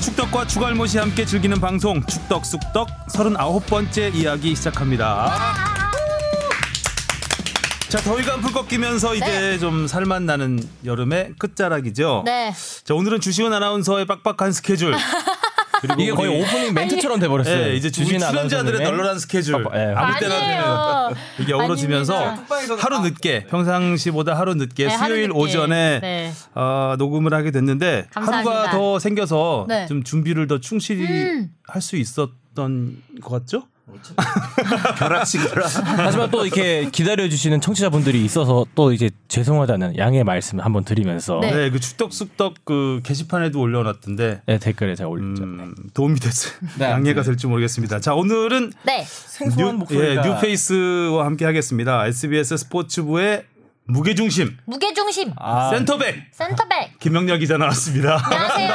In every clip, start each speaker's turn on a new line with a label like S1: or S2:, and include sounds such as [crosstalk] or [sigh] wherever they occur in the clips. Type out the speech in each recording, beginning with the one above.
S1: 추덕과 추갈못이 함께 즐기는 방송 추덕쑥덕 39번째 이야기 시작합니다. 자 더위가 한풀 꺾이면서 이제
S2: 네.
S1: 좀 살맛 나는 여름의 끝자락이죠.
S2: 네.
S1: 자 오늘은 주시은 아나운서의 빡빡한
S2: [laughs]
S1: 스케줄 그리고
S3: 이게 거의
S1: 우리-
S3: 오프닝 멘트처럼 돼버렸어요.
S1: 예, 이제 우리 출연자들의 널널한 스케줄
S3: 아, 예.
S1: 아무 때나 되는
S2: 아니에요.
S1: 이게 어우러지면서
S2: 아닙니다.
S1: 하루 늦게 평상시보다 하루 늦게
S2: 네, 하루
S1: 수요일
S2: 늦게.
S1: 오전에
S2: 네.
S1: 아, 녹음을 하게 됐는데
S2: 감사합니다.
S1: 하루가 더 생겨서
S2: 네. 음.
S1: 좀 준비를 더 충실히 할 수 있었던 것 같죠?
S3: [laughs]
S4: 벼락치기라.
S3: 하지만 또 [laughs] 이렇게 기다려주시는 청취자분들이 있어서 또 이제 죄송하다는 양해 말씀 한번 드리면서
S2: 네.
S3: 네.
S1: 네, 그 축덕숙덕 그 게시판에도 올려놨던데
S3: 예, 댓글에 제가 올렸죠.
S1: 음, 도움이 됐어요.
S3: [laughs] 네.
S1: 양해가 될지 모르겠습니다. 자 오늘은
S2: 네.
S3: 생소한 목소리가.
S1: 예, 뉴페이스와 함께 하겠습니다. SBS 스포츠부의 무게중심
S2: 무게중심.
S3: 아,
S1: 센터백
S2: 센터백.
S1: 김명렬 기자 나왔습니다. [laughs]
S2: 안녕하세요.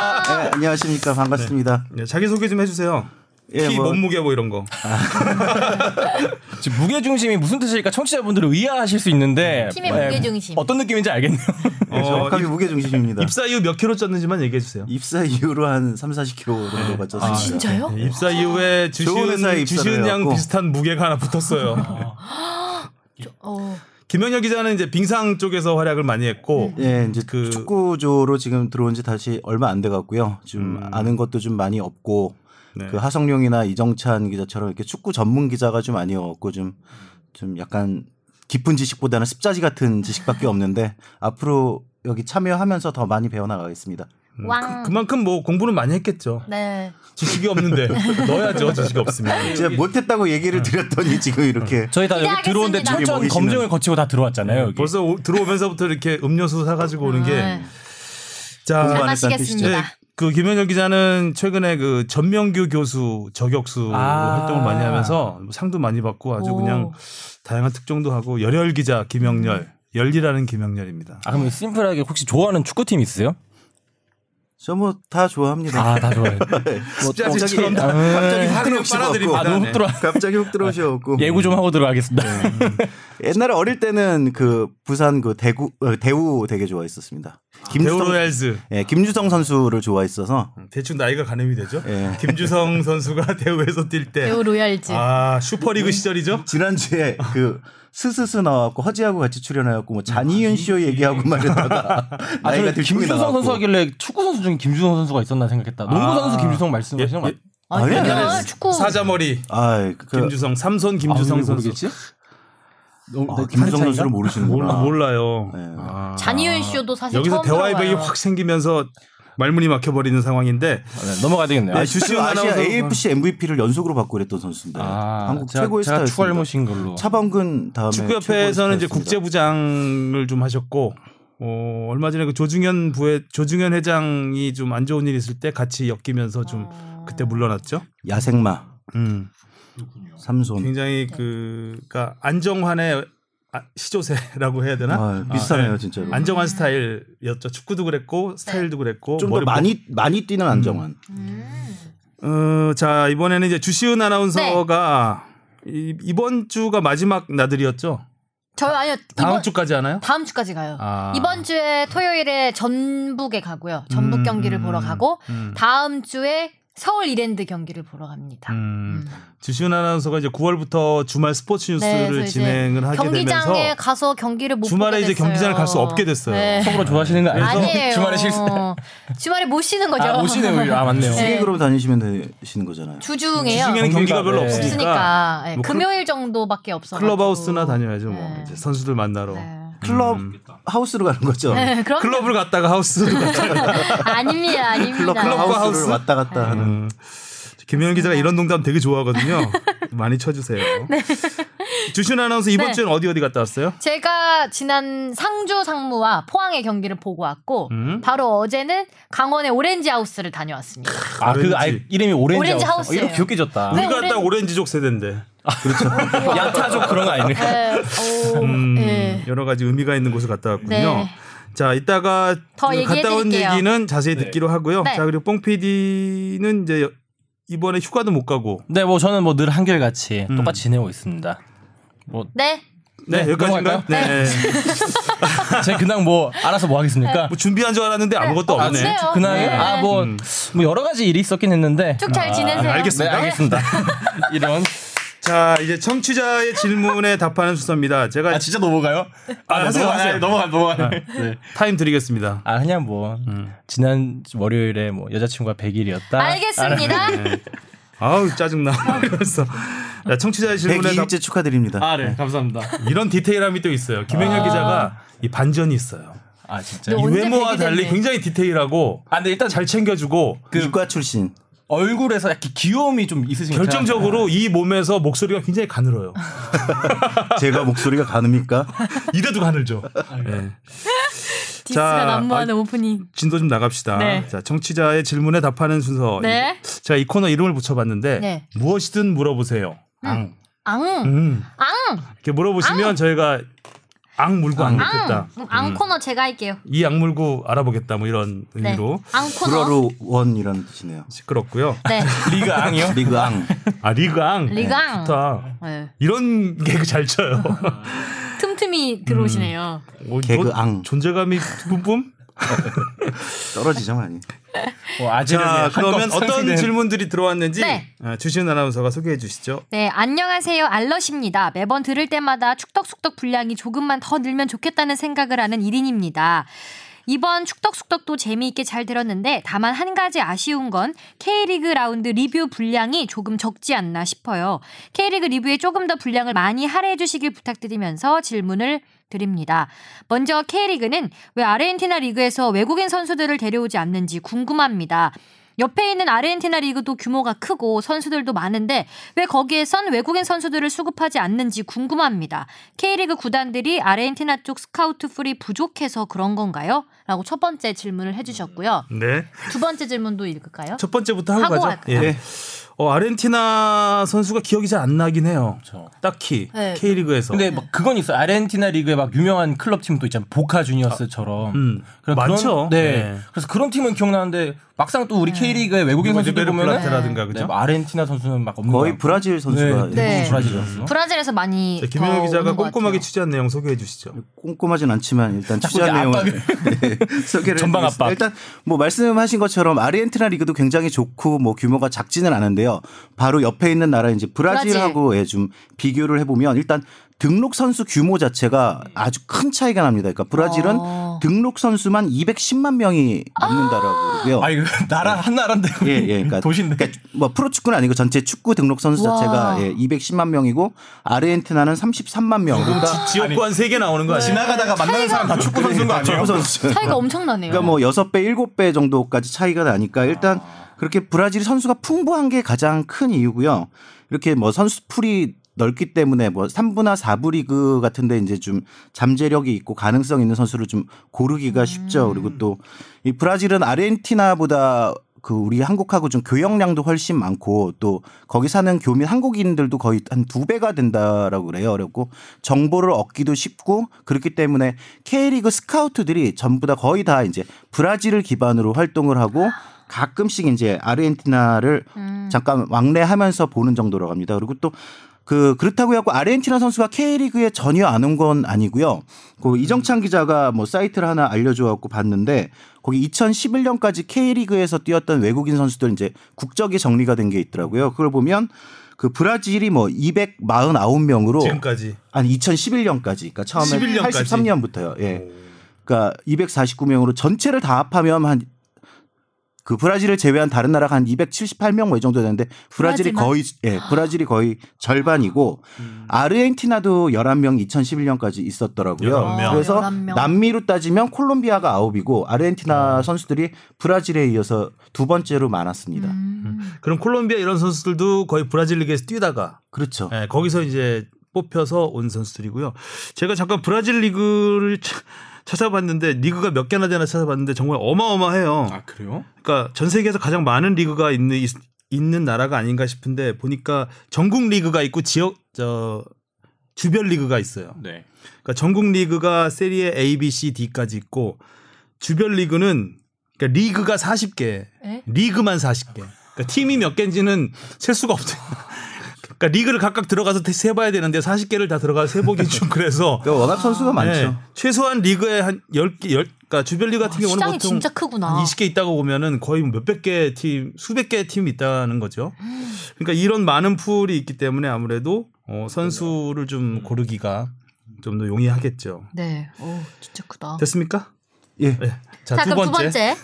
S4: 네, 안녕하십니까 반갑습니다.
S1: 네, 자기 소개 좀 해주세요.
S4: 예,
S1: 키,
S4: 뭐-
S1: 몸무게 뭐 이런 거.
S3: 지금 무게 중심이 무슨 뜻일까 청취자분들은 의아하실 수
S2: 네,
S3: 있는데
S2: 팀의
S1: 네.
S3: 예,
S2: 무게중심.
S3: 어떤 느낌인지 알겠네요.
S1: 어,
S4: 정확하게
S1: 입-
S4: 무게 중심입니다.
S1: 입사 이후 몇 킬로 쪘는지만 얘기해 주세요.
S4: 입사 이후로 한 3, 40kg 정도 빠졌습니다.
S2: 아, 진짜요?
S1: 네, 입사 이후에 아.
S4: 좋은 회사에
S1: 주시은
S4: 입사를
S1: 주시은 양
S4: 해갖고.
S1: 비슷한 무게가 하나 붙었어요.
S2: 어.
S1: [laughs] 김영혁 기자는 이제 빙상 쪽에서 활약을 많이 했고
S4: 예, 이제
S1: 그-
S4: 축구조로 지금 들어온 지 다시 얼마 안 돼갖고요. 좀 아는 것도 좀 많이 없고
S1: 네.
S4: 그 하성룡이나 이정찬 기자처럼 이렇게 축구 전문 기자가 좀 아니었고 좀 좀 약간 깊은 지식보다는 습자지 같은 지식밖에 없는데 앞으로 여기 참여하면서 더 많이 배워나가겠습니다.
S2: 왕.
S1: 그, 만큼뭐 공부는 많이 했겠죠.
S2: 네.
S1: 지식이 [laughs] 없는데 넣어야죠. 아, 지식이 없으면.
S4: 제가 못했다고 얘기를 드렸더니 지금 이렇게
S3: [laughs] 저희 다 여기 들어오는데
S2: 기대하겠습니다.
S3: 철저한 검증을 거치고 다 네, 들어왔잖아요. 여기.
S1: 벌써 오- 들어오면서부터 이렇게 음료수 사가지고 오는 게.
S2: 네. 잘
S1: 자,
S2: 마시겠습니다.
S1: 네, 그 김현혁 기자는 최근에 그 전명규 교수 저격수
S3: 아.
S1: 활동을 많이 하면서 상도 많이 받고 아주
S2: 오.
S1: 그냥 다양한 특종도 하고 열혈 기자 김영렬 열리라는 김영렬입니다.
S3: 아, 그럼 심플하게 혹시 좋아하는 축구팀 있으세요?
S4: 저 뭐 다 좋아합니다.
S3: 아, 다 [laughs] 좋아해요. 뭐
S1: 습자지처럼 다-
S4: 갑자기
S1: 그냥
S4: 확 들어오시고
S1: 빨아들입니다.
S3: 아, 너무
S1: 네.
S3: 훅 들어와.
S4: 갑자기 훅 들어오셔갖고
S3: 예고 좀 하고 들어가겠습니다.
S4: 옛날에 어릴 때는 그 부산 그 대구 어, 대우 되게 좋아했었습니다. 김주성
S1: 데우로얄즈
S4: 예, 김주성 선수를 좋아했어서
S3: 음.
S1: 대충 나이가 가늠이 되죠.
S4: 예.
S1: 김주성 [laughs] 선수가 대우에서 뛸 때
S2: 네. 배우 로얄즈.
S1: 아
S2: 음.
S1: 슈퍼리그 시절이죠.
S4: 지난주에 그 스스스 나왔고 허지하고 같이 출연해갖고 뭐 잔이윤 쇼 얘기하고 말했다가
S3: 음. [laughs] 아,
S4: 나이가
S3: 저는
S4: 들통이
S3: 김주성
S4: 나왔고 아,
S3: 선수 하길래 축구 선수 중에 김주성 선수가 있었나 생각했다. 농구 선수 김주성 말씀하시는 거
S1: 예,
S3: 맞-
S2: 아니,
S4: 아니야,
S2: 아니야.
S4: 아니야.
S2: 어, 축구.
S1: 사자머리
S4: 아, 그,
S1: 김주성 삼손
S3: 아,
S1: 김주성
S3: 왜
S1: 선수
S3: 모르겠지? 너무-
S4: 아,
S3: 나
S4: 김주성
S3: 다른 차이인가?
S4: 선수를 모르시는구나.
S1: 몰라, 요
S4: 예.
S2: 잔이윤 쇼도 사실
S1: 아. 네. 여기서
S2: 처음
S1: 대화의 백이
S2: 들어봐요.
S1: 확 생기면서 말문이 막혀버리는 상황인데
S3: 아, 네, 넘어가야 되겠네요.
S1: 네,
S3: 아,
S1: 주시은
S4: 아시아
S1: 아나운서
S4: AFC MVP를 연속으로 받고 그랬던 선수인데
S3: 아,
S4: 한국
S3: 제가-
S4: 최고의
S3: 제가
S4: 스타였습니다.
S3: 추월못인 걸로.
S4: 차범근 다음에
S1: 축구협회에서는
S4: 네, 최고의
S1: 이제
S4: 스타였습니다.
S1: 국제부장을 좀 하셨고 어, 얼마 전에 그 조중현 부회 조중현 회장이 좀 안 좋은 일 있을 때 같이 엮이면서 좀
S2: 아.
S1: 그때 물러났죠.
S4: 야생마
S1: 음.
S4: 삼손
S1: 굉장히 그까 안정환의 아, 시조세라고 해야 되나?
S4: 아, 비슷하네요
S1: 네.
S4: 진짜로.
S1: 안정환 스타일이었죠. 축구도 그랬고
S2: 네.
S1: 스타일도 그랬고
S4: 좀 더 음.
S1: 머리
S4: 뭐 많이 많이 뛰는 안정환.
S2: 음.
S1: 어, 자 이번에는 이제 주시은 아나운서가 이, 이번 주가 마지막 나들이었죠.
S2: 저 아니요.
S1: 다음
S2: 이번-
S1: 주까지 하나요?
S2: 다음 주까지 가요.
S1: 아.
S2: 이번 주에 토요일에 전북에 가고요. 전북
S1: 음,
S2: 경기를 보러
S1: 음,
S2: 가고
S1: 음.
S2: 다음 주에 서울 이랜드 경기를 보러 갑니다.
S1: 음, 주시은 아나운서가 이제 9월부터 주말 스포츠 뉴스를
S2: 네, 그래서 이제
S1: 진행을 하게
S2: 경기장에
S1: 되면서
S2: 가서 경기를 못
S1: 주말에
S2: 보게
S1: 이제
S2: 됐어요.
S1: 경기장을 갈수 없게 됐어요.
S2: 네.
S3: 속으로 좋아하시는 거 아니죠?
S2: [laughs] 아니에요.
S3: 주말에 실수.
S2: [laughs] 주말에 못 쉬는 거죠.
S3: 아, 오시네요. 오히려. 아, 맞네요.
S2: 네.
S4: 수익으로 다니시면 되시는 거잖아요.
S2: [laughs] 주중에요.
S1: 주중에는 경기가
S3: 경기가
S1: 별로
S3: 네.
S1: 없으니까
S2: 없으니까 예,
S1: 뭐 클-
S2: 금요일 정도밖에 없어.
S1: 클럽하우스나 다녀야죠. 뭐
S2: 네.
S1: 이제 선수들 만나러
S2: 네.
S4: 클럽 하우스로 가는 거죠.
S2: 네, 그럼
S1: 클럽을 갔다가 하우스.
S2: 네. 아닙니다, 아닙니다.
S4: 클럽 하우스를
S1: 하우스?
S4: 왔다 갔다 하는.
S1: 음. 김현 기자가 이런 농담 되게
S2: 네.
S1: 좋아하거든요. 많이
S2: [laughs]
S1: 쳐주세요. 주시은 아나운서 이번
S2: 네.
S1: 주엔 어디 어디 갔다 왔어요?
S2: 제가 지난 상주 상무와 포항의 경기를 보고 왔고
S1: 음.
S2: 바로 어제는 강원의 오렌지
S1: [laughs]
S2: 하우스를 다녀왔습니다.
S3: 아, 그 아이,
S1: 오렌지.
S3: 이름이 오렌지,
S2: 오렌지
S3: 하우스. 어, 이름
S2: 하우스예요.
S3: 귀엽게 졌다.
S2: 네,
S1: 우리가
S2: 오렌-
S1: 딱 오렌지족 세대인데
S3: 양타족 그런 거
S2: [laughs]
S3: 아니에요?
S2: 네, 오,
S1: 음,
S2: 네.
S1: 여러 가지 의미가 있는 곳을 갔다 왔군요.
S2: 네.
S1: 자, 이따가
S2: 더
S1: 그 갔다 온
S2: 얘기해드릴게요.
S1: 얘기는 자세히 듣기로 하고요.
S2: 네.
S1: 자, 그리고 뽕 PD는 이제 이번에 휴가도 못 가고
S4: 음.
S3: 네, 뭐 저는 뭐 늘 한결같이 똑같이 지내고 있습니다. 뭐
S2: 네.
S1: 네,
S3: 네,
S1: 여기까지인가요?
S3: 넘어갈까요?
S1: 네.
S3: 제 그냥 뭐 알아서 뭐
S1: [laughs]
S3: 하겠습니까?
S1: 뭐 준비한 줄 알았는데 아무것도
S2: 어,
S1: 없네.
S2: 없네요.
S3: 그날
S2: 네.
S3: 아뭐
S4: 음.
S3: 뭐 여러 가지 일이 있었긴 했는데
S2: 쭉 잘 지내세요.
S1: 아, 알겠습니다.
S2: 네.
S3: 알겠습니다. [laughs] 이런
S1: 자, 이제 청취자의 질문에 답하는 순서입니다. 제가
S3: 아 진짜 넘어가요? 예,
S1: 아, 하세요,
S3: 넘어가-
S1: 하세요.
S3: 넘어가 넘어가. 네.
S1: 타임 드리겠습니다.
S3: 아 그냥 뭐 지난 월요일에 뭐 여자친구가 100일이었다.
S2: 아, 알겠습니다.
S1: 네. 아우 네. 짜증나. 그래서 자, 청취자의 질문에 답 아.
S4: 102일째 축하드립니다.
S3: 아 네 감사합니다.
S1: 이런 디테일함이 또 있어요. 김현혁 기자가 이 반전이 있어요.
S3: 아 진짜.
S1: 이
S2: 네. 언제
S1: 외모와
S2: 뵙게
S1: 달리
S2: 됐네.
S1: 굉장히 디테일하고
S3: 아 근데 일단
S1: 잘 챙겨주고
S4: 이과 출신.
S3: 얼굴에서 약간 귀여움이 좀 있으신 것 같아요.
S1: 결정적으로 이 몸에서 목소리가 굉장히 [laughs] 가늘어요.
S4: 제가 목소리가 가늠입니까?
S1: 이래도 가늘죠. 예.
S2: [laughs] 디스가
S1: 자, 아,
S2: 난무하는 오프닝.
S1: 진도 좀 나갑시다.
S2: 네.
S1: 자, 청취자의 질문에 답하는 순서.
S2: 네.
S1: 제가 이 코너 이름을 붙여봤는데
S2: 네.
S1: 무엇이든 물어보세요. 앙.
S2: 앙.
S1: 음.
S2: 앙.
S1: 이렇게 물어보시면 저희가 앙 물고 안
S2: 앙. 음,
S1: 먹겠다. 음.
S2: 앙 코너 제가 할게요.
S1: 이앙 물고 알아보겠다. 뭐 이런
S2: 네.
S1: 의미로
S2: 앙 코너.
S4: 불어로 원이라는 뜻이네요.
S1: 시끄럽고요. [laughs]
S2: 네.
S3: 리그 앙이요?
S4: 리그 앙.
S1: 아 리강.
S2: 리강.
S1: 좋다.
S2: 네.
S1: 이런 개그 잘 쳐요. 어,
S2: 틈틈이 들어오시네요.
S1: 뭐,
S4: 개그
S1: 존-
S4: 앙.
S1: 존재감이 뿜뿜.
S4: 떨어지죠 많이.
S3: [laughs] 뭐 아재력이
S1: 자
S3: 한껏
S1: 그러면 어떤
S3: 상승된-
S1: 질문들이 들어왔는지
S2: 네.
S1: 아, 주신 아나운서가 소개해 주시죠.
S2: 네, 안녕하세요. 알럿입니다. 매번 들을 때마다 축덕숙덕 분량이 조금만 더 늘면 좋겠다는 생각을 하는 1인입니다. 이번 축덕숙덕도 재미있게 잘 들었는데 다만 한 가지 아쉬운 건 K리그 라운드 리뷰 분량이 조금 적지 않나 싶어요. K리그 리뷰에 조금 더 분량을 많이 할애해 주시길 부탁드리면서 질문을 드립니다. 먼저 K리그는 왜 아르헨티나 리그에서 외국인 선수들을 데려오지 않는지 궁금합니다. 옆에 있는 아르헨티나 리그도 규모가 크고 선수들도 많은데 왜 거기에선 외국인 선수들을 수급하지 않는지 궁금합니다. K리그 구단들이 아르헨티나 쪽 스카우트 풀이 부족해서 그런 건가요? 라고 첫 번째 질문을 해주셨고요.
S1: 네.
S2: 두 번째 질문도 읽을까요?
S1: 첫 번째부터 하고,
S2: 하고
S1: 가죠.
S2: 할까요?
S1: 예. 어, 아르헨티나 선수가 기억이 잘 안 나긴 해요.
S3: 그렇죠.
S1: 딱히
S2: 네.
S1: K리그에서.
S3: 근데 뭐 그건 있어. 요 아르헨티나 리그에 막 유명한 클럽 팀도 있잖아. 요 보카 주니어스처럼.
S1: 음, 많죠.
S3: 그런, 아, 네.
S1: 네.
S3: 그래서 그런 팀은 기억나는데 막상 또 우리
S2: 네.
S3: 뭐 K리그의 외국인
S1: 그리고
S3: 선수들
S1: 리베로
S3: 보면은
S1: 플라테라든가, 그죠?
S3: 네, 뭐 아르헨티나 선수는 막 없는
S4: 거의
S3: 것
S4: 브라질
S3: 같고.
S4: 선수가
S3: 네,
S2: 네.
S3: 대부분 브라질이었어.
S2: 브라질에서 많이
S1: 자, 네, 김현우
S2: 더
S1: 기자가
S2: 오는 것
S1: 꼼꼼하게
S2: 같아요.
S1: 취재한 내용 소개해 주시죠.
S4: 꼼꼼하진 않지만 일단 취재한
S3: 이렇게
S4: 내용을 [laughs] 네, 소개를
S3: 전방
S4: 해드리겠습니다.
S3: 압박.
S4: 일단 뭐 말씀하신 것처럼 아르헨티나 리그도 굉장히 좋고 뭐 규모가 작지는 않은데요. 바로 옆에 있는 나라 이제 브라질하고 예, 좀 비교를 해보면 일단 등록 선수 규모 자체가 아주 큰 차이가 납니다. 그러니까 브라질은
S2: 어.
S4: 등록 선수만 210만 명이 넘는다라고 그러고요.
S3: 아 이거 [laughs] 나라 한 나라인데.
S4: 예, 예, 그러니까,
S3: 도시인데.
S4: 그러니까 뭐 프로축구는 아니고 전체 축구 등록 선수
S2: 와.
S4: 자체가 예, 210만 명이고 아르헨티나는 33만 명. 그러니까 네,
S1: 지역구 한 세 개 나오는 거 아니에요?
S3: 지나가다가 만나는 사람 다 축구 선수인 거 아니에요?
S4: 축구 선수.
S2: 차이가 엄청나네요.
S4: 그러니까 뭐 여섯 배 일곱 배 정도까지 차이가 나니까 일단
S2: 아.
S4: 그렇게 브라질 선수가 풍부한 게 가장 큰 이유고요. 이렇게 뭐 선수풀이 넓기 때문에 뭐 3부나 4부 리그 같은데 이제 좀 잠재력이 있고 가능성 있는 선수를 좀 고르기가 쉽죠.
S2: 음.
S4: 그리고 또 이 브라질은 아르헨티나보다 그 우리 한국하고 좀 교역량도 훨씬 많고 또 거기 사는 교민 한국인들도 거의 한 두 배가 된다라고 그래요. 그렇고 정보를 얻기도 쉽고 그렇기 때문에 K리그 스카우트들이 전부 다 거의 다 이제 브라질을 기반으로 활동을 하고 가끔씩 이제 아르헨티나를 잠깐 왕래하면서 보는 정도라고 합니다. 그리고 또 그 그렇다고 해갖고 아르헨티나 선수가 K리그에 전혀 안 온 건 아니고요. 그 이정찬 기자가 뭐 사이트를 하나 알려줘갖고 봤는데 거기 2011년까지 K리그에서 뛰었던 외국인 선수들 이제 국적이 정리가 된 게 있더라고요. 그걸 보면 그 브라질이 뭐
S1: 네.
S4: 249명으로
S1: 지금까지.
S4: 아니 2011년까지 그러니까 처음에
S1: 11년 까지.
S4: 83년부터요. 예. 그러니까 249명으로 전체를 다 합하면 한 그 브라질을 제외한 다른 나라가 한 278명 뭐이 정도 되는데 브라질이
S2: 브라질만? 아.
S4: 거의 예, 브라질이 거의 절반이고
S1: 음.
S4: 아르헨티나도 11명 2011년까지 있었더라고요.
S1: 11명.
S4: 그래서
S2: 11명.
S4: 남미로 따지면 콜롬비아가 아홉이고
S1: 음.
S4: 아르헨티나 선수들이 브라질에 이어서 두 번째로 많았습니다.
S2: 음.
S1: 그럼 콜롬비아 이런 선수들도 거의 브라질 리그에서 뛰다가
S4: 그렇죠.
S1: 예, 거기서 이제 뽑혀서 온 선수들이고요. 제가 잠깐 브라질 리그를 차- 찾아봤는데 리그가 몇 개나 되나 찾아봤는데 정말 어마어마해요.
S3: 아 그래요?
S1: 그러니까 전 세계에서 가장 많은 리그가 있는 있- 있는 나라가 아닌가 싶은데 보니까 전국 리그가 있고 지역 저 주별 리그가 있어요.
S3: 네.
S1: 그러니까 전국 리그가 세리에 A, B, C, D까지 있고 주별 리그는 그러니까 리그가 40개,
S2: 에?
S1: 리그만 40개. 그러니까 팀이 몇 개인지는 셀 수가 없대. 그러니까 리그를 각각 들어가서 세 봐야 되는데 40개를 다 들어가서 세 보기 좀 그래서
S4: 그러니까 워낙 선수가 [laughs] 많죠.
S1: 네, 최소한 리그에 한 10개, 10, 그러니까 주별 리그 같은 경우는
S2: 아, 시장이
S1: 보통
S2: 진짜 크구나.
S1: 한 20개 있다고 보면은 거의 뭐 몇백 개 팀, 수백 개 팀이 있다는 거죠. 그러니까 이런 많은 풀이 있기 때문에 아무래도 어, 선수를 좀 고르기가 좀 더 용이하겠죠.
S2: 네. 오, 진짜 크다.
S1: 됐습니까?
S4: 예.
S1: 예. 자,
S2: 자,
S1: 두
S2: 그럼
S1: 번째.
S2: 두 번째.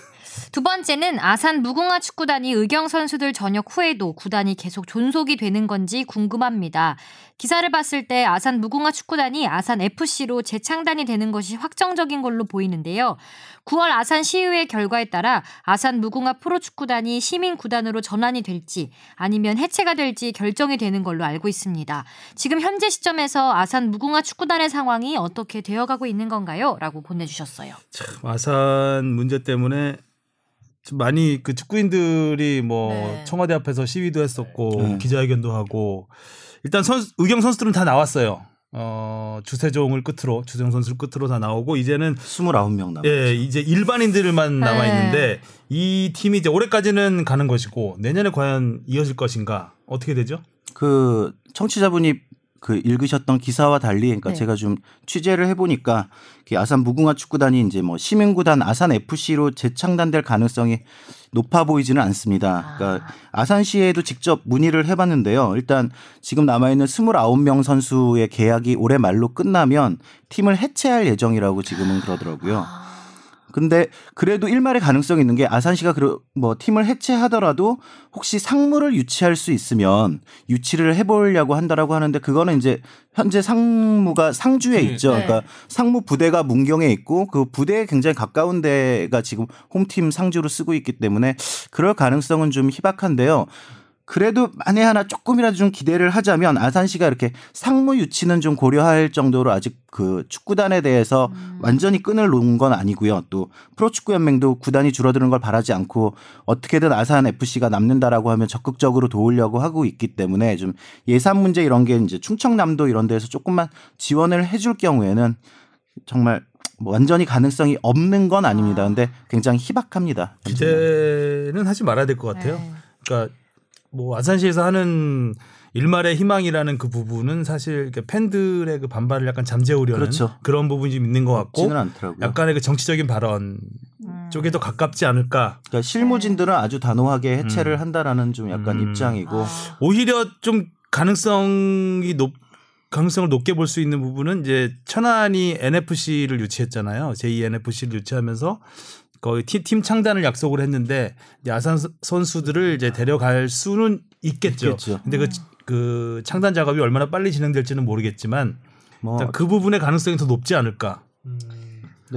S2: 두 번째는 아산 무궁화 축구단이 의경 선수들 전역 후에도 구단이 계속 존속이 되는 건지 궁금합니다. 기사를 봤을 때 아산 무궁화 축구단이 아산 FC로 재창단이 되는 것이 확정적인 걸로 보이는데요. 9월 아산 시의회 결과에 따라 아산 무궁화 프로축구단이 시민 구단으로 전환이 될지 아니면 해체가 될지 결정이 되는 걸로 알고 있습니다. 지금 현재 시점에서 아산 무궁화 축구단의 상황이 어떻게 되어가고 있는 건가요? 라고 보내주셨어요.
S1: 아산 문제 때문에 좀 많이 그 축구인들이 뭐
S2: 네.
S1: 청와대 앞에서 시위도 했었고
S4: 네.
S1: 기자회견도 하고 일단 선수, 의경 선수들은 다 나왔어요. 어, 주세종을 끝으로 주세종 선수를 끝으로 다 나오고 이제는
S4: 29명 남았죠.
S1: 예, 이제 일반인들만
S2: 네.
S1: 남아 있는데 이 팀이 이제 올해까지는 가는 것이고 내년에 과연 이어질 것인가 어떻게 되죠?
S4: 그 청취자분이 그 읽으셨던 기사와 달리 그러니까
S2: 네.
S4: 제가 좀 취재를 해보니까 그 아산 무궁화 축구단이 이제 뭐 시민구단 아산 FC로 재창단될 가능성이 높아 보이지는 않습니다. 그러니까 아산시에도 직접 문의를 해봤는데요. 일단 지금 남아있는 29명 선수의 계약이 올해 말로 끝나면 팀을 해체할 예정이라고 지금은 그러더라고요. 근데 그래도 일말의 가능성이 있는 게 아산시가 그뭐 팀을 해체하더라도 혹시 상무를 유치할 수 있으면 유치를 해보려고 한다라고 하는데 그거는 이제 현재 상무가 상주에
S3: 네.
S4: 있죠.
S2: 네.
S4: 그러니까 상무 부대가 문경에 있고 그 부대에 굉장히 가까운 데가 지금 홈팀 상주로 쓰고 있기 때문에 그럴 가능성은 좀 희박한데요. 그래도 만에 하나 조금이라도 좀 기대를 하자면 아산시가 이렇게 상무 유치는 좀 고려할 정도로 아직 그 축구단에 대해서 완전히 끈을 놓은 건 아니고요. 또 프로축구연맹도 구단이 줄어드는 걸 바라지 않고 어떻게든 아산 FC가 남는다라고 하면 적극적으로 도우려고 하고 있기 때문에 좀 예산 문제 이런 게 이제 충청남도 이런 데에서 조금만 지원을 해줄 경우에는 정말 뭐 완전히 가능성이 없는 건 아닙니다. 근데 굉장히 희박합니다.
S1: 기대는 하지 말아야 될 것 같아요.
S2: 네.
S1: 그러니까 뭐 아산시에서 하는 일말의 희망이라는 그 부분은 사실 그 팬들의 그 반발을 약간 잠재우려는
S4: 그렇죠.
S1: 런 부분이 좀 있는 것 같고
S4: 지는 않더라고요.
S1: 약간의 그 정치적인 발언 쪽에 더 가깝지 않을까.
S4: 그러니까 실무진들은 아주 단호하게 해체를 한다라는 좀 약간
S1: 음.
S4: 입장이고
S2: 아,
S1: 오히려 좀 가능성이 높 가능성을 높게 볼 수 있는 부분은 이제 천안이 NFC를 유치했잖아요. 제2NFC를 유치하면서 거의 팀, 팀 창단을 약속을 했는데 이제 아산 선- 선수들을 이제 데려갈 수는 있겠죠.
S4: 있겠죠.
S1: 근데 그, 그 창단 작업이 얼마나 빨리 진행될지는 모르겠지만
S4: 뭐
S1: 일단 그 부분의 가능성이 더 높지 않을까.
S4: 네,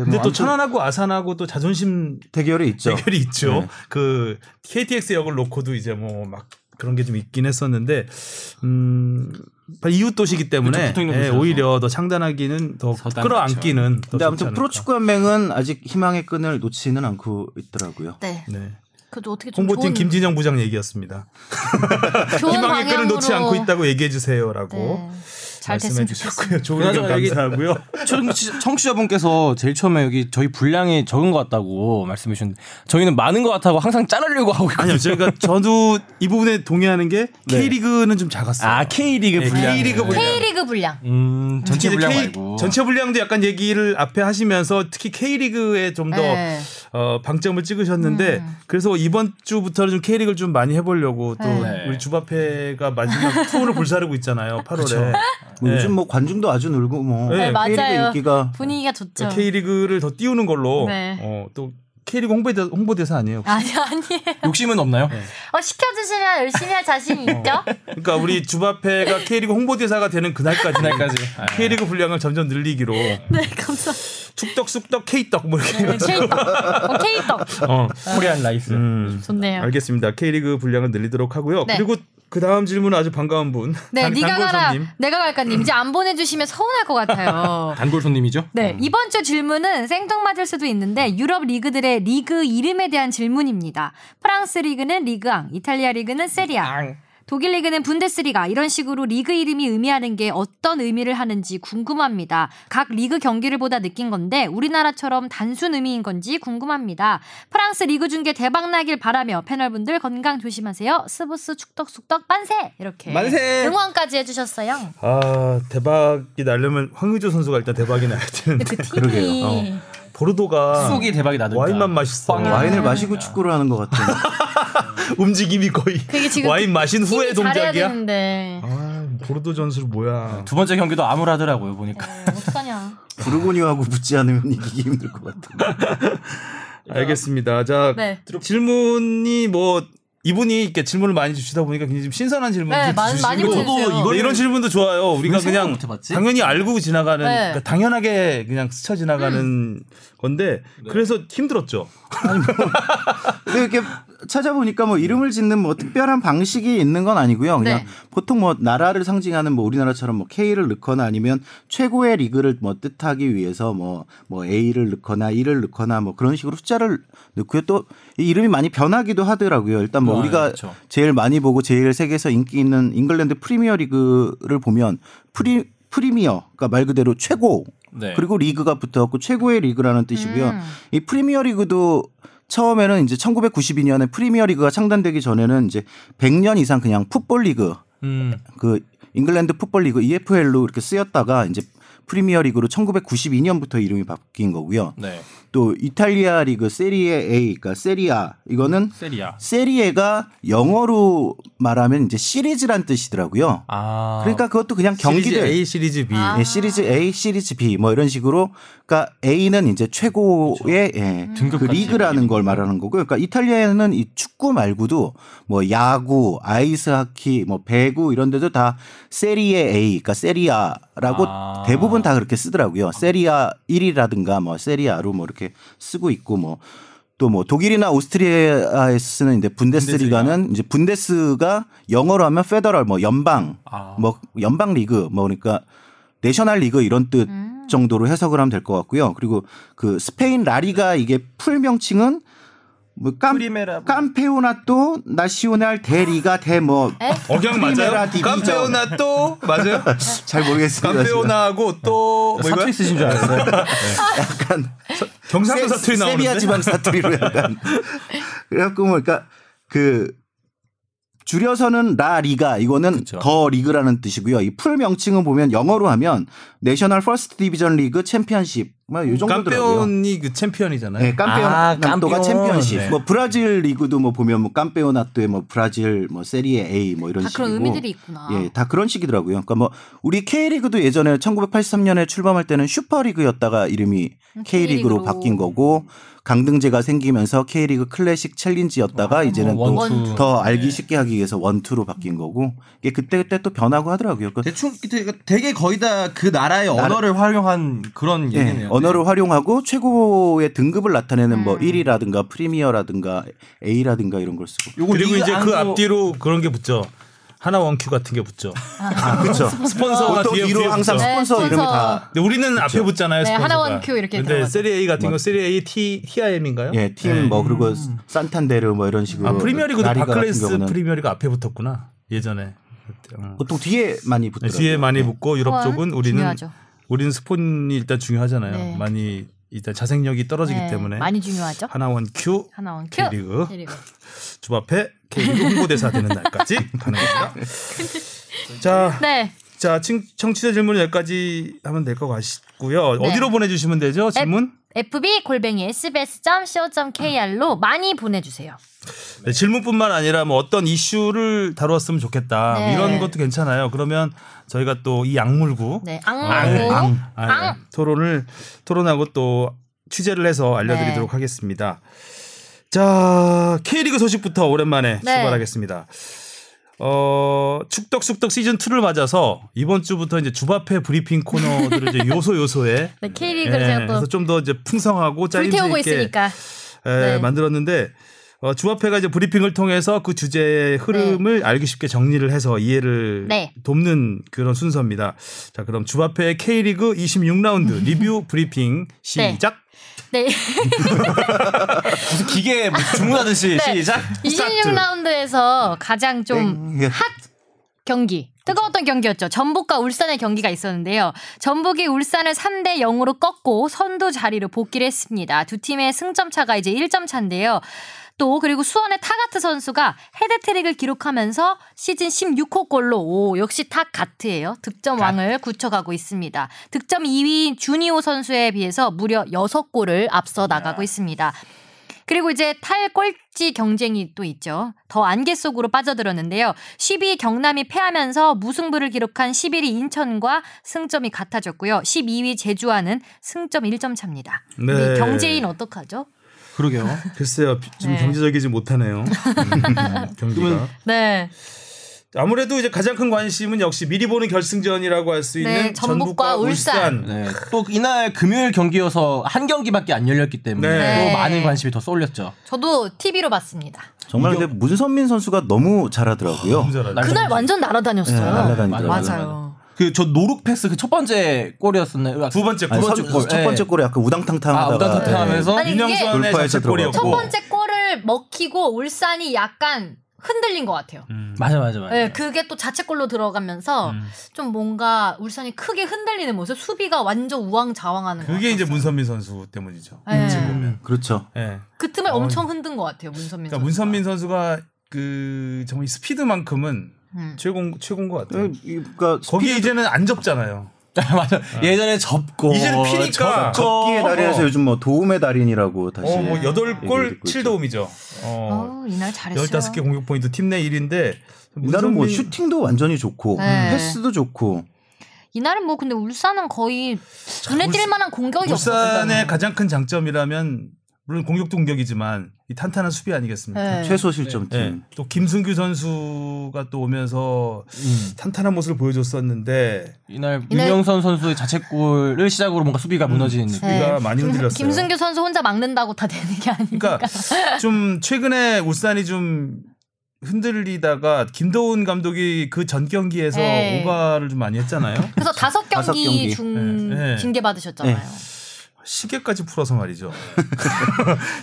S1: 근데
S4: 뭐
S1: 또
S4: 아무튼
S1: 천안하고 아산하고 또 자존심
S4: 대결이 있죠.
S1: 대결이 있죠.
S4: 네.
S1: 그 KTX 역을 놓고도 이제 뭐 막 그런 게 좀 있긴 했었는데 음 이웃 도시기 때문에
S3: 그쵸, 붙어 있는
S1: 예,
S3: 곳이라서.
S1: 오히려 더 창단하기는 더
S3: 서단
S1: 끌어안기는. 더
S4: 근데 아무튼
S1: 좋지 않을까.
S4: 프로축구 연맹은 아직 희망의 끈을 놓지는 않고 있더라고요.
S2: 네.
S1: 네.
S2: 그래도 어떻게 좀
S1: 홍보팀
S2: 좋은,
S1: 김진영 부장 얘기였습니다.
S2: 좋은
S1: 희망의 끈을 놓지
S2: 방향으로-
S1: 않고 있다고 얘기해 주세요라고
S2: 네. 잘
S1: 말씀해
S2: 됐으면
S1: 주셨고요.
S2: 좋겠습니다.
S1: 좋은 의견
S3: 그나저나 여기-
S1: 감사하고요.
S3: 청취- 청취자분께서 제일 처음에 여기 저희 분량이 적은 것 같다고 말씀해 주셨는데 저희는 많은 것 같다고 항상 자르려고 하고 있거든요.
S1: 아니요, 저희가 저도 이 부분에 동의하는 게
S3: 네.
S1: K리그는 좀 작았어요.
S3: 아 K리그
S1: 네,
S3: 분량.
S1: K리그 분량.
S2: K리그 분량.
S3: 음 전체
S1: 특히 이제
S3: 분량
S1: K-
S3: 말고.
S1: 전체 분량도 약간 얘기를 앞에 하시면서 특히 K리그에 좀 더
S2: 네. 음.
S1: 어, 방점을 찍으셨는데 그래서 이번 주부터는 좀 K리그를 좀 많이 해보려고 또
S2: 네.
S1: 우리 주바페가 마지막 [laughs] 투혼을 불사르고 있잖아요. 8월에
S4: 뭐
S1: 네.
S4: 요즘 뭐 관중도 아주 늘고 뭐
S1: 네,
S4: K리그
S2: 맞아요.
S4: 인기가
S2: 분위기가 좋죠.
S1: K리그를 더 띄우는 걸로
S2: 네.
S1: 어, 또 K리그 홍보대, 홍보대사 아니에요? 혹시?
S2: [laughs] 아니 아니에요.
S3: 욕심은 없나요?
S2: 어 시켜주시면 열심히 할
S1: 어.
S2: 자신 있죠? 네,
S1: 그러니까 우리
S2: [laughs]
S1: 주바페가 K리그 홍보대사가 되는 그날까지
S3: 그날까지. 아.
S1: K리그 분량을 점점 늘리기로
S2: 네 감사합니다.
S1: 축덕 쑥덕 K떡 뭐 이렇게 해가지고.
S2: K떡. 어, K떡.
S1: 어.
S3: 코리안 라이스.
S1: 음.
S2: 좋네요.
S1: 알겠습니다. K리그 분량을 늘리도록 하고요.
S2: 네.
S1: 그리고 그 다음 질문은 아주 반가운 분.
S2: 네,
S1: 단-
S2: 네가 가라,
S1: 단골손님.
S2: 내가 갈까님 이제 안 보내주시면 서운할 것 같아요.
S3: 단골 손님이죠?
S2: 네, 이번 주 질문은 생뚱맞을 수도 있는데 유럽 리그들의 리그 이름에 대한 질문입니다. 프랑스 리그는 리그앙, 이탈리아 리그는 세리아. 독일 리그는 분데스리가 이런 식으로 리그 이름이 의미하는 게 어떤 의미를 하는지 궁금합니다. 각 리그 경기를 보다 느낀 건데 우리나라처럼 단순 의미인 건지 궁금합니다. 프랑스 리그 중계 대박 나길 바라며 패널분들 건강 조심하세요. 스브스 축덕숙덕 만세 이렇게
S3: 만세!
S2: 응원까지 해주셨어요.
S1: 아 대박이 나려면 황의조 선수가 일단 대박이 나야 되는데
S2: [laughs] 근데 그 팀이
S4: 그러게요. 어.
S1: 보르도가
S3: 속이 대박이 나든가.
S1: 와인만 맛있어.
S3: 빵.
S4: 와인을 마시고 축구를 하는 것 같아요.
S1: [laughs] 움직임이 거의
S2: 그게 지금
S1: 와인 마신
S2: 팀이
S1: 후의
S2: 잘해야
S1: 동작이야.
S2: 되는데
S1: 아 보르도 전술 뭐야?
S3: 두 번째 경기도 암울하더라고요 보니까.
S2: 어, 어떡하냐.
S4: 부르고니하고 붙지 않으면 이기기 힘들 것 같아요.
S1: 알겠습니다. 자
S2: 네.
S1: 질문이 뭐 이분이 이렇게 질문을 많이 주시다 보니까 굉장히 좀 신선한 질문
S2: 네, 많- 많이 보내주세요.
S1: 네, 이런 질문도 좋아요. 우리가
S3: 왜 생각
S1: 그냥
S3: 못 해봤지?
S1: 당연히 알고 지나가는
S2: 네.
S1: 그러니까 당연하게 그냥 스쳐 지나가는
S3: 음.
S1: 건데
S3: 네.
S1: 그래서 힘들었죠.
S4: 근데 이렇게 찾아보니까 뭐 이름을 짓는 뭐 특별한 방식이 있는 건 아니고요. 그냥
S2: 네.
S4: 보통 뭐 나라를 상징하는 뭐 우리나라처럼 뭐 K를 넣거나 아니면 최고의 리그를 뭐 뜻하기 위해서 뭐 뭐 A를 넣거나 1을 넣거나 뭐 그런 식으로 숫자를 넣고요. 또이 이름이 많이 변하기도 하더라고요. 일단 뭐
S3: 아,
S4: 우리가
S3: 그렇죠.
S4: 제일 많이 보고 제일 세계에서 인기 있는 잉글랜드 프리미어 리그를 보면 프리 프리미어 그러니까 말 그대로 최고
S3: 네.
S4: 그리고 리그가 붙어갖고 최고의 리그라는 뜻이고요.
S2: 음.
S4: 이 프리미어 리그도 처음에는 이제 1992년에 프리미어 리그가 창단되기 전에는 이제 100년 이상 그냥 풋볼 리그
S3: 음.
S4: 그 잉글랜드 풋볼 리그 EFL로 이렇게 쓰였다가 이제 프리미어 리그로 1992년부터 이름이 바뀐 거고요.
S3: 네.
S4: 또 이탈리아 리그 세리에 A 그러니까 세리아 이거는
S3: 세리아.
S4: 세리에가 영어로 말하면 이제 시리즈란 뜻이더라고요.
S3: 아.
S4: 그러니까 그것도 그냥
S1: 시리즈
S4: 경기들
S1: A 시리즈 B
S2: 아.
S4: 예, 시리즈 A, 시리즈 B 뭐 이런 식으로 그러니까 A는 이제 최고의 예, 그
S3: 등급까지
S4: 리그라는 걸 말하는 거고 그러니까 이탈리아에는 이 축구 말고도 뭐 야구, 아이스 하키, 뭐 배구 이런 데도 다 세리에 A 그러니까 세리아라고
S3: 아.
S4: 대부분 다 그렇게 쓰더라고요. 세리아 1이라든가 뭐 세리아로 뭐 이렇게 쓰고 있고 뭐 또 뭐 독일이나 오스트리아에서 쓰는 이제 분데스리가는 이제 분데스가 영어로 하면 페더럴 뭐 연방
S3: 아.
S4: 뭐 연방 리그 뭐 그러니까 내셔널 리그 이런 뜻
S2: 음.
S4: 정도로 해석을 하면 될 것 같고요. 그리고 그 스페인 라리가 이게 풀 명칭은 뭐 깜,
S3: 프리메라.
S4: 깜페오나또 나시오날 대리가 대뭐
S1: 억양 어, 맞아요?
S4: 프리메라 디비전.
S1: 깜페오나 또 맞아요?
S4: [laughs] 잘 모르겠습니다. 지금.
S1: 깜페오나하고 또뭐
S3: 네. 사투리 쓰신 줄 알았어요.
S4: 약간
S1: 경상도
S4: 세-
S1: 사투리 나오는데
S4: 세비야 지방 사투리로
S1: [laughs]
S4: 약간 그래갖고 뭐 그러니까 그 줄여서는 라 리가 이거는
S3: 그쵸.
S4: 더 리그라는 뜻이고요. 이 풀 명칭은 보면 영어로 하면 내셔널 퍼스트 디비전 리그 챔피언십 뭐이
S1: 음,
S4: 정도더라고요.
S1: 깜페온이 그 챔피언이잖아요.
S4: 네,
S3: 아,
S4: 깜페오나토가
S3: 깜페온.
S4: 챔피언십.
S3: 네.
S4: 뭐 브라질 리그도 뭐 보면 뭐 깜페오나토의 뭐 브라질 뭐 세리에 A 뭐 이런
S2: 다
S4: 식이고.
S2: 그런 의미들이 있구나.
S4: 예, 다 그런 식이더라고요. 그러니까 뭐 우리 K리그도 예전에 1983년에 출범할 때는 슈퍼리그였다가 이름이
S2: 음, K리그로
S4: K리그로 바뀐 거고 강등제가 생기면서 K리그 클래식 챌린지였다가 이제는
S3: 뭐
S4: 또
S2: 음, 원투.
S3: 원투.
S4: 더 알기 쉽게 하기 위해서 원투로 바뀐 거고 이게 그때 그때 또 변하고 하더라고요. 그
S3: 대충 되게 거의 다 그 나라의 언어를 활용한 그런
S4: 예,
S3: 얘기네요.
S4: 언어를 활용하고 최고의 등급을 나타내는 뭐
S2: 음.
S4: 1이라든가 프리미어라든가 A라든가 이런 걸 쓰고
S3: 요거
S1: 그리고
S3: 리그
S1: 이제 그
S3: 안으로-
S1: 앞뒤로 그런 게 붙죠. 하나 원큐 같은 게 붙죠.
S4: 아, 그렇죠.
S1: 스폰서가
S4: 보통
S1: 뒤에
S4: 뒤로
S1: 붙죠.
S4: 항상
S2: 네,
S4: 스폰서 이름이 다
S1: 근데 우리는 앞에 붙잖아요.
S2: 네,
S1: 스폰서가.
S2: 하나원 큐 이렇게
S1: 근데
S2: 들어가죠.
S1: 세리 A 같은 건 세리 A T T I M인가요?
S4: 예, 팀 뭐 그리고 산탄데르 뭐 이런 식으로
S1: 네. 아 프리미어리그도
S4: 라리가 같은
S1: 바클레스
S4: 경우는
S1: 프리미어리그 앞에 붙었구나 예전에. 어.
S4: 보통 뒤에 많이
S1: 네,
S4: 붙더라고요.
S1: 뒤에 많이 붙고 유럽 쪽은 우리는
S2: 중요하죠.
S1: 우리는 스폰이 일단 중요하잖아요.
S2: 네.
S1: 많이 일단 자생력이 떨어지기
S2: 네,
S1: 때문에
S2: 많이 중요하죠.
S1: 하나원 큐
S2: 하나원 큐.
S1: K리그
S2: K리그.
S1: 주바페 K리그 홍보대사 되는 날까지 가능합니다. 자,
S2: 네.
S1: 자 청- 청취자 질문은 여기까지 하면 될 것 같고요.
S2: 네.
S1: 어디로 보내주시면 되죠? 질문?
S2: FB 골뱅이 sbs.co.kr로 많이 보내주세요.
S1: 네, 질문뿐만 아니라 뭐 어떤 이슈를 다루었으면 좋겠다 뭐
S2: 네.
S1: 이런 것도 괜찮아요. 그러면 저희가 또 이 약물구
S2: 네,
S1: 앙,
S2: 악마고
S1: 아, 네. 토론을 토론하고 또 취재를 해서 알려드리도록
S2: 네.
S1: 하겠습니다. 자 K리그 소식부터 오랜만에
S2: 네.
S1: 출발하겠습니다. 어 축덕숙덕 시즌 2를 맞아서 이번 주부터 이제 주바페 브리핑 코너들을
S2: [laughs]
S1: 이제 요소 요소에
S2: 네,
S1: 예,
S2: K리그를 제가
S1: 그래서
S2: 또
S1: 좀 더 이제 풍성하고 짜임새
S2: 불태우고
S1: 있게
S2: 있으니까
S1: 예,
S2: 네.
S1: 만들었는데 어, 어, 주합회가 이제 브리핑을 통해서 그 주제의 흐름을 알기 쉽게 정리를 해서 이해를
S2: 네.
S1: 돕는 그런 순서입니다. 자, 그럼 주합회 K리그
S2: [laughs]
S1: 26라운드 리뷰 브리핑 시작.
S2: 네.
S3: 무슨 기계 뭐 주문하듯이
S2: 네.
S3: 시작.
S2: 26라운드에서 가장 좀
S4: 이게
S2: 경기. 뜨거웠던 경기였죠. 전북과 울산의 경기가 있었는데요. 전북이 울산을 3대 0으로 꺾고 선두 자리로 복귀를 했습니다. 두 팀의 승점 차가 이제 1점 차인데요. 또 그리고 수원의 타가트 선수가 헤드트릭을 기록하면서 시즌 16호 골로 오 역시 타가트예요. 득점왕을 굳혀가고 있습니다. 득점 2위인 주니오 선수에 비해서 무려 6골을 앞서 나가고 있습니다. 그리고 이제 탈꼴찌 경쟁이 또 있죠. 더 안개 속으로 빠져들었는데요. 12위 경남이 패하면서 무승부를 기록한 11위 인천과 승점이 같아졌고요. 12위 제주와는 승점 1점 차입니다.
S1: 네.
S2: 이 경제인 어떡하죠?
S3: 그러게요.
S1: 글쎄요, 좀
S2: 네.
S1: 경제적이지
S3: [laughs]
S1: 못하네요. 음, 경기가.
S2: 네.
S1: 아무래도 이제 가장 큰 관심은 역시 미리 보는 결승전이라고 할 수 있는
S2: 네, 전북과
S1: 전북과, 울산.
S3: 네. 또 이날 금요일 경기여서 한 경기밖에 안 열렸기 때문에
S1: 네.
S2: 네.
S3: 또 많은 관심이 더 쏠렸죠.
S2: 저도 TV로 봤습니다.
S4: 정말 근데 문선민 선수가 너무 잘하더라고요.
S1: 너무 잘하죠.
S2: 그날 완전
S4: 아, 네,
S2: 날아다녔어요.
S4: 날라다니더라고요.
S2: 맞아요.
S3: 그 저 노룩 패스 그 첫 번째 골이었었나요?
S1: 두 번째 네. 골. 네.
S4: 아니,
S3: 두 번째
S4: 첫,
S3: 골.
S4: 첫 번째
S3: 예.
S4: 골에 약간 우당탕탕하다가
S3: 아, 우당탕탕하면서
S2: 아니,
S1: 윤영수의
S4: 돌파해서
S1: 자책골이었고.
S2: 첫
S4: 뭐?
S2: 번째 골을 먹히고 울산이 약간 흔들린 것 같아요.
S3: 맞아 맞아 맞아.
S2: 네, 그게 또 자책골로 들어가면서
S1: 음.
S2: 좀 뭔가 울산이 크게 흔들리는 모습, 수비가 완전 우왕좌왕하는 것
S1: 그게 이제
S2: 같았어요.
S1: 문선민 선수 때문이죠.
S2: 네.
S1: 지금 보면.
S4: 그렇죠.
S1: 예.
S2: 그 틈을
S1: 어.
S2: 엄청 흔든 것 같아요, 문선민.
S1: 그러니까 문선민 선수가 그 정말 이 스피드만큼은
S2: 음.
S1: 최고 최고인 것 같아요.
S4: 그러니까
S1: 거기 에 이제는 안 접잖아요.
S3: [laughs] 맞아. 예전에 접고
S1: 이제는 피니까
S4: 기의 달인에서 요즘 뭐 도움의 달인이라고 다시
S1: 어, 뭐 여덟
S4: 얘기를
S1: 골
S4: 듣고
S1: 칠도움이죠 어.
S2: 어우, 이날 잘했어요.
S1: 15개 공격 포인트 팀 내 1인데
S4: 이날은 뭐 슈팅도 완전히 좋고
S2: 네.
S4: 패스도 좋고
S2: 이날은 뭐 근데 울산은 거의 눈에 띌 만한 공격이
S1: 울산의
S2: 없었잖아요.
S1: 가장 큰 장점이라면 물론 공격도 공격이지만 이 탄탄한 수비 아니겠습니까?
S2: 네.
S4: 최소 실점팀.
S1: 예. 또 김승규 선수가 또 오면서
S3: 음.
S1: 탄탄한 모습을 보여줬었는데
S3: 이날
S2: 이날- 음.
S3: 윤영선 선수의 자책골을 시작으로 뭔가 수비가 무너지는 느낌.
S1: 우리가 많이
S2: 네. 김-
S1: 흔들렸어요.
S2: 김승규 선수 혼자 막는다고 다 되는 게 아니니까.
S1: 그러니까 좀 최근에 울산이 좀 흔들리다가 김도훈 감독이 그 전 경기에서
S2: 네.
S1: 오바를 좀 많이 했잖아요.
S2: 그래서 다섯 경기,
S4: 다섯 경기.
S2: 중
S1: 그렇죠. 네, 네.
S2: 징계 받으셨잖아요.
S1: 시계까지 풀어서 말이죠. [laughs]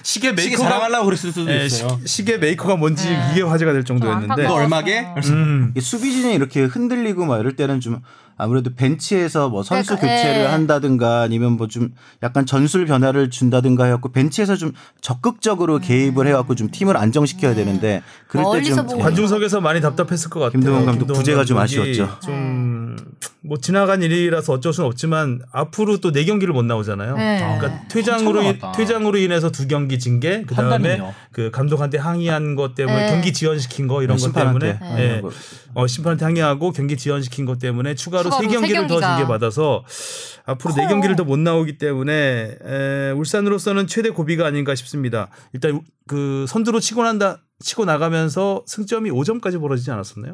S1: 시계
S3: 시계
S1: 메이커가
S3: 자랑하려고 그랬을 수도
S1: 예, 시,
S3: 있어요.
S1: 시계 메이커가 뭔지 이게 화제가 될 정도였는데.
S3: 이거 얼마게?
S2: 어.
S1: 음.
S4: 이게 수비진이 이렇게 흔들리고 막 이럴 때는 좀 아무래도 벤치에서 뭐 선수
S2: 그러니까,
S4: 교체를
S2: 예.
S4: 한다든가 아니면 뭐 좀 약간 전술 변화를 준다든가 해갖고 벤치에서 좀 적극적으로 개입을 해갖고 좀 팀을 안정시켜야 되는데 그럴
S2: 음. 멀리서
S4: 때좀 예.
S2: 보고
S1: 관중석에서 많이 답답했을 것 같아요.
S4: 어. 김동훈 감독 부재가 좀
S1: 감독이
S4: 아쉬웠죠.
S1: 좀, 뭐, 지나간 일이라서 어쩔 수는 없지만, 앞으로 또 네 경기를 못 나오잖아요.
S2: 네.
S1: 그러니까 퇴장으로,
S3: 엄청
S1: 인-
S3: 나갔다.
S1: 퇴장으로 인해서 두 경기 징계, 그 다음에
S3: 판단이네요.
S1: 그 감독한테 항의한 것 때문에
S2: 네.
S1: 경기 지연시킨 거 이런 것 때문에.
S4: 네, 심판한테 네.
S1: 예. 어, 심판한테 항의하고 경기 지연시킨 것 때문에 추가로
S2: 추가로
S1: 세 경기를
S2: 세
S1: 더
S2: 경기가.
S1: 징계 받아서 앞으로 네
S2: 커요.
S1: 경기를 더 못 나오기 때문에 에, 울산으로서는 최대 고비가 아닌가 싶습니다. 일단 우- 그 선두로 치고 난다 치고 나가면서 승점이 5점까지 벌어지지 않았었나요?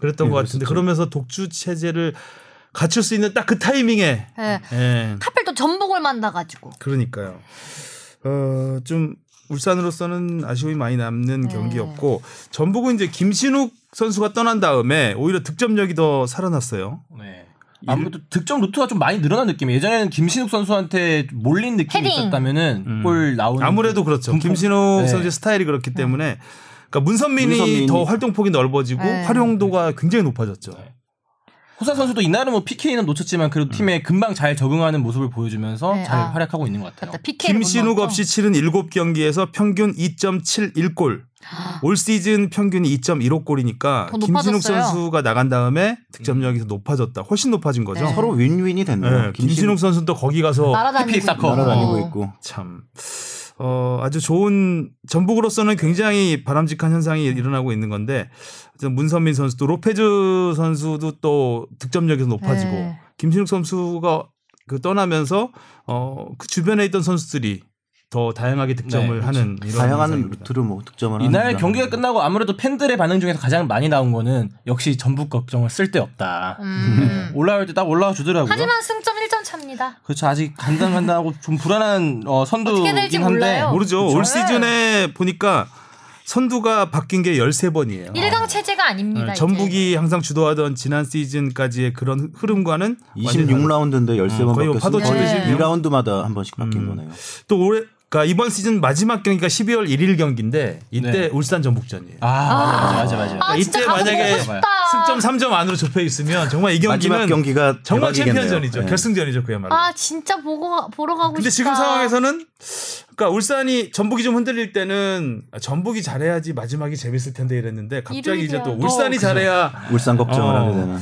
S1: 그랬던
S4: 네,
S1: 것 같은데
S4: 그랬었죠.
S1: 그러면서 독주 체제를 갖출 수 있는 딱 그 타이밍에
S2: 네.
S1: 예,
S2: 하필 또 전북을 만나가지고.
S1: 그러니까요. 어, 좀 울산으로서는 아쉬움이 많이 남는
S2: 네.
S1: 경기였고 전북은 이제 김신욱 선수가 떠난 다음에 오히려 득점력이 더 살아났어요.
S3: 네. 아무래도 득점 루트가 좀 많이 늘어난 느낌이에요. 예전에는 김신욱 선수한테 몰린 느낌이
S2: 헤딩.
S3: 있었다면은 골 나오는
S1: 음. 아무래도 그렇죠.
S3: 분포-
S1: 김신욱
S3: 음, 네.
S1: 선수의 스타일이 그렇기 때문에 그러니까 문선민이,
S4: 문선민이-
S1: 더 활동폭이 넓어지고
S2: 네.
S1: 활용도가 굉장히 높아졌죠.
S3: 호사 선수도 이날은 뭐 PK는 놓쳤지만
S1: 음.
S3: 그래도 팀에 금방 잘 적응하는 모습을 보여주면서
S2: 네,
S3: 잘
S2: 아.
S3: 활약하고 있는 것 같아요.
S2: 맞다. PK를
S1: 어, 김신욱 없이 치른 7경기에서 평균 2.71골. 올 시즌 평균이 2.15골이니까
S2: 아. 더
S1: 김신욱
S2: 높아졌어요.
S1: 선수가 나간 다음에 득점력이 더 높아졌다. 훨씬 높아진 거죠.
S2: 네.
S4: 서로 윈윈이 됐네요.
S1: 네, 김신욱 선수는 또 거기 가서
S2: 날아다니고
S3: PPX 사커.
S2: 있고.
S4: 날아다니고
S2: 어.
S4: 있고
S1: 참 어, 아주 좋은 전북으로서는 굉장히 바람직한 현상이 일어나고 있는 건데 어쨌든 문선민 선수도 로페즈 선수도 또 득점력에서 높아지고
S2: 네.
S1: 김신욱 선수가 그 떠나면서 어, 그 주변에 있던 선수들이 더 다양하게 득점을
S3: 네, 그렇죠.
S1: 하는 이런
S4: 다양한
S1: 현상입니다.
S4: 루트로 뭐 득점을
S3: 이날
S4: 하는구나.
S3: 경기가 끝나고 아무래도 팬들의 반응 중에서 가장 많이 나온 거는 역시 전북 걱정을 쓸데없다.
S2: 음.
S3: 올라올 때 딱 올라와 주더라고요.
S2: 하지만 승점 1점 차입니다.
S3: 그렇죠. 아직 간당간당하고 좀 불안한 어,
S2: 어떻게 될지
S3: 선두긴 한데
S2: 몰라요.
S1: 모르죠.
S2: 그렇죠.
S1: 올 시즌에 보니까 선두가 바뀐 게 13번이에요.
S2: 일강 체제가 아닙니다. 이제.
S1: 네, 전북이 항상 주도하던 지난 시즌까지의 그런 흐름과는 완전히 다른-
S4: 26라운드인데 13번
S1: 네, 거의 파도
S2: 네.
S1: 음.
S4: 바뀌었으니까 거의
S2: 치듯이.
S4: 2라운드마다 한 번씩 바뀐 거네요.
S1: 또 올해 그러니까 이번 시즌 마지막 경기가 12월 1일 경기인데 이때
S3: 네.
S1: 울산 전북전이에요.
S3: 아, 맞아, 맞아, 맞아.
S2: 아, 진짜
S1: 이때
S2: 가서
S1: 만약에
S2: 보고 싶다.
S1: 승점 3점 안으로 좁혀 있으면 정말 이
S4: 마지막
S1: 경기는
S4: 경기가
S1: 정말
S4: 대박이겠네요.
S1: 챔피언전이죠.
S4: 네.
S1: 결승전이죠 그야말로.
S2: 아 진짜 보고 가- 보러 가고
S1: 근데
S2: 싶다.
S1: 지금 상황에서는 그러니까 울산이 전북이 좀 흔들릴 때는 아, 전북이 잘해야지 마지막이 재밌을 텐데 이랬는데 갑자기
S2: 이름이
S1: 이제 또
S2: 돼요.
S1: 울산이 잘해야
S4: 울산 걱정을
S1: 어.
S4: 하게 되는.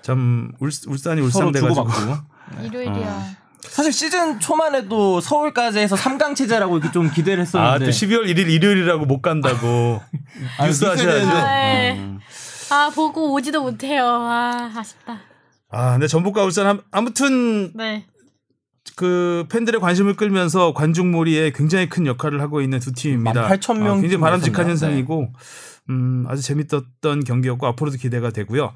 S1: 참 울, 울산이
S3: 서로
S1: 울산 돼가지고
S3: 주고받고.
S1: 네.
S2: 일요일이야.
S3: 사실 시즌 초만 해도 서울까지 해서 3강 체제라고 이렇게 좀 기대를
S1: 아 또
S3: 했었는데
S1: 12월 1일 일요일이라고 못 간다고
S3: 네. 아,
S1: 뉴스
S3: 뉴스에 대해서.
S1: 하셔야죠.
S2: 네.
S1: 음.
S2: 아 보고 오지도 못해요. 아 아쉽다.
S1: 아 근데 전북과 울산 함- 아무튼
S2: 네.
S1: 그 팬들의 관심을 끌면서 관중몰이에 굉장히 큰 역할을 하고 있는 두 팀입니다.
S3: 18,000
S1: 아,
S3: 명
S1: 굉장히 바람직한
S3: 정도 네.
S1: 현상이고 음, 아주 재밌었던 경기였고 앞으로도 기대가 되고요.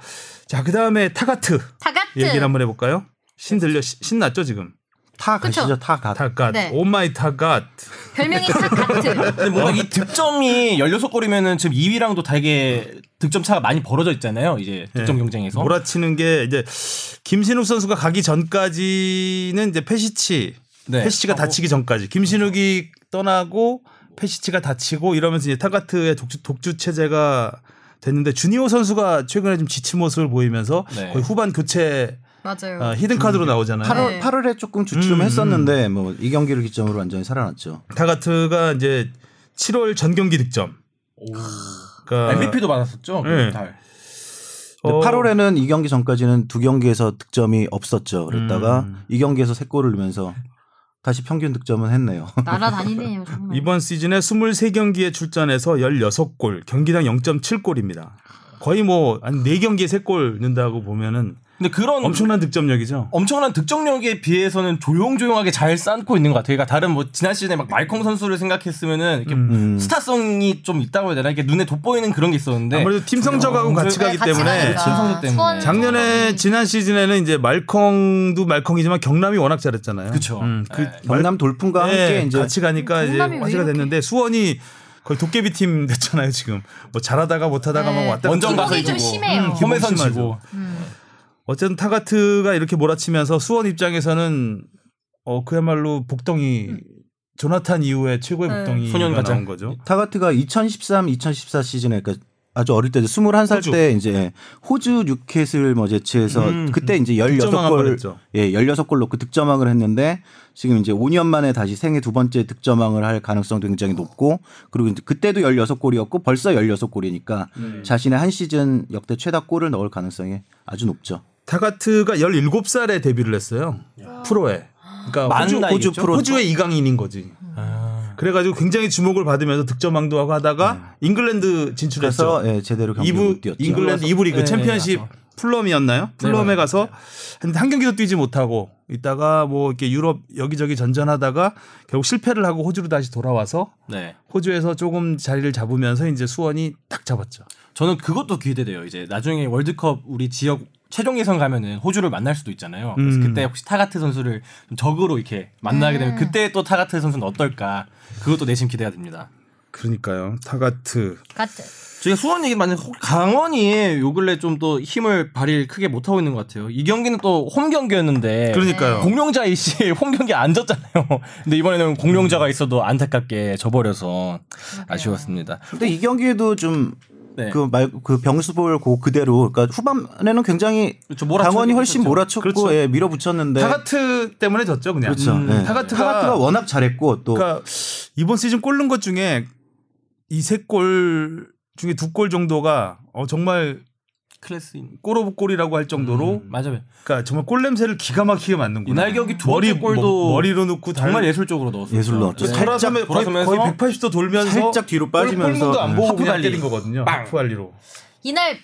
S1: 자, 그다음에 타가트
S2: 다가트.
S1: 얘기를 한번 해 볼까요? 신들려 시- 신났죠, 지금. Oh
S4: 타
S2: 그쵸.
S4: 가시죠. 타 가.
S1: 타갓.
S2: 네.
S1: 오마이 타갓. [laughs]
S2: 별명이 다가트.
S3: 근데 뭔가 이 득점이 16골이면은 지금 2위랑도 되게 득점 차가 많이 벌어져 있잖아요. 이제 득점
S1: 네.
S4: 어?
S3: 경쟁에서.
S1: 몰아치는 게 이제 김신욱 선수가 가기 전까지는 이제 페시치
S3: 네.
S4: 어,
S1: 페시치가
S3: 하고.
S1: 다치기 전까지 김신욱이
S4: 그렇죠.
S1: 떠나고 페시치가 다치고 이러면서 이제 타가트의 독주, 독주 체제가 됐는데 주니오 선수가 최근에 좀 지친 모습을 보이면서
S3: 네.
S1: 거의 후반 교체
S2: 맞아요.
S1: 어, 히든 카드로
S4: 음.
S1: 나오잖아요.
S2: 네.
S4: 8월 8월에 조금
S1: 음,
S4: 주춤했었는데 뭐 이 경기를 기점으로 완전히 살아났죠.
S1: 타가트가 이제 7월 전 경기 득점. 그러니까
S3: MVP도 받았었죠. 그
S1: 네.
S3: 달.
S4: 근데
S1: 어,
S4: 8월에는 이 경기 전까지는 두 경기에서 득점이 없었죠. 그랬다가
S1: 음.
S4: 이 경기에서 세 골을 넣으면서 다시 평균 득점은 했네요.
S2: 날아다니네요 정말.
S1: 이번 시즌에 23경기에 출전해서 16골, 경기당 0.7골입니다. 거의 뭐한 4경기에 3골 넣는다고 보면은
S3: 근데 그런
S1: 엄청난 득점력이죠.
S3: 엄청난 득점력에 비해서는 조용조용하게 잘 쌓고 있는 것 같아요. 그러니까 다른 뭐 지난 시즌에 막 말콩 선수를 생각했으면은 이렇게
S1: 음.
S3: 스타성이 좀 있다고 해야 되나? 이렇게 눈에 돋보이는 그런 게 있었는데
S1: 아무래도 팀 성적하고 같이
S3: 네,
S1: 가기 때문에
S3: 가니까. 신성조 때문에.
S1: 작년에 지난 시즌에는 이제 말컹도 말컹이지만 경남이 워낙 잘했잖아요.
S3: 그쵸.
S1: 그
S3: 네.
S1: 말-
S4: 경남 돌풍과
S1: 네,
S4: 함께 이제
S1: 같이 가니까 이제
S2: 경남이 왜
S1: 화제가
S2: 이렇게-
S1: 됐는데 수원이 거의 도깨비 팀 됐잖아요 지금. 뭐 잘하다가 못하다가 막 왔다.
S3: 원정
S1: 갔다
S3: 가서
S2: 기복이 좀
S3: 이기고.
S2: 네. 심해요. 음,
S1: 음, 기복
S3: 홈에선
S1: 심하죠.
S3: 지고
S1: 어쨌든 타가트가 이렇게 몰아치면서 수원 입장에서는 어 그야말로 복덩이 조나탄 이후에 최고의 복덩이가
S3: 소년 가장.
S1: 나온 거죠.
S4: 타가트가 2013, 2014 시즌에 그러니까 아주 어릴 때죠. 21살
S1: 호주.
S4: 때 이제 호주 뉴캐슬 뭐 제치해서
S3: 음,
S4: 그때 이제
S1: 득점왕 한번
S4: 16골
S1: 했죠.
S4: 예, 16골 넣고 득점왕을 했는데 지금 이제 5년 만에 다시 생애 두 번째 득점왕을 할 가능성도 굉장히 높고 그리고 이제 그때도 16골이었고 벌써 16골이니까
S1: 음.
S4: 자신의 한 시즌 역대 최다 골을 넣을 가능성이 아주 높죠.
S1: 타가트가 17살에 데뷔를 했어요. 프로에. 그러니까
S3: 많은
S1: 호주, 호주
S3: 나이겠죠? 아.
S1: 프로 호주의 이강인인 거지. 그래가지고 굉장히 주목을 받으면서 득점왕도 하고 하다가
S3: 음.
S1: 잉글랜드 진출해서
S4: 그래서 예, 제대로 경기를
S1: 이부
S4: 못 뛰었죠.
S1: 잉글랜드 이부 리그
S3: 네,
S1: 챔피언십
S3: 네, 맞아. 네,
S1: 플럼이었나요? 플럼에
S3: 맞아요.
S1: 가서 한, 한 경기도 뛰지 못하고 있다가 뭐 이렇게 유럽 여기저기 전전하다가 결국 실패를 하고 호주로 다시 돌아와서
S3: 네.
S1: 호주에서 조금 자리를 잡으면서 이제 수원이 딱 잡았죠.
S3: 저는 그것도 기대돼요. 이제 나중에 월드컵 우리 지역 최종 예선 가면은 호주를 만날 수도 있잖아요. 그래서
S1: 음.
S3: 그때 혹시 타가트 선수를 좀 적으로 이렇게 만나게 되면 그때 또 타가트 선수는 어떨까? 그것도 내심 기대가 됩니다.
S1: 그러니까요. 타가트
S2: 가트.
S3: 저희가 수원 얘기 많이 혹- 강원이 요 근래 좀 또 힘을 발휘를 크게 못 하고 있는 것 같아요. 이 경기는 또 홈 경기였는데
S1: 네. 그러니까요.
S3: 어. 공룡자 이씨 [laughs] 홈 경기 안 졌잖아요. 근데 이번에는 공룡자가 있어도 안타깝게 져버려서 아쉬웠습니다.
S4: 근데 이 경기에도 좀
S3: 네.
S4: 그 말 그 병수볼 고 그대로 그러니까 후반에는 굉장히
S3: 그렇죠, 몰아쳐-
S4: 강원이 훨씬
S3: 그렇죠.
S4: 몰아쳤고
S1: 그렇죠.
S4: 예, 밀어붙였는데
S1: 타가트 때문에 졌죠 그냥. 음.
S4: 그렇죠. 예.
S1: 타가트가-
S4: 타가트가 워낙 잘했고 또
S1: 그러니까 이번 시즌 골 넣은 것 중에 이 세 골 중에 두 골 정도가 어, 정말
S3: 클래스
S1: 골 오브 골이라고 할 정도로
S3: 맞아요.
S1: 그러니까 정말 골 냄새를 기가 막히게 맡는구나.
S3: 이날 경기 두 번째
S1: 머리
S3: 골도
S1: 뭐- 머리로 넣고
S3: 정말
S1: 달-
S3: 예술적으로 넣었어요.
S4: 예술로 넣었죠.
S3: 네.
S4: 살짝
S1: 돌아서면 거의,
S3: 돌아서면서
S1: 거의 180도 돌면서
S4: 살짝 뒤로 빠지면서 예.
S1: 골문도 안 보고
S3: 하프
S1: 그냥
S3: 발리.
S1: 때린 거거든요.
S3: 빵.
S1: 하프 발리로.
S2: 이날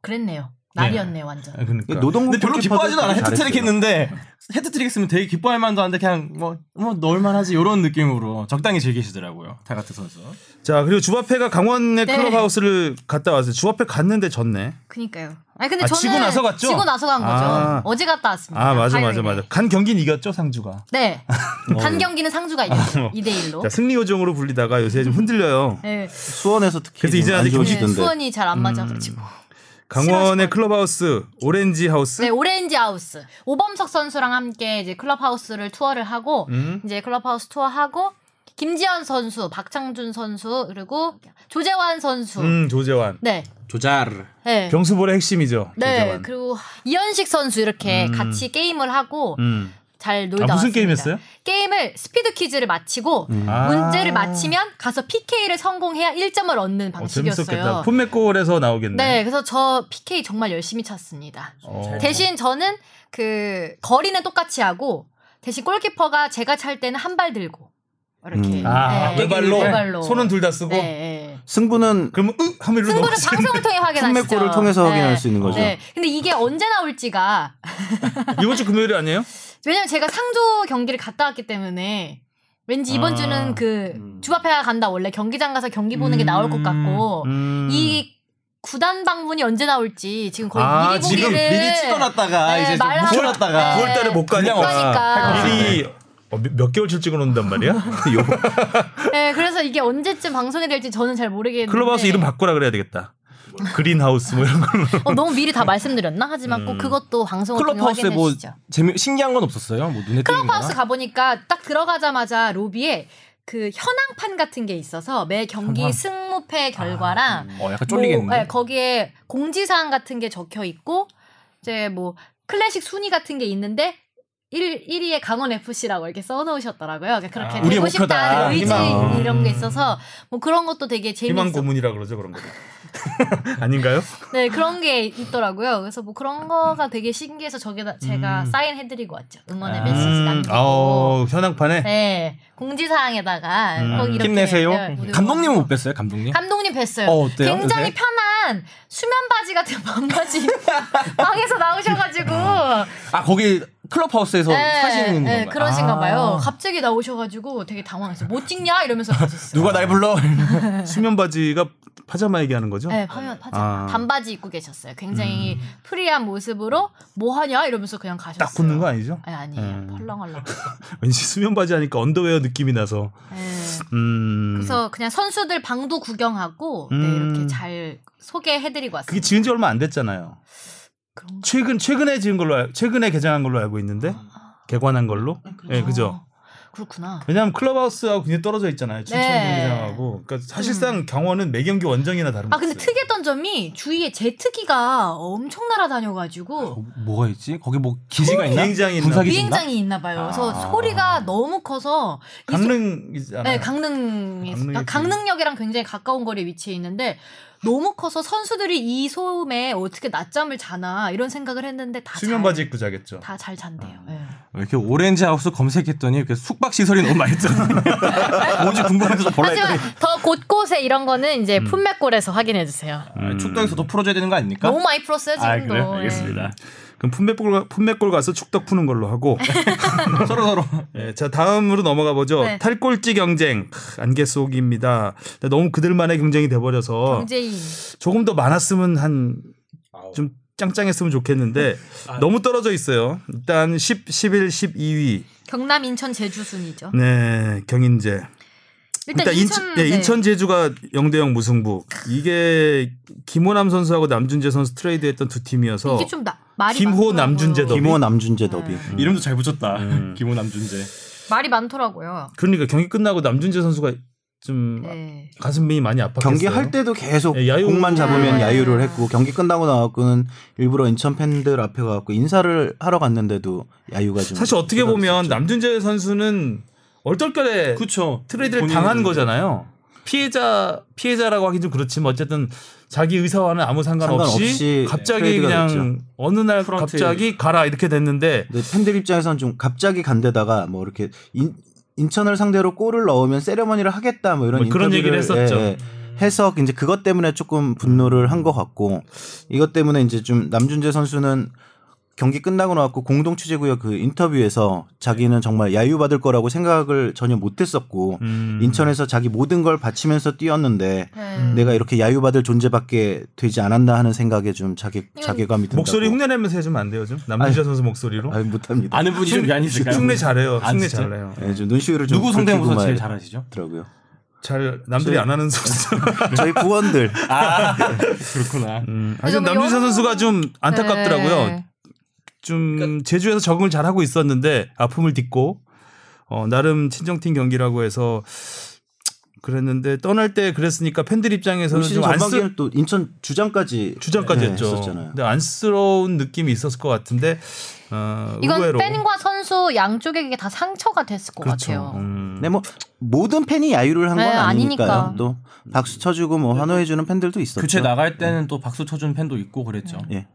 S2: 그랬네요. 날이었네요 완전.
S1: 아, 그러니까.
S4: 노동훈
S3: 근데 별로
S4: 골키퍼도
S3: 기뻐하지도 않아
S4: 잘했어요.
S3: 헤트트릭 했는데 헤드트릭 쓰면 되게 기뻐할 만도 한데 그냥 뭐, 뭐 넣을만하지 이런 느낌으로 적당히 즐기시더라고요 타가트 선수.
S1: 자 그리고 주바페가 강원의
S2: 네.
S1: 클럽하우스를 갔다 왔어요. 주바페 갔는데 졌네.
S2: 그니까요. 아니 근데
S1: 아,
S2: 저는
S1: 지고 나서 갔죠?
S2: 지고 나서 간 거죠.
S1: 아.
S2: 어제 갔다 왔습니다.
S1: 아 맞아
S2: 화요일에.
S1: 맞아 맞아. 어, 간 경기는 이겼죠 상주가. [laughs]
S2: 네. 간 경기는 상주가 이겼어요. 2대 1로.
S1: 아, 뭐. 자 승리 요정으로 불리다가 요새 좀 흔들려요.
S2: 네.
S4: 수원에서 특히
S1: 그래서
S4: 좀
S1: 이제
S4: 안
S1: 아직
S2: 네,
S4: 좋으시던데.
S2: 수원이
S1: 음.
S2: 잘안 맞아가지고.
S1: 강원의 클럽하우스 오렌지 하우스.
S2: 네, 오렌지 하우스. 오범석 선수랑 함께 이제 클럽하우스를 투어를 하고
S1: 음.
S2: 이제 클럽하우스 투어하고 김지현 선수, 박창준 선수 그리고 조재환 선수.
S1: 음 조재환.
S2: 네.
S5: 조잘.
S2: 네.
S1: 병수볼의 핵심이죠.
S2: 네.
S1: 조재환.
S2: 그리고 이현식 선수 이렇게 같이 게임을 하고
S1: 음.
S2: 잘 놀다
S1: 아, 무슨
S2: 왔습니다.
S1: 게임했어요?
S2: 게임을 스피드 퀴즈를 마치고
S1: 아.
S2: 문제를 맞히면 가서 PK를 성공해야 1점을 얻는
S1: 어, 재밌었겠다.
S2: 방식이었어요.
S1: 풋맥골에서 나오겠네.
S2: 네, 그래서 저 PK 정말 열심히 찼습니다.
S1: 어.
S2: 대신 저는 그 거리는 똑같이 하고 대신 골키퍼가 제가 찰 때는 한 발 들고 이렇게
S4: 음.
S1: 아
S2: 네,
S1: 외발로
S2: 외발로.
S1: 손은 둘 다 쓰고.
S2: 네, 네.
S4: 승부는
S1: 그러면 으 하면 일로
S2: 승부를
S1: 넘어지는데.
S2: 방송을 통해 확인하시죠.
S4: 풋맥골을 통해서 확인할 수 있는 거죠.
S2: 네. 근데 이게 언제 나올지가
S1: 이번 주 금요일 아니에요?
S2: 왜냐면 제가 상주 경기를 갔다 왔기 때문에 왠지 이번
S1: 아,
S2: 주는
S3: 음.
S2: 그 주바페가 간다 원래 경기장 가서 경기 보는 게 나올 것 같고
S1: 음.
S2: 이 구단 방문이 언제 나올지 지금 거의
S1: 아,
S2: 미리
S1: 지금
S2: 보기를
S3: 미리 찍어놨다가
S2: 네,
S3: 이제 좀
S2: 말하고-
S3: 묻혀놨다가
S2: 네.
S1: 9월달에 못 가니까.
S2: 그러니까.
S1: 미리 어, 몇, 몇 개월치 찍어놓는단
S2: [laughs]
S1: 말이야? [laughs]
S2: 네, 그래서 이게 언제쯤 방송이 될지 저는 잘 모르겠는데
S1: 클럽하우스 이름 바꾸라 그래야 되겠다. 그린하우스 뭐 이런 걸로.
S2: 어, 너무 미리
S3: [laughs]
S2: 다 말씀드렸나? 하지만 꼭 그것도 방송을 통해
S3: 음. 클럽하우스에
S2: 확인해
S3: 뭐
S2: 주시죠.
S3: 재미 신기한 건 없었어요? 뭐 눈에 띄는
S2: 클럽하우스
S3: 거나?
S2: 가보니까 딱 들어가자마자 로비에 그 현황판 같은 게 있어서 매 경기
S3: 아,
S2: 승무패 결과랑
S3: 어 약간
S2: 뭐,
S3: 쫄리겠네.
S2: 네, 거기에 공지사항 같은 게 적혀 있고 이제 뭐 클래식 순위 같은 게 있는데 1, 1위에 강원 FC라고 이렇게 써놓으셨더라고요. 그러니까 그렇게
S3: 아,
S2: 되고
S3: 우리의 목표다.
S2: 싶다는 의지
S4: 희망.
S2: 이런 게 있어서 뭐 그런 것도 되게
S1: 희망
S2: 재밌었고
S1: 고문이라 그러죠 그런 거. [laughs] 아닌가요?
S2: 네 그런 게 있더라고요. 그래서 뭐 그런 거가 되게 신기해서 저게 다- 제가
S3: 음.
S2: 사인해드리고 왔죠. 응원의 메시지 네, 남기고.
S1: 어, 음. 현황판에
S2: 네 공지사항에다가 꼭 이렇게
S3: 음. 힘내세요.
S2: 네, 우리
S3: 감독님은 못 뵀어요, 감독님?
S2: 감독님 뵀어요.
S3: 어, 어때요?
S2: 굉장히
S1: 네.
S3: 요새?
S2: 편한 수면 바지 같은 반바지 [laughs] 방에서 나오셔가지고
S3: 아 거기 클럽하우스에서
S2: 네,
S3: 사시는
S2: 네,
S3: 건가요?
S2: 그러신가
S3: 아.
S2: 봐요. 갑자기 나오셔가지고 되게 당황했어요. 못 찍냐 이러면서 가셨어요.
S3: 누가 날 불러?
S1: 수면 바지가 파자마 얘기하는 거죠?
S2: 네, 화면 화장
S1: 아. 음.
S2: 반바지 입고 계셨어요. 굉장히 프리한 모습으로 뭐 하냐 이러면서 그냥 가셨어요.
S1: 딱 붙는 거 아니죠?
S2: 아니, 아니에요.
S1: 음. [laughs]
S2: 펄렁펄렁.
S1: 왠지 수면 바지 하니까 언더웨어 느낌이 나서.
S2: 네.
S1: 음.
S2: 그래서 그냥 선수들 방도 구경하고 네,
S1: 음.
S2: 이렇게 잘 소개해드리고 왔어요.
S1: 그게 지은 지 얼마 안 됐잖아요.
S2: 그런 거.
S1: 최근 최근에 지은 걸로 알- 최근에 개장한 걸로 알고 있는데
S2: 아.
S1: 개관한 걸로. 예, 그죠.
S2: 어, 그렇구나.
S1: 왜냐하면 클럽하우스하고 굉장히 떨어져 있잖아요. 춘천
S2: 네. 음.
S1: 경기장하고. 그러니까 사실상 경원은 매경기 원정이나 다른.
S2: 아 근데 특이했던 점이 주위에 제트기가 엄청 날아다녀가지고
S3: 뭐가 있지? 거기 뭐 기지가 있나?
S1: 비행장이 있나? 아.
S3: 군사기지 있나?
S2: 비행장이 있나 봐요. 그래서 소리가 너무 커서 이 소-
S1: 강릉이잖아요.
S2: 네, 강릉
S1: 강릉에
S2: 강릉역이랑 굉장히 가까운 거리에 위치해 있는데 너무 커서 선수들이 이 소음에 어떻게 낮잠을 자나 이런 생각을 했는데 다
S1: 수면
S2: 잘-
S1: 바지 입고 아. 자겠죠.
S2: 다 잘 잔대요. 예.
S3: 왜 이렇게 오렌지 하우스 검색했더니 이렇게 숙박 시설이 너무 많이 뜨거든요.
S2: [laughs]
S3: 뭔지 궁금해서
S1: 아,
S3: 볼라 했더니
S2: 하지만 더 곳곳에 이런 거는 이제
S1: 음.
S2: 품맥골에서 확인해 주세요.
S3: 아, 축덕에서 더 풀어줘야 되는
S1: 그러니까?
S3: 거 아닙니까?
S2: 너무 많이 풀었어요 지금도. 예.
S1: 그럼 품맥골 가- 품맥골 가서 축덕 푸는 걸로
S2: [laughs]
S1: 하고.
S3: 서로 [laughs] 서로
S1: 예, 자 다음으로 넘어가 보죠.
S2: 네.
S1: 탈꼴찌 경쟁 크, 안개 속입니다. 근데 너무 그들만의 경쟁이 돼버려서
S2: 경제인.
S1: 조금 더 많았으면 한 좀 짱짱했으면
S4: [laughs]
S1: 좋겠는데
S4: 아, 네.
S1: 너무 떨어져 있어요. 일단 10, 11, 12위.
S2: 경남, 인천, 제주 순이죠.
S1: 네, 경인제.
S2: 일단,
S1: 일단
S2: 인천,
S1: 인천, 예,
S2: 네.
S1: 인천 제주가 0대0 무승부. 이게 김호남 선수하고 남준재 선수 트레이드했던 두 팀이어서
S2: 이게 좀 나, 말이
S1: 김호,
S2: 많더라고요. 음.
S1: 남준재 더비.
S4: 김호 남준재 더비.
S5: 이름도 잘 붙였다.
S3: 음.
S5: 김호 남준재.
S2: 말이 많더라고요.
S1: 그러니까 경기 끝나고 남준재 선수가 좀
S2: 네.
S1: 가슴이 많이 아팠겠어요.
S4: 경기 할 때도 계속
S1: 예, 야유.
S4: 공만 잡으면
S2: 네.
S4: 야유를 했고 경기 끝나고 나갖고는 일부러 인천 팬들 앞에 가갖고 인사를 하러 갔는데도 야유가 좀
S1: 사실 어떻게 보면 남준재 선수는 얼떨결에
S5: 그쵸.
S1: 트레이드를 당한 거잖아요. 피해자 피해자라고 하긴 좀 그렇지만 어쨌든 자기 의사와는 아무 상관없이,
S4: 상관없이
S1: 갑자기
S4: 트레이드가
S1: 그냥
S4: 됐죠.
S1: 어느 날
S5: 프런트.
S1: 갑자기 가라 이렇게 됐는데
S4: 근데 팬들 입장에서는 좀 갑자기 간데다가 뭐 이렇게 인, 인천을 상대로 골을 넣으면 세레머니를 하겠다 뭐 이런
S1: 뭐 그런
S4: 인터뷰를 예.
S1: 얘기를 했었죠.
S4: 해서 이제 그것 때문에 조금 분노를 한 것 같고 이것 때문에 이제 좀 남준재 선수는 경기 끝나고 나왔고 공동 취재구역 그 인터뷰에서 자기는 정말 야유받을 거라고 생각을 전혀 못했었고
S1: 음.
S4: 인천에서 자기 모든 걸 바치면서 뛰었는데
S2: 네.
S4: 내가 이렇게 야유받을 존재밖에 되지 않았나 하는 생각에 좀 자괴 자괴감이 든다.
S1: 목소리 흉내내면서 해주면 안 돼요 좀 남준자 선수 목소리로
S4: 아 못합니다.
S3: 아는 분이 좀 많이 있을까요?
S1: 흉내 잘해요
S3: 아,
S1: 흉내
S3: 진짜?
S1: 잘해요
S4: 예, 좀 눈시울을 좀
S3: 누구 성대모사
S4: 붉히고
S3: 제일
S4: 막
S3: 잘하시죠?
S4: 더라고요.
S1: 잘 남들이 안 하는 선수
S4: 저희 부원들
S3: 아. [laughs]
S5: 그렇구나.
S1: 음.
S2: 그래서
S1: [laughs] 하여튼
S2: 뭐
S1: 남준자
S2: 여러-
S1: 선수가 좀 안타깝더라고요
S2: 네.
S1: 좀
S4: 그러니까
S1: 제주에서 적응을 잘 하고 있었는데 아픔을 딛고 어, 나름 친정팀 경기라고 해서 그랬는데 떠날 때 그랬으니까 팬들 입장에서는
S4: 시즌
S1: 좀 안쓰
S4: 전반기에는 또 인천 주장까지
S1: 주장까지
S4: 예,
S1: 했죠.
S4: 했었잖아요.
S1: 근데 안쓰러운 느낌이 있었을 것 같은데 어,
S2: 이건
S1: 의외로
S2: 팬과 선수 양쪽에게 다 상처가 됐을 것 같아요.
S1: 음.
S4: 네, 뭐 모든 팬이 야유를 한 건
S2: 네,
S4: 아니니까요.
S2: 아니니까.
S4: 또 박수 쳐주고 뭐 환호해주는 팬들도 있었죠. 네.
S3: 교체 나갈 때는 또 박수 쳐준 팬도 있고 그랬죠.
S4: 예.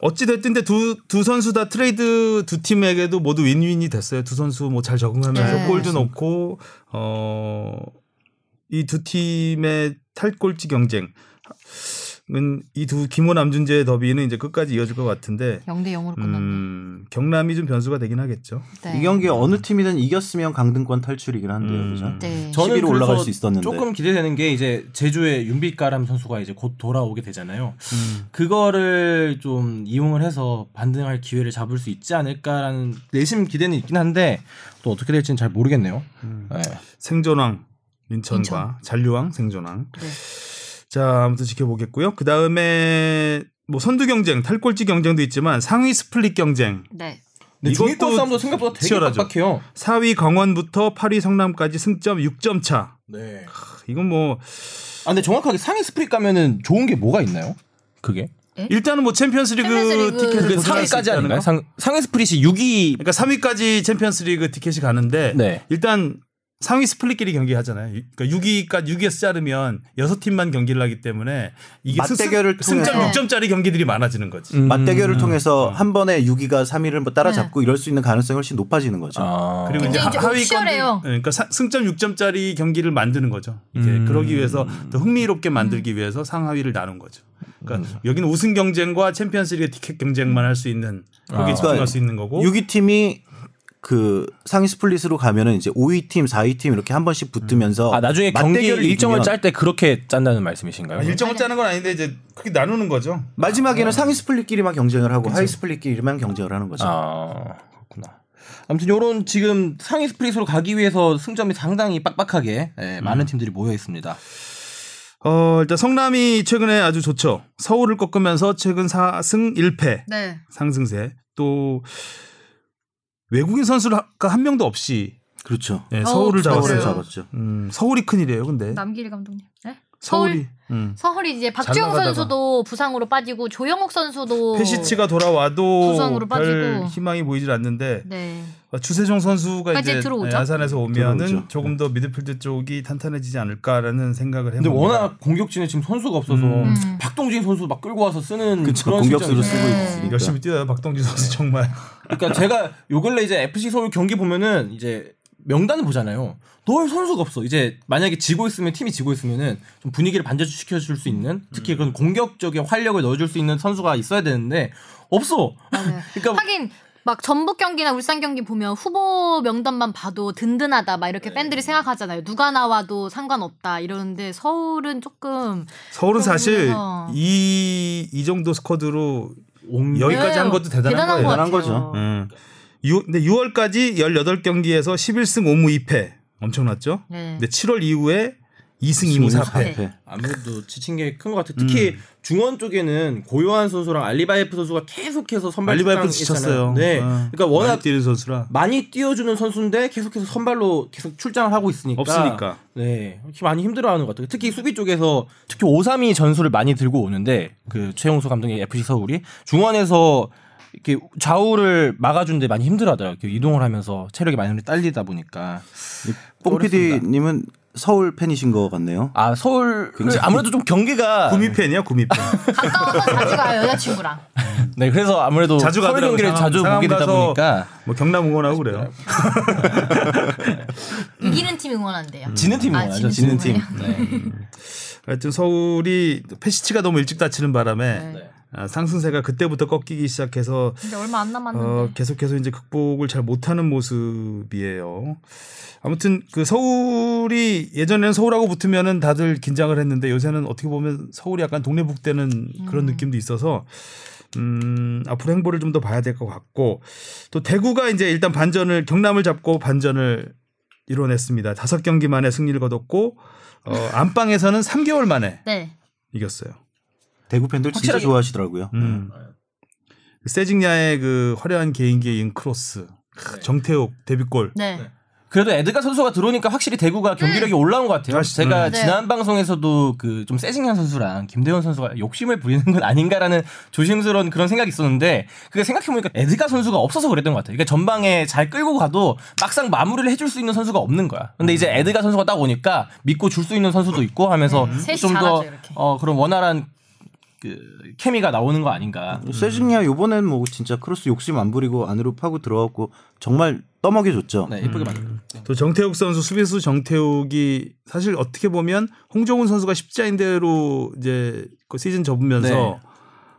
S1: 어찌 됐든 두, 두 선수 다 트레이드 두 팀에게도 모두 윈윈이 됐어요. 두 선수 뭐 잘 적응하면서
S2: 네.
S1: 골도 넣고 어이 두 팀의 탈골지 경쟁은 이 두 김호 남준재의 더비는 이제 끝까지 이어질 것 같은데
S2: 0대 0으로 끝났네.
S1: 음, 경남이 좀 변수가 되긴 하겠죠.
S2: 네.
S4: 이 경기 어느 팀이든 이겼으면 강등권 탈출이긴 한데요,
S1: 음.
S4: 그죠?
S2: 네.
S4: 저- 11위 로
S3: 그래서
S4: 올라갈 수 있었는데.
S3: 조금 기대되는 게 이제 제주의 윤빛가람 선수가 이제 곧 돌아오게 되잖아요.
S2: 음.
S3: 그거를 좀 이용을 해서 반등할 기회를 잡을 수 있지 않을까라는 내심 기대는 있긴 한데 또 어떻게 될지는 잘 모르겠네요.
S4: 음.
S3: 네.
S1: 생존왕 인천과
S2: 인천.
S1: 잔류왕 생존왕.
S2: 네.
S1: 자 아무튼 지켜보겠고요. 그 다음에 뭐 선두 경쟁, 탈골지 경쟁도 있지만 상위 스플릿 경쟁,
S2: 네.
S3: 근데
S1: 이것도
S3: 중위권 싸움도 생각보다 되게
S1: 치열하죠.
S3: 빡빡해요.
S1: 4위 강원부터 8위 성남까지 승점 6점 차.
S3: 네. 아,
S1: 이건 뭐
S3: 근데 정확하게 상위 스프릿 가면은 좋은 게 뭐가 있나요? 그게
S1: 일단은 뭐 챔피언스리그
S2: 챔피언스리그
S1: 티켓을
S2: 그
S1: 도전할 수 있다는 거.
S3: 상 상위 스프릿이 6위
S1: 그러니까 3위까지 챔피언스리그 티켓이 가는데
S3: 네. 일단
S1: 상위 스플릿끼리 경기하잖아요. 유- 그러니까 6위까지 6위에서 자르면 6팀만 경기를 하기 때문에 이게 승-
S4: 맞대결을
S1: 승점
S2: 통해서.
S1: 6점짜리 경기들이 많아지는 거지.
S4: 맞대결을 통해서 한 번에 6위가 3위를 뭐 따라잡고 이럴 수 있는 가능성이 훨씬 높아지는 거죠.
S3: 아.
S1: 그리고 이제
S2: 굉장히 좀
S1: 하위권
S2: 치열해요.
S1: 그러니까 사- 승점 6점짜리 경기를 만드는 거죠. 이게 그러기 위해서 더 흥미롭게 만들기 위해서 상하위를 나눈 거죠. 그러니까 여기는 우승 경쟁과 챔피언스리그 티켓 경쟁만 할 수 있는 거기에
S3: 아.
S1: 집중할 수 있는 거고.
S4: 6위 팀이 그 상위 스플릿으로 가면은 이제 5위 팀, 4위 팀 이렇게 한 번씩
S3: 음.
S4: 붙으면서
S3: 어,
S6: 아 나중에 경기
S4: 맞대결을
S6: 일정을
S4: 이기면
S6: 짤 때 그렇게 짠다는
S3: 아,
S6: 말씀이신가요?
S1: 아, 일정을 짜는 건 아닌데 이제 크게 나누는 거죠.
S4: 마지막에는 상위 스플릿끼리만 경쟁을 하고 하위 스플릿끼리만 경쟁을 하는 거죠.
S3: 아 그렇구나. 아무튼 요런 지금 상위 스프릿으로 가기 위해서 승점이 상당히 빡빡하게
S6: 음.
S3: 예, 많은 팀들이 모여 있습니다.
S1: 어, 일단 성남이 최근에 아주 좋죠. 서울을 꺾으면서 최근 4승 1패
S2: 네.
S1: 상승세. 또 외국인 선수가 한 명도 없이
S4: 그렇죠.
S1: 예,
S2: 어,
S1: 서울을
S4: 서울을
S2: 그래요.
S1: 잡았어요.
S4: 잡았죠.
S1: 음, 서울이 큰일이에요, 근데.
S2: 남길 감독님. 네?
S1: 서울이
S2: 서울이 이제 박주영
S1: 음. 나가다가.
S2: 선수도 부상으로 빠지고 조영욱 선수도
S1: 페시치가 돌아와도
S2: 어. 부상으로
S1: 별
S2: 빠지고.
S1: 희망이 보이질 않는데
S2: 네.
S1: 주세종 선수가
S2: 이제
S1: 이제
S2: 들어오죠.
S1: 야산에서 오면은
S4: 들어오죠.
S1: 조금 더 미드필드 쪽이 탄탄해지지 않을까라는 생각을 해봅니다.
S3: 근데 워낙 공격진에 지금 선수가 없어서
S1: 음.
S3: 박동진 선수 막 끌고 와서 쓰는 그
S4: 그렇죠.
S3: 런
S4: 공격수로 쓰고
S2: 네.
S4: 있으니까.
S1: 음, 열심히 뛰어요, 박동진 선수 정말.
S3: 그러니까 제가 요 근래 이제 FC 서울 경기 보면은 이제 명단을 보잖아요. 널 선수가 없어. 이제 만약에 지고 있으면 팀이 지고 있으면은 좀 분위기를 반전시켜 줄 수 있는 특히
S1: 음.
S3: 그런 공격적인 활력을 넣어줄 수 있는 선수가 있어야 되는데 없어.
S2: 맞아요.
S3: 그러니까
S2: 하긴 막 전북 경기나 울산 경기 보면 후보 명단만 봐도 든든하다 막 이렇게
S1: 네.
S2: 팬들이 생각하잖아요. 누가 나와도 상관없다 이러는데 서울은 조금
S1: 서울은 사실
S2: 그러면서.
S1: 이, 이 정도 스쿼드로 여기까지
S2: 네,
S1: 한 것도 대단한, 거예요.
S2: 대단한 것
S4: 대단한
S2: 같아요.
S4: 거죠.
S1: 음. 유- 근데 6월까지 18경기에서 11승 5무 2패 엄청났죠.
S2: 네.
S1: 근데 7월 이후에 2승
S4: 음,
S1: 2무 4패.
S4: 앞에.
S3: 네. 아무래도 지친 게 큰 것 같아요. 특히
S1: 음.
S3: 중원 쪽에는 고요한 선수랑 알리바이프 선수가 계속해서 선발
S1: 알리바이프 지쳤어요.
S3: 출장했잖아요. 네,
S1: 아,
S3: 그러니까 워낙
S1: 많이 뛰는 선수라
S3: 많이 띄워주는 선수인데 계속해서 선발로 계속 출장을 하고 있으니까
S1: 없으니까.
S3: 네 이렇게 많이 힘들어하는 것 같아요. 특히 수비 쪽에서 특히 5-3-2 전술을 많이 들고 오는데 그 최용수 감독의 FC 서울이 중원에서 이렇게 좌우를 막아주는데 많이 힘들어하더라고요. 이렇게 이동을 하면서 체력이 많이 딸리다 보니까
S4: 뽕 PD님은 서울 팬이신 것 같네요.
S3: 아 서울 아무래도 좀 경기가
S1: 구미팬이야 구미팬.
S2: [laughs] 가까워서 자주 가요 여자친구랑.
S3: 네 그래서 아무래도
S1: 자주
S3: 서울
S1: 가더라고요.
S3: 경기를
S1: 상암,
S3: 자주
S1: 상암
S3: 보게 되다
S1: 가서
S3: 보니까
S1: 뭐 경남 응원하고 그래요.
S2: 이기는 팀 응원한대요.
S3: 지는 팀이
S2: 아,
S3: 많아죠.
S2: 지는
S3: 지는
S2: 팀.
S3: 팀. 네.
S1: 하여튼 서울이 페시치가 너무 일찍 다치는 바람에
S2: 네.
S1: 아, 상승세가 그때부터 꺾이기 시작해서
S2: 근데 얼마 안 남았는데.
S1: 어, 계속해서 이제 극복을 잘 못하는 모습이에요. 아무튼 그 서울이 예전에는 서울하고 붙으면은 다들 긴장을 했는데 요새는 어떻게 보면 서울이 약간 동네북대는 그런 느낌도 있어서 음, 앞으로 행보를 좀 더 봐야 될 것 같고 또 대구가 이제 일단 반전을 경남을 잡고 반전을 이뤄냈습니다. 다섯 경기 만에 승리를 거뒀고 어, 안방에서는 3개월 만에
S2: 네.
S1: 이겼어요.
S4: 대구 팬들 진짜
S3: 확실하게-
S4: 좋아하시더라고요.
S1: 음. 세징야의 그 화려한 개인기의 인 크로스 크, 정태욱 데뷔골
S2: 네.
S3: 그래도 에드가 선수가 들어오니까 확실히 대구가 경기력이 올라온 것 같아요.
S1: 다시-
S3: 제가
S2: 음. 네.
S3: 지난 방송에서도 그 좀 세징현 선수랑 김대현 선수가 욕심을 부리는 건 아닌가라는 조심스러운 그런 생각이 있었는데 그게 생각해보니까 에드가 선수가 없어서 그랬던 것 같아요. 그러니까 전방에 잘 끌고 가도 막상 마무리를 해줄 수 있는 선수가 없는 거야. 근데 이제
S1: 음.
S3: 에드가 선수가 딱 오니까 믿고 줄 수 있는 선수도 있고 하면서
S2: 음. 셋이
S3: 좀 더
S2: 잘하죠, 이렇게.
S3: 어, 그런 원활한 그 케미가 나오는 거 아닌가.
S1: 음.
S4: 세징야 요번엔 뭐 진짜 크로스 욕심 안 부리고 안으로 파고 들어갔고 정말 떠먹여줬죠.
S3: 네,
S1: 음.
S3: 예쁘게 만들었어요.
S1: 또 정태욱 선수 수비수 정태욱이 사실 어떻게 보면 홍정훈 선수가 십자인대로 이제 그 시즌 접으면서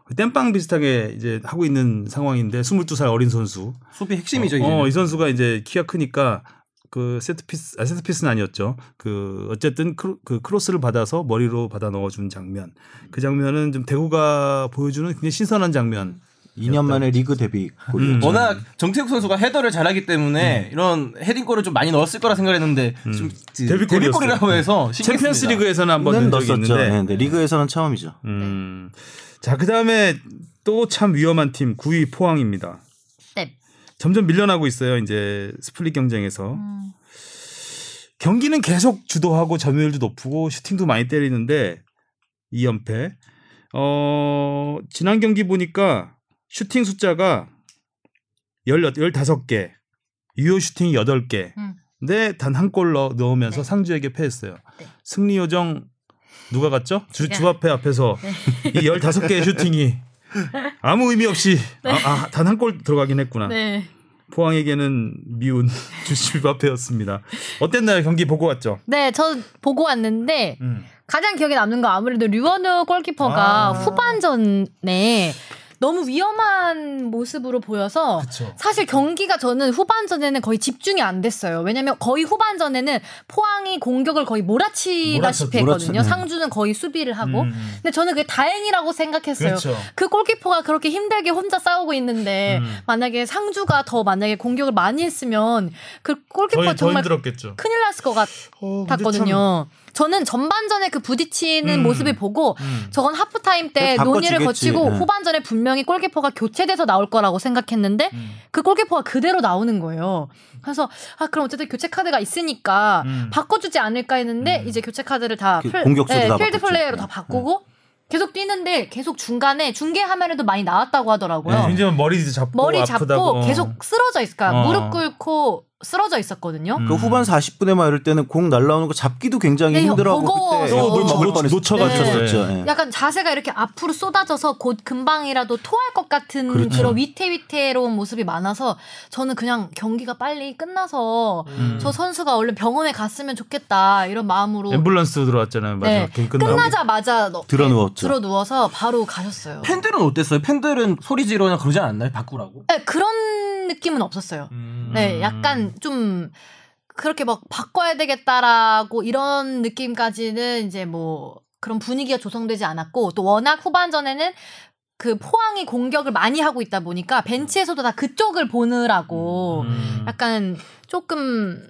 S1: 그 땜빵 비슷하게 이제 하고 있는 상황인데 22살 어린 선수
S3: 수비 핵심이죠, 이제.
S1: 어, 이 선수가 이제 키가 크니까 그 세트피스, 아, 세트피스는 아니었죠. 그 어쨌든 크로, 그 크로스를 받아서 머리로 받아 넣어준 장면. 그 장면은 좀 대구가 보여주는 굉장히 신선한 장면.
S4: 2년 만에 리그 데뷔 골.
S1: 음.
S3: 워낙 정태욱 선수가 헤더를 잘하기 때문에 이런 헤딩골을 좀 많이 넣었을 거라 음. 생각했는데 좀
S1: 데뷔골이었어요.
S3: 데뷔골이라고 해서
S1: 챔피언스 리그에서는 한번
S4: 는
S1: 된 적이
S4: 넣었었죠.
S1: 있는데.
S4: 네, 네, 리그에서는 처음이죠.
S1: 음. 자, 그 다음에 또 참 위험한 팀 9위 포항입니다.
S2: 네.
S1: 점점 밀려나고 있어요. 이제 스플릿 경쟁에서. 경기는 계속 주도하고 점유율도 높고 슈팅도 많이 때리는데 2연패. 어, 지난 경기 보니까 슈팅 숫자가 15개, 유효 슈팅이 8개.
S2: 음.
S1: 근데 단 한 골 넣으면서
S2: 네.
S1: 상주에게 패했어요.
S2: 네.
S1: 승리 요정 누가 갔죠? 주,
S2: 네.
S1: 주화패 앞에서 이 15개의
S2: [laughs]
S1: 슈팅이 아무 의미 없이 아, 아, 단한 골 들어가긴 했구나.
S2: 네.
S1: 포항에게는 미운 [laughs] 주집앞에였습니다. 어땠나요? 경기 보고 왔죠?
S2: 네, 저 보고 왔는데
S1: 음.
S2: 가장 기억에 남는 거 아무래도 류원우 골키퍼가
S1: 아.
S2: 후반전에 너무 위험한 모습으로 보여서 사실 경기가 저는 후반전에는 거의 집중이 안 됐어요. 왜냐면 거의 후반전에는 포항이 공격을 거의 몰아치다시피
S4: 몰아쳤-
S2: 했거든요.
S4: 몰아쳤-
S2: 상주는 거의 수비를 하고.
S1: 음. 그렇죠.
S2: 근데 저는 그게 다행이라고 생각했어요. 그 골키퍼가 그렇게 힘들게 혼자 싸우고 있는데 만약에 상주가 더 만약에 공격을 많이 했으면 그 골키퍼
S1: 저희 더
S2: 정말
S1: 힘들었겠죠.
S2: 큰일 났을 것
S1: 어, 근데
S2: 같았거든요. 저는 전반전에 그 부딪히는
S1: 음.
S2: 모습을 보고
S1: 음.
S2: 저건 하프타임 때
S4: 바꿔주겠지.
S2: 논의를 거치고
S4: 네.
S2: 후반전에 분명히 골키퍼가 교체돼서 나올 거라고 생각했는데
S1: 음.
S2: 그 골키퍼가 그대로 나오는 거예요. 그래서 아 그럼 어쨌든 교체 카드가 있으니까
S1: 음.
S2: 바꿔주지 않을까 했는데 이제 교체 카드를 다
S4: 음. 그 공격수로 다
S2: 필드
S4: 바꿨죠.
S2: 플레이어로
S4: 네.
S2: 다 바꾸고 계속 뛰는데 계속 중간에 중계 화면에도 많이 나왔다고 하더라고요.
S1: 네. 굉장히 머리 잡고
S2: 머리 잡고
S1: 아프다고.
S2: 계속 쓰러져 있을까
S1: 어.
S2: 무릎 꿇고 쓰러지고 쓰러져 있었거든요.
S1: 음.
S4: 그 후반 40분에 막 이럴 때는 공 날라오는 거 잡기도 굉장히
S2: 네,
S4: 힘들어하고
S2: 버거워서.
S4: 그때
S2: 또
S4: 욕을
S2: 놓쳐-
S4: 먹을 뻔했-
S1: 놓쳐가지고.
S4: 놓쳤었죠. 예.
S2: 약간 자세가 이렇게 앞으로 쏟아져서 곧 금방이라도 토할 것 같은 그
S4: 그렇죠.
S2: 런 위태위태로운 모습이 많아서 저는 그냥 경기가 빨리 끝나서
S1: 음.
S2: 저 선수가 얼른 병원에 갔으면 좋겠다 이런 마음으로
S1: 앰뷸런스 들어왔잖아요. 마지막
S2: 네.
S1: 경기 끝나고.
S2: 끝나자마자 너-
S4: 들어 누웠죠.
S2: 들어 누워서 바로 가셨어요.
S3: 팬들은 어땠어요? 팬들은 소리 지르거나 그러지 않았나요? 바꾸라고?
S2: 네, 그런 느낌은 없었어요.
S1: 음.
S2: 네, 약간 좀 그렇게 막 바꿔야 되겠다라고 이런 느낌까지는 이제 뭐 그런 분위기가 조성되지 않았고 또 워낙 후반전에는 그 포항이 공격을 많이 하고 있다 보니까 벤치에서도 다 그쪽을 보느라고
S1: 음.
S2: 약간 조금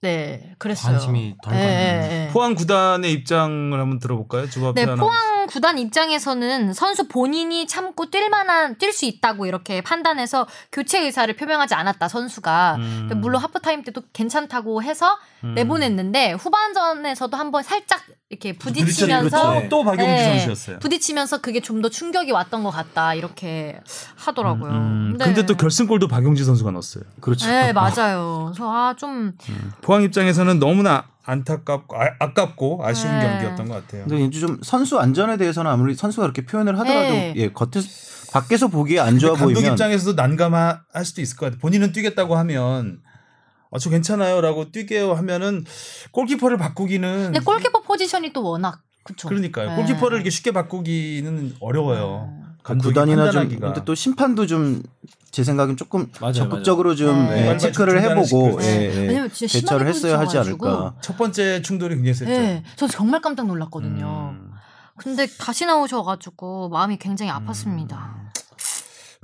S2: 네 그랬어요.
S3: 관심이 덜
S2: 예,
S3: 가는.
S2: 예, 예.
S1: 포항 구단의 입장을 한번 들어볼까요? 주바페
S2: 네,
S1: 하나.
S2: 포항 구단 입장에서는 선수 본인이 참고 뛸 만한 뛸 수 있다고 이렇게 판단해서 교체 의사를 표명하지 않았다 선수가.
S1: 음.
S2: 근데 네, 물론 하프타임 때도 괜찮다고 해서 내보냈는데 후반전에서도 한번 살짝 이렇게 부딪히면서
S3: 그렇죠.
S1: 또 박용주
S2: 네.
S1: 선수였어요.
S2: 부딪히면서 그게 좀 더 충격이 왔던 것 같다 이렇게 하더라고요.
S1: 음. 근데 또 결승골도 박용주 선수가 넣었어요.
S4: 그렇죠.
S2: 네 맞아요. 그래서 아좀
S1: 포항 입장에서는 너무나 안타깝고 아, 아깝고 아쉬운
S2: 네.
S1: 경기였던 것 같아요.
S4: 근데 이제 좀 선수 안전에 대해서는 아무리 선수가 그렇게 표현을 하더라도
S2: 네.
S4: 예 겉에서 밖에서 보기에 안 좋아
S1: 감독
S4: 보이면
S1: 입장에서도 난감할 수도 있을 것 같아요. 본인은 뛰겠다고 하면 어, 저 괜찮아요라고 뛰게요 하면은 골키퍼를 바꾸기는
S2: 근데 골키퍼 포지션이 또 워낙 그쵸.
S1: 음. 그러니까요.
S2: 네.
S1: 골키퍼를 이렇게 쉽게 바꾸기는 어려워요. 감독이
S4: 구단이나 좀
S1: 판단하기가.
S4: 근데 또 심판도 좀 제 생각엔 조금
S3: 맞아요,
S4: 적극적으로 좀
S2: 네.
S4: 예,
S1: 일반과
S4: 체크를
S1: 좀
S4: 해보고
S1: 중단을
S4: 예, 예,
S7: 왜냐면 진짜 심하게
S4: 대처를 했어야 하지
S7: 부딪혀가지고.
S4: 않을까.
S1: 첫 번째 충돌이 굉장히
S7: 예.
S1: 셌죠.
S2: 네,
S7: 저 정말 깜짝 놀랐거든요.
S1: 음.
S2: 근데 다시 나오셔가지고 마음이 굉장히 아팠습니다.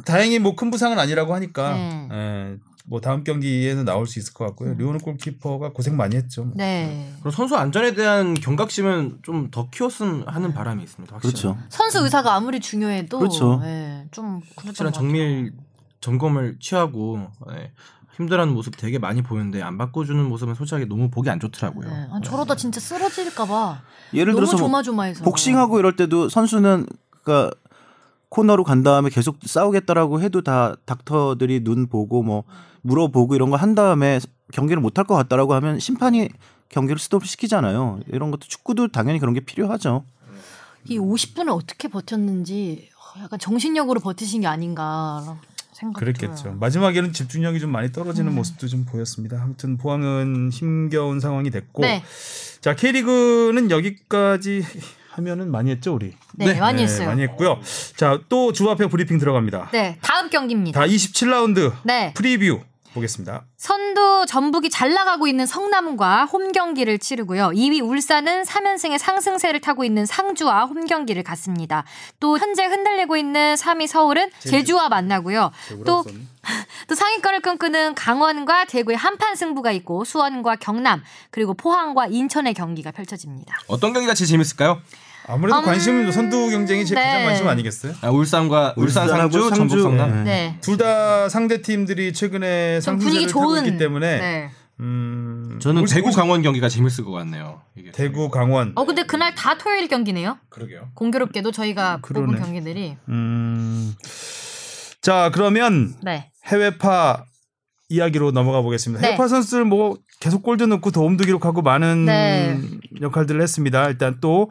S1: 다행히 뭐 큰 부상은 아니라고 하니까
S2: 네.
S1: 예, 뭐 다음 경기에는 나올 수 있을 것 같고요. 류현우 골키퍼가 고생 많이 했죠. 뭐.
S2: 네.
S3: 그리고 선수 안전에 대한 경각심은 좀 더 키웠으면 하는 바람이 있습니다. 확실히.
S4: 그렇죠.
S7: 선수 의사가 아무리 중요해도
S4: 그렇죠.
S7: 예, 좀 그렇죠.
S3: 확실한 정밀 점검을 취하고 예, 힘들어하는 모습 되게 많이 보이는데 안 바꿔주는 모습은 솔직하게 너무 보기 안 좋더라고요.
S2: 네.
S7: 아, 저러다 진짜 쓰러질까봐
S4: 예를
S7: 너무
S4: 들어서 뭐
S7: 조마조마해서
S4: 복싱하고 이럴 때도 선수는 그니까 코너로 간 다음에 계속 싸우겠다라고 해도 다 닥터들이 눈 보고 뭐 물어보고 이런 거 한 다음에 경기를 못 할 것 같다라고 하면 심판이 경기를 스톱 시키잖아요. 이런 것도 축구도 당연히 그런 게 필요하죠.
S7: 이 50분을 어떻게 버텼는지 약간 정신력으로 버티신 게 아닌가 생각.
S2: 그렇죠.
S1: 그랬겠죠. 마지막에는 집중력이 좀 많이 떨어지는 모습도 좀 보였습니다. 아무튼 포항은 힘겨운 상황이 됐고
S2: 네.
S1: 자 K리그는 여기까지 하면은 많이 했죠 우리.
S2: 네, 많이 했어요.
S1: 많이 했고요. 자 또 주합회 브리핑 들어갑니다.
S2: 네, 다음 경기입니다.
S1: 다 27라운드
S2: 네.
S1: 프리뷰 보겠습니다.
S2: 선두 전북이 잘 나가고 있는 성남과 홈 경기를 치르고요. 2위 울산은 3연승의 상승세를 타고 있는 상주와 홈 경기를 갔습니다. 또 현재 흔들리고 있는 3위 서울은 제주와 만나고요. 또, [laughs] 또 상위권을 꿈꾸는 강원과 대구의 한판 승부가 있고 수원과 경남 그리고 포항과 인천의 경기가 펼쳐집니다.
S3: 어떤 경기가 제일 재밌을까요?
S1: 아무래도
S2: 음,
S1: 관심 선두 경쟁이 제일 가장
S2: 네.
S1: 관심 아니겠어요?
S3: 아, 울산과 울산
S4: 울산하고
S3: 상주,
S4: 상주,
S3: 전북 성남.
S4: 예.
S2: 네.
S1: 둘 다 상대 팀들이 최근에
S2: 좀 분위기
S1: 상승세를 타고
S2: 좋은
S1: 있기 때문에
S2: 네.
S1: 음,
S3: 저는
S1: 우리-
S3: 대구 강원 경기가 재밌을 것 같네요. 이게.
S1: 대구 강원
S2: 어 근데 그날 다 토요일 경기네요.
S3: 그러게요.
S2: 공교롭게도 저희가
S1: 그러네.
S2: 뽑은 경기들이
S1: 음. 자 그러면
S2: 네.
S1: 해외파 이야기로 넘어가 보겠습니다.
S2: 네.
S1: 해외파 선수들 뭐 계속 골도 넣고 도움도 기록하고 많은
S2: 네.
S1: 역할들을 했습니다. 일단 또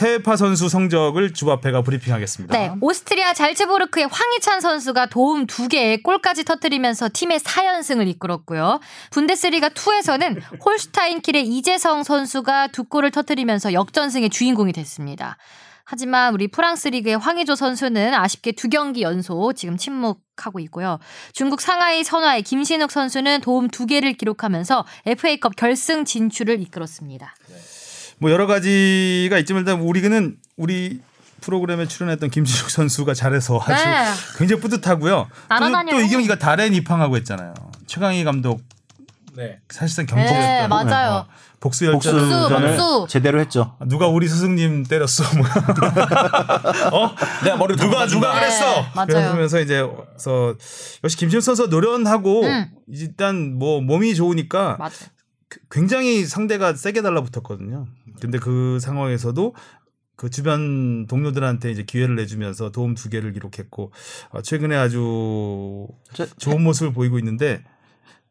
S1: 해외파 선수 성적을 주바페가 브리핑하겠습니다.
S2: 네, 오스트리아 잘츠부르크의 황희찬 선수가 도움 두 개에 골까지 터뜨리면서 팀의 4연승을 이끌었고요.
S1: [laughs]
S2: 분데스리가 2에서는 홀슈타인킬의 이재성 선수가 두 골을 터뜨리면서 역전승의 주인공이 됐습니다. 하지만 우리 프랑스 리그의 황의조 선수는 아쉽게 두 경기 연속 지금 침묵하고 있고요. 중국 상하이 선화의 김신욱 선수는 도움 두 개를 기록하면서 FA컵 결승 진출을 이끌었습니다.
S1: 뭐 여러 가지가 있지만 일단 우리는 우리 프로그램에 출연했던 김진욱 선수가 잘해서 아주
S2: 네.
S1: 굉장히 뿌듯하고요.
S2: 날아다녀요.
S1: 또이 경기가 다른 입항하고 했잖아요. 최강희 감독
S3: 네.
S1: 사실상
S7: 네,
S1: 경질했던
S7: 맞아요.
S1: 복수 열전
S4: 복수전을
S2: 복수.
S4: 제대로 했죠.
S1: 아, 누가 우리 스승님 때렸어? [laughs] 뭐. 어?
S3: 내가 머리
S1: 누가 누가
S2: 네,
S1: 그랬어?
S2: 맞아요.
S1: 그러면서 이제 어, 그래서 역시 김진욱 선수 가 노련하고
S2: 음.
S1: 일단 뭐 몸이 좋으니까
S2: 맞아.
S1: 굉장히 상대가 세게 달라붙었거든요. 근데 그 상황에서도 그 주변 동료들한테 이제 기회를 내주면서 도움 두 개를 기록했고 어, 최근에 아주
S4: 저-
S2: 네.
S1: 좋은 모습을 보이고 있는데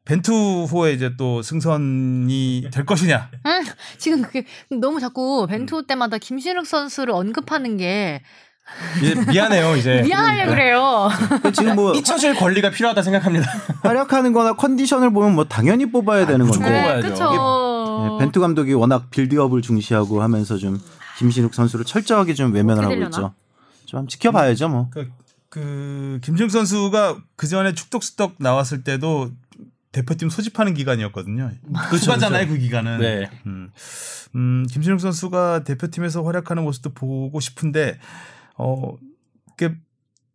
S1: 벤투호의 이제 또 승선이 될 것이냐?
S2: 음, 지금 그게 너무 자꾸 벤투 때마다 김신욱 선수를 언급하는 게
S3: 예, 미안해요 이제.
S2: 미안하려 그래요.
S4: 그
S3: [laughs]
S4: 지금 뭐
S3: 잊혀질 권리가 필요하다 생각합니다.
S4: 활약하는 거나 컨디션을 보면 뭐 당연히 뽑아야 되는
S6: 무조건
S4: 건데.
S6: 뽑아야
S2: 네,
S6: 뽑아야죠.
S4: 네,
S2: 그렇죠.
S4: 벤투 감독이 워낙 빌드업을 중시하고 하면서 좀 김신욱 선수를 철저하게 좀 외면을 하고
S2: 되려나?
S4: 있죠. 좀 한번 지켜봐야죠 뭐.
S1: 그, 그 김준욱 선수가 그 전에 축덕수덕 나왔을 때도 대표팀 소집하는 기간이었거든요. 그렇잖아요 그 기간은.
S6: 네.
S1: 음, 음 김신욱 선수가 대표팀에서 활약하는 모습도 보고 싶은데 어 이게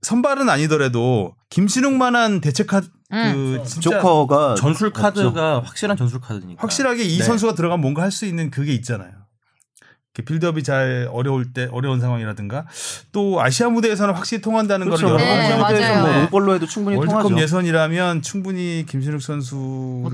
S1: 선발은 아니더라도 김신욱만한 대책하 그
S2: 음.
S1: 진짜
S4: 조커가
S3: 전술 카드가 확실한 전술 카드니까.
S1: 확실하게 이
S3: 네.
S1: 선수가 들어가면 뭔가 할 수 있는 그게 있잖아요. 이렇게 빌드업이 잘 어려울 때 어려운 상황이라든가 또 아시아 무대에서는 확실히 통한다는 걸
S4: 그렇죠.
S1: 여러
S2: 네,
S1: 번 경험해서
S2: 맞아요.
S4: 뭐
S1: 뭐
S4: 롱볼로 해도 충분히
S1: 월드컵
S4: 통하죠. 뭐
S1: 예선이라면 충분히 김신욱
S2: 어떻게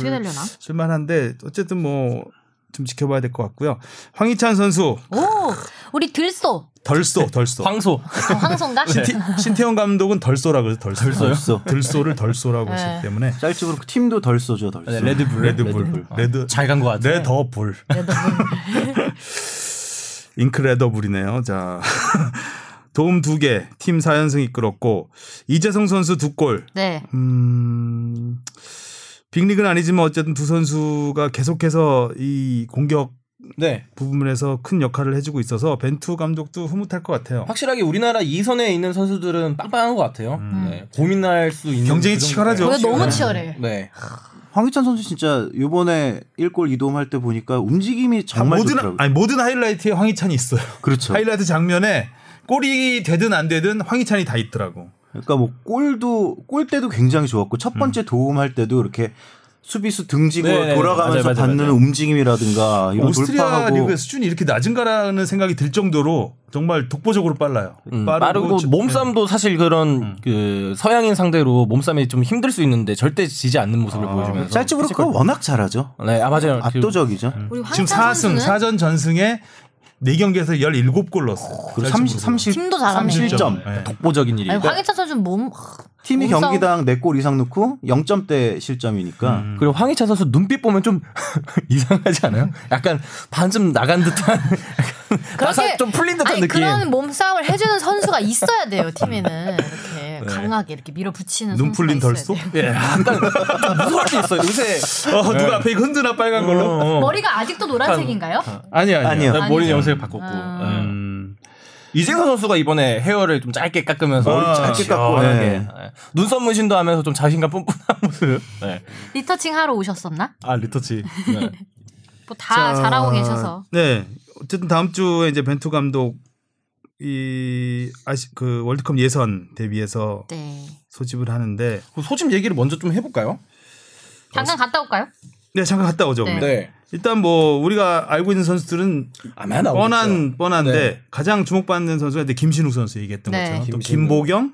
S1: 선수를
S2: 되려나?
S1: 쓸만한데 어쨌든 뭐 좀 지켜봐야 될 것 같고요. 황희찬 선수
S2: 오, 우리 들소
S1: 덜쏘 덜쏘.
S3: 황소.
S2: 어, 황송가.
S1: 신태- 신태영 감독은 덜쏘라 그래서 덜쏘.
S4: 덜쏘.
S1: 들쏘를 덜쏘라고
S2: 네.
S1: 했기 때문에
S4: 짤집으로 그 팀도 덜 쏘죠 덜 쏘.
S6: 네, 레드불.
S1: 레드불 레드
S3: 잘 간 것 같아.
S1: 레더 불. 인크레더블이네요. 자. [laughs] 도움 두 개, 팀 4연승 이끌었고 이재성 선수 두 골,
S2: 네,
S1: 음, 빅리그는 아니지만 어쨌든 두 선수가 계속해서 이 공격
S8: 네.
S1: 부분에서 큰 역할을 해주고 있어서 벤투 감독도 흐뭇할 것 같아요.
S8: 확실하게 우리나라 2선에 있는 선수들은 빵빵한 것 같아요.
S3: 음.
S8: 네. 고민할 수 있는
S1: 경쟁이
S8: 그 정도의-
S1: 치열하죠.
S2: 거기 너무 치열해.
S8: 네.
S4: 황희찬 선수 진짜 요번에 1골 2도움 할 때 보니까 움직임이 정말
S1: 모든
S4: 좋더라고요.
S1: 아니 모든 하이라이트에 황희찬이 있어요.
S4: 그렇죠.
S1: 하이라이트 장면에 골이 되든 안 되든 황희찬이 다 있더라고.
S4: 그러니까 뭐 골도 골 때도 굉장히 좋았고 첫 번째 도움할 때도 이렇게 수비수 등지고
S8: 네,
S4: 돌아가면서
S3: 맞아요, 맞아요,
S4: 받는
S3: 맞아요.
S4: 움직임이라든가 이런
S1: 오스트리아
S4: 돌파하고
S1: 리그의 수준이 이렇게 낮은가라는 생각이 들 정도로 정말 독보적으로 빨라요.
S3: 음, 빠르고,
S1: 저-
S3: 몸싸움도 사실 그런 그 서양인 상대로 몸싸움이 좀 힘들 수 있는데 절대 지지 않는 모습을 보여주면서
S4: 짤츠부르크가 워낙 잘하죠.
S3: 네, 아 맞아요.
S4: 압도적이죠.
S2: 우리 황희찬
S1: 예. 지금 4승
S2: 선수는
S1: 4전 전승에 4경기에서 17골 넣었어요.
S4: 그리고 30, 30
S2: 팀도 잘하네.
S4: 37점.
S1: 네.
S3: 독보적인 일이.
S2: 아니 황희찬 선수는 몸
S4: 팀이
S2: 몸싸움.
S4: 경기당 4골 이상 넣고 0점대 실점이니까
S3: 그리고 황희찬 선수 눈빛 보면 좀 [laughs] 이상하지 않아요? 약간 반쯤 나간 듯한 약간 나사 좀 풀린 듯한
S2: 아니,
S3: 느낌. [laughs]
S2: 그런 몸싸움을 해주는 선수가 있어야 돼요 팀에는 이렇게 강하게 이렇게 밀어붙이는
S1: 눈 풀린
S2: 선수가 있어야
S1: 덜소?
S2: 돼요.
S3: 예, 약간 좀 무서울 때 있어요. 요새
S1: 어,
S4: 예.
S1: 누가 앞에 흔드나 빨간
S4: 어,
S1: 걸로?
S2: 머리가 아직도 노란색인가요? 음.
S1: 아니 아니.
S4: 아니요.
S3: 난 머리 염색 바꿨고.
S2: 아.
S3: 예. 이재성 선수가 이번에 헤어를 좀 짧게 깎으면서
S1: 머리 짧게
S3: 그렇죠.
S4: 깎고,
S3: 시원하게.
S4: 예.
S3: 예. 눈썹 문신도 하면서 좀 자신감 뿜뿜한 모습. 예.
S2: 리터칭 하러 오셨었나?
S1: 아, 리터치.
S2: 뭐 다 잘하고 계셔서
S1: 네. 어쨌든 다음 주에 이제 벤투 감독 이 아시 그 월드컵 예선 대비해서
S2: 네
S1: 소집을 하는데
S8: 그 소집 얘기를 먼저 좀 해볼까요?
S2: 잠깐 갔다 올까요?
S1: 네 잠깐 갔다 오죠.
S2: 네.
S1: 그러면.
S8: 네.
S1: 일단 뭐 우리가 알고 있는 선수들은
S8: 아마 나오겠죠.
S1: 뻔한 뻔한데
S8: 네.
S1: 가장 주목받는 선수가 이제 김신욱 선수 얘기했던
S2: 네.
S1: 것처럼 또
S8: 김신욱.
S1: 김보경,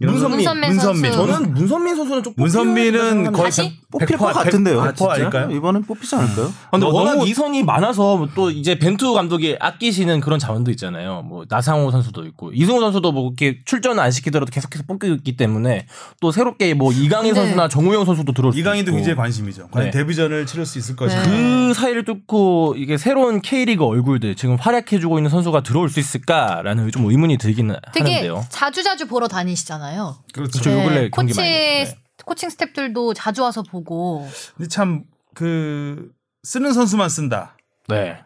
S8: 문선민.
S1: 문선민,
S2: 문선민 선수.
S1: 저는
S8: 저는 문선민 선수는 좀
S1: 문선민은 거의
S2: 다시?
S4: 뽑힐 것 같은데요.
S1: 100% 아닐까요?
S4: 이번은 뽑히지 않을까요?
S8: 근데
S3: 아, 근데 워낙
S8: 너무-
S3: 이선이 많아서 또 이제 벤투 감독이 아끼시는 그런 자원도 있잖아요. 뭐 나상호 선수도 있고 이승우 선수도 뭐 이렇게 출전을 안 시키더라도 계속해서 뽑기 때문에 또 새롭게 뭐 이강인
S2: 네.
S3: 선수나 정우영 선수도 들어올 수
S1: 이강인도
S3: 있고.
S1: 굉장히 관심이죠. 과연
S3: 네.
S1: 데뷔전을 치를 수 있을 것인가.
S3: 그 사이를 뚫고 이게 새로운 K리그 얼굴들 지금 활약해주고 있는 선수가 들어올 수 있을까라는 좀 의문이 들기는
S2: 되게
S3: 하는데요.
S2: 자주 자주 보러 다니시잖아요.
S1: 그렇죠.
S3: 저 네. 요 근래 경기
S2: 코치
S3: 많이 봤는데.
S2: 코칭 스태프들도 자주 와서 보고
S1: 근데 참 그 쓰는 선수만 쓴다.
S3: 네.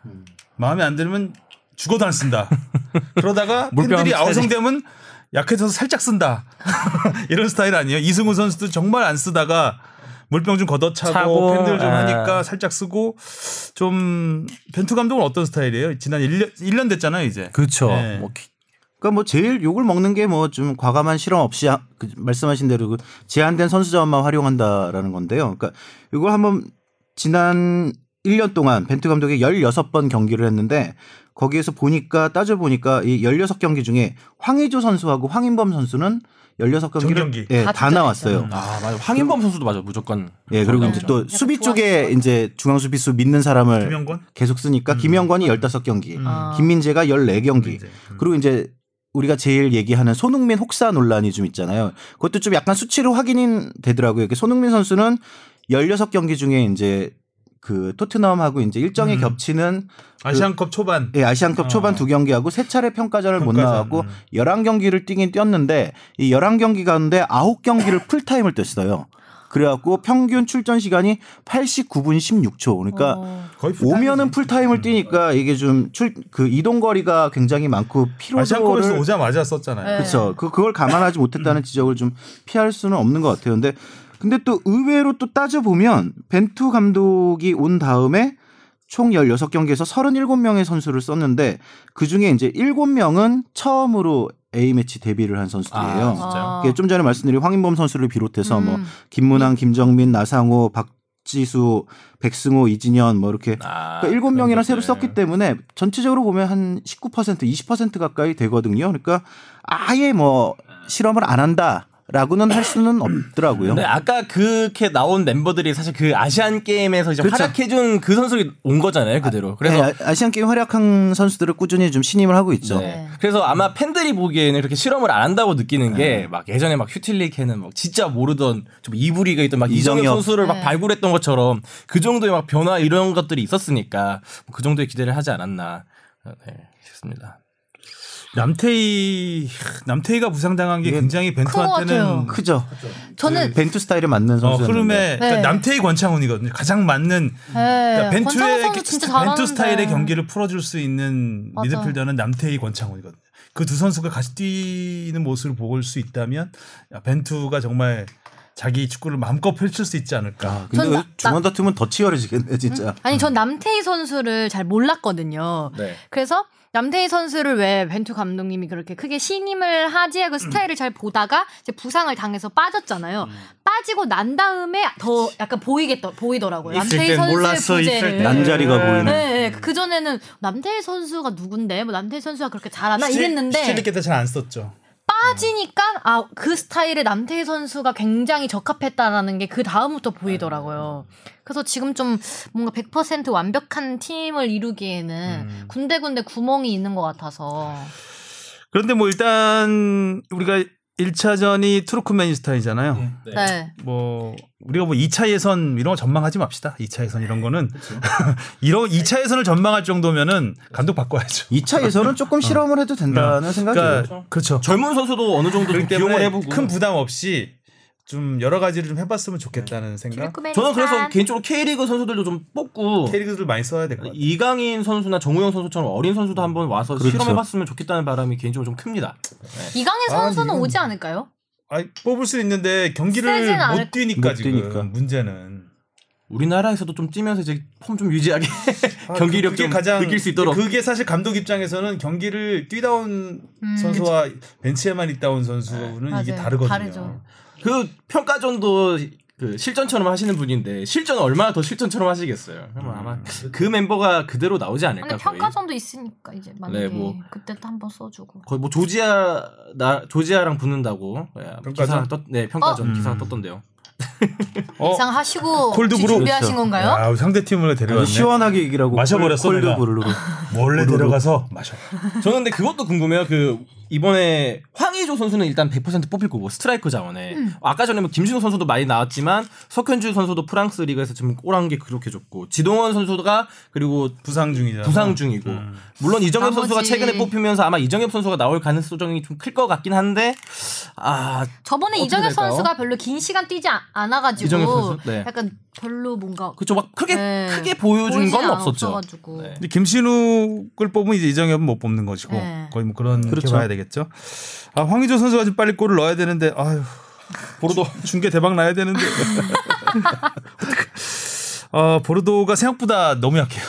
S1: 마음에 안 들면 죽어도 안
S4: [laughs]
S1: 쓴다. 그러다가
S3: 물병
S1: 팬들이
S3: 차지.
S1: 아우성되면 약해져서 살짝 쓴다. [laughs] 이런 스타일 아니에요. 이승우 선수도 정말 안 쓰다가 물병 좀 걷어차고
S3: 차고,
S1: 팬들 좀
S4: 예.
S3: 아.
S1: 하니까 살짝 쓰고 좀 벤투 감독은 어떤 스타일이에요? 지난 1년, 1년 됐잖아요, 이제.
S3: 그렇죠.
S1: 네.
S3: 뭐
S4: 그러니까 뭐 제일 욕을 먹는 게 뭐 좀 과감한 실험 없이 하- 그 말씀하신 대로 그 제한된 선수 자원만 활용한다라는 건데요. 그러니까 이걸 한번 지난 1년 동안 벤투 감독이 16번 경기를 했는데 거기에서 보니까 따져 보니까 이 16경기 중에 황의조 선수하고 황인범 선수는 16경기를
S1: 전경기.
S4: 예,
S2: 다
S4: 다
S2: 출전했죠.
S4: 나왔어요.
S3: 아 맞아 황인범 선수도 맞아 무조건
S4: 예, 그리고 이제 또
S2: 약간 좋아하는
S4: 수비
S2: 것
S4: 쪽에
S2: 같아요.
S4: 이제 중앙 수비수 믿는 사람을
S1: 김영권? 음.
S4: 계속 쓰니까 김영권이 15경기,
S3: 음,
S2: 아.
S4: 김민재가 14경기.
S1: 김민재.
S4: 음. 그리고 이제 우리가 제일 얘기하는 손흥민 혹사 논란이 좀 있잖아요. 그것도 좀 약간 수치로 확인이 되더라고요. 이렇게 손흥민 선수는 16경기 중에 이제 그 토트넘하고 이제 일정이
S1: 음.
S4: 겹치는
S1: 아시안컵 초반 음.
S4: 예, 아시안컵 초반 두 경기하고 세 차례 평가전을 예. 못
S1: 어. 평가전,
S4: 나왔고 11경기를 뛰긴 뛰었는데 이 11경기 가운데 9경기를 풀타임을 뛰었어요. 그래갖고 평균 출전 시간이 89분 16초. 그러니까
S2: 어.
S1: 거의 음.
S4: 오면은 풀타임을 뛰니까 이게 좀 출 그 이동 거리가 굉장히 많고
S1: 아시안컵에서
S4: 피로도를
S1: 오자마자 썼잖아요.
S2: 네.
S4: 그렇죠. 그 그걸
S2: 음.
S4: 감안하지 못했다는 지적을 좀 피할 수는 없는 것 같아요. 근데 근데 또 의외로 또 따져 보면 벤투 감독이 온 다음에 총 16경기에서 37명의 선수를 썼는데 그중에 이제 7명은 처음으로 A매치 데뷔를 한
S3: 어,
S4: 선수들이에요.
S2: 아.
S4: 이게 좀 전에 말씀드린 황인범 선수를 비롯해서 뭐
S2: 음.
S4: 김문환, 김정민, 나상호, 박지수, 백승호, 이진현 뭐 이렇게
S3: 아,
S4: 그러니까 일곱
S3: 그런
S4: 명이나
S3: 것들.
S4: 새로 썼기 때문에 전체적으로 보면 한 19%, 20% 가까이 되거든요. 그러니까 아예 뭐 실험을 안 한다라고는 할 수는 없더라고요.
S1: 네.
S3: 근데 네, 아까 그렇게 나온 멤버들이 사실 그 아시안 게임에서 이제
S4: 그렇죠.
S3: 활약해준 그 선수들이 온 거잖아요 그대로. 그래서
S4: 네, 아- 아시안 게임 활약한 선수들을 꾸준히 좀 신임을 하고 있죠.
S3: 네. 그래서 아마 팬들이 보기에는 그렇게 실험을 안 한다고 느끼는 게 막 예전에 막 휴틸리케는 막 진짜 모르던 좀 이브리가 있던 막 이정현
S4: 이정엽.
S3: 선수를 막
S2: 네.
S3: 발굴했던 것처럼 그 정도의 막 변화 이런 뭐 아, 것들이 있었으니까 그 정도의 기대를 하지 않았나 네, 싶습니다.
S1: 남태희 남태희가 부상당한 게
S4: 이게
S1: 굉장히 벤투한테는
S2: 같아요.
S4: 크죠. 그
S3: 그
S2: 저는
S4: 벤투 스타일에 맞는
S1: 어,
S4: 선수.
S1: 흐름에 그러니까
S2: 네.
S1: 남태희 권창훈이거든요. 가장 맞는
S2: 네,
S1: 그러니까 벤투의
S2: 권창훈 선수
S1: 게-
S2: 진짜
S1: 벤투
S2: 잘하는데.
S1: 스타일의 경기를 풀어줄 수 있는
S2: 맞아.
S1: 미드필더는 남태희 권창훈이거든요. 그 두 선수가 같이 뛰는 모습을 볼 수 있다면 야, 벤투가 정말 자기 축구를 마음껏 펼칠 수 있지 않을까.
S4: 근데
S2: 전 나- 음.
S4: 중원 다툼은 더 치열해지겠네 진짜.
S2: 아니 전 남태희 선수를 잘 몰랐거든요.
S3: 네.
S2: 그래서 남태희 선수를 왜 벤투 감독님이 그렇게 크게 신임을 하지 하고 스타일을 잘 보다가 이제 부상을 당해서 빠졌잖아요.
S3: 음.
S2: 빠지고 난 다음에 더 약간 보이겠더 보이더라고요.
S9: 있을
S2: 남태희
S9: 땐
S2: 선수의
S9: 몰랐어,
S2: 부재를.
S9: 있을 땐.
S4: 난자리가 보이는.
S2: 네, 그 전에는 남태희 선수가 누군데 뭐 남태희 선수가 그렇게 잘하나
S1: 시칠리
S2: 이랬는데
S1: 때도 잘 안 썼죠.
S2: 빠지니까 아 그 스타일의 남태희 선수가 굉장히 적합했다라는 게 그 다음부터 보이더라고요. 그래서 지금 좀 뭔가 100% 완벽한 팀을 이루기에는 군데군데 구멍이 있는 것 같아서
S1: 그런데 뭐 일단 우리가 1차전이 투르크메니스탄이잖아요.
S2: 네.
S1: 뭐 우리가 뭐 2차 예선 이런 거 전망하지 맙시다. 2차 예선 이런 거는 [laughs] 이런 2차 예선을 전망할 정도면은 감독 바꿔야죠.
S4: 2차 예선은 조금 실험을 해도 된다는 생각이 들어요.
S1: 어. 그러니까 그렇죠.
S3: 젊은 선수도 어느 정도 좀
S1: 그렇기
S3: 기용을
S1: 때문에
S3: 해보고
S1: 큰 부담 없이 좀 여러 가지를 좀 해봤으면 좋겠다는 생각.
S3: 저는 그래서 개인적으로 K리그 선수들도 좀 뽑고
S1: 캐릭터들 많이 써야 될 것 같아요.
S3: 이강인 선수나 정우영 선수처럼 어린 선수도 한번 와서
S4: 그렇죠.
S3: 실험해봤으면 좋겠다는 바람이 개인적으로 좀 큽니다.
S2: 이강인
S1: 아,
S2: 선수는
S1: 이건-
S2: 오지 않을까요?
S1: 아니, 뽑을 수 있는데
S2: 세진
S1: 경기를
S2: 않을
S1: 못 뛰니까
S4: 못
S1: 지금
S4: 뛰니까.
S1: 문제는
S3: 우리나라에서도 좀 뛰면서 이제 폼 좀
S1: [laughs]
S3: 유지하게 경기력
S1: 아, 그게
S3: 좀 느낄 수 있도록
S1: 그게 사실 감독 입장에서는 경기를 뛰다 온
S2: 음.
S1: 선수와 벤치에만 있다 온 선수는 이게
S2: 맞아요.
S1: 다르거든요.
S2: 다르죠.
S3: 그 평가전도 그 실전처럼 하시는 분인데 실전 얼마나 더 실전처럼 하시겠어요. 그럼
S1: 음,
S3: 아마 그 멤버가 그대로 나오지 않을까
S2: 근데
S3: 거의.
S2: 평가전도 있으니까 이제 만약에
S3: 뭐.
S2: 그때도 한번 써주고
S3: 거의 뭐 조지아 나 조지아랑 붙는다고 예, 기사가
S1: 평가전?
S3: 떴, 네 평가전
S1: 어?
S3: 기사가
S1: 음.
S3: 떴던데요.
S1: 어,
S2: 이상하시고
S1: 콜드브루.
S2: 준비하신 건가요?
S1: 야, 상대 팀으로 데려왔네.
S4: 아주 시원하게 얘기를 하고
S1: 마셔버렸어, 내가.
S2: [laughs]
S4: 콜드브루로.
S1: 몰래 데려가서 마셔.
S3: 저는 근데 그것도 궁금해요. 그 이번에 황의조 선수는 일단 100% 뽑힐 거고 스트라이커 자원에
S2: 음.
S3: 아까 전에 뭐 김신우 선수도 많이 나왔지만 석현주 선수도 프랑스 리그에서 지금 꼬란 게 그렇게 좋고 지동원 선수가 그리고
S1: 부상 중이잖아.
S3: 부상 중이고 물론 이정엽
S2: 나머지-
S3: 선수가 최근에 뽑히면서 아마 이정엽 선수가 나올 가능성이 좀 클 것 같긴 한데 아
S2: 저번에
S3: 어떻게
S2: 이정현
S3: 될까요?
S2: 선수가 별로 긴 시간 뛰지 아- 않아가지고
S3: 이정현 선수? 네.
S2: 약간 별로 뭔가
S3: 그쵸 막 크게
S2: 네.
S3: 크게 보여준
S2: 보이진
S3: 건 없었죠.
S2: 않았어가지고.
S3: 네.
S1: 근데 김신욱을 뽑으면 이제 이정엽은 못 뽑는 것이고
S2: 네.
S1: 거의 뭐 그런 그
S4: 그렇죠.
S1: 봐야 되겠죠. 아 황의조 선수가 좀 빨리 골을 넣어야 되는데 아유 보르도 중계 대박 나야 되는데. [laughs] 어 보르도가 생각보다 너무 약해요.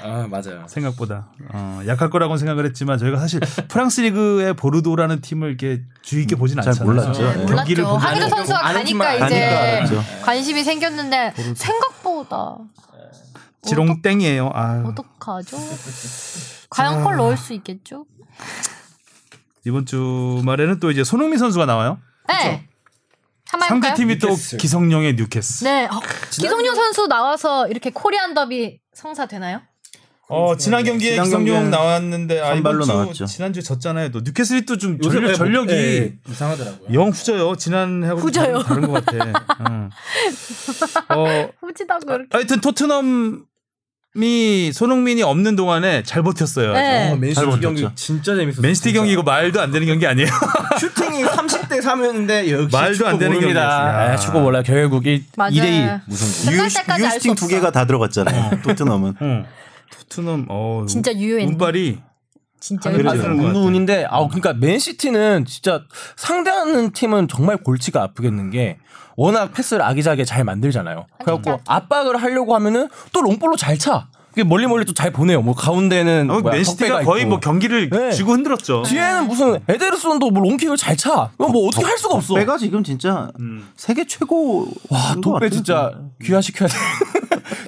S3: 아 맞아요.
S1: 생각보다 어, 약할 거라고 생각을 했지만 저희가
S4: [laughs]
S1: 사실 프랑스 리그의 보르도라는 팀을 이렇게 주의 깊게 보진
S4: 잘
S1: 않잖아요.
S4: 몰랐죠.
S2: 네,
S4: 네.
S1: 경기를
S2: 몰랐죠.
S1: 보면
S2: 하기도
S3: 아는
S2: 선수가
S3: 경우, 아는
S2: 가니까
S3: 팀만
S2: 이제
S4: 가니까 알았죠.
S2: 관심이 생겼는데 생각보다
S1: 지롱 땡이에요.
S3: 네.
S1: 아
S3: [laughs]
S2: 어떡하죠? 과연 골 넣을 수 있겠죠?
S1: 이번 주말에는 또 이제 손흥민 선수가 나와요.
S2: 네. 한번
S1: 상대
S2: 해볼까요?
S1: 팀이 또
S3: 뉴캐슬.
S1: 기성용의 뉴캐슬.
S2: 네. 어, 기성용 선수 나와서 이렇게 코리안 더비 성사 되나요?
S1: 어
S2: 그렇죠.
S1: 지난 경기에
S4: 지난
S1: 기성용
S4: 경기에는
S1: 나왔는데 아 이번
S4: 선발로
S1: 주
S4: 나왔죠.
S1: 지난주 졌잖아요. 또 뉴캐슬이 또 좀 전력, 전력이
S3: 네, 뭐 이상하더라고요.
S1: 영 후져요. 지난해하고
S2: 후져요.
S1: 다른 것
S2: [laughs]
S1: 같아. 응. 어
S2: 후지다
S3: 아,
S2: 그렇게.
S1: 하여튼 토트넘이 손흥민이 없는 동안에 잘 버텼어요.
S2: 네.
S3: 맨시티 경기
S4: 버텼죠.
S3: 진짜 재밌었어요.
S1: 맨시티 경기 이거 말도 안 되는 경기 아니에요?
S3: 슈팅이 30대 3이었는데 역시
S1: 말도 안
S3: 축구
S1: 되는 경기였어요.
S3: 모릅니다.
S1: 야.
S10: 아, 축구 몰라 결국 1,
S2: 맞아요. 네.
S10: 2대2
S4: 무슨
S2: 끝날 때까지 알수
S4: 유스팅
S2: 없어.
S4: 두 개가 다 들어갔잖아요. 토트넘은.
S1: 응. [laughs] 토트넘 어
S2: 진짜 유효했네.
S1: 운발이
S2: 진짜
S1: 하늘을
S2: 열받아요.
S1: 찌르는 것
S10: 운
S1: 같아.
S10: 운인데 아 그러니까 맨시티는 진짜 상대하는 팀은 정말 골치가 아프겠는 게 워낙 패스를 아기자기하게 잘 만들잖아요. 그래갖고 압박을 하려고 하면은 또 롱볼로 잘 차. 그게 멀리 멀리 또 잘 보내요. 뭐 가운데는
S1: 어,
S10: 뭐야,
S1: 맨시티가
S10: 턱배가
S1: 거의
S10: 있고.
S1: 뭐 경기를
S10: 네.
S1: 쥐고 흔들었죠.
S10: 뒤에는 무슨 에데르손도 뭐 롱킥을 잘 차. 이거 뭐 어떻게 할 수가 없어.
S4: 빼가 지금 진짜 세계 최고.
S10: 와, 아, 독배 진짜
S1: 네.
S10: 귀화시켜야 돼. [laughs]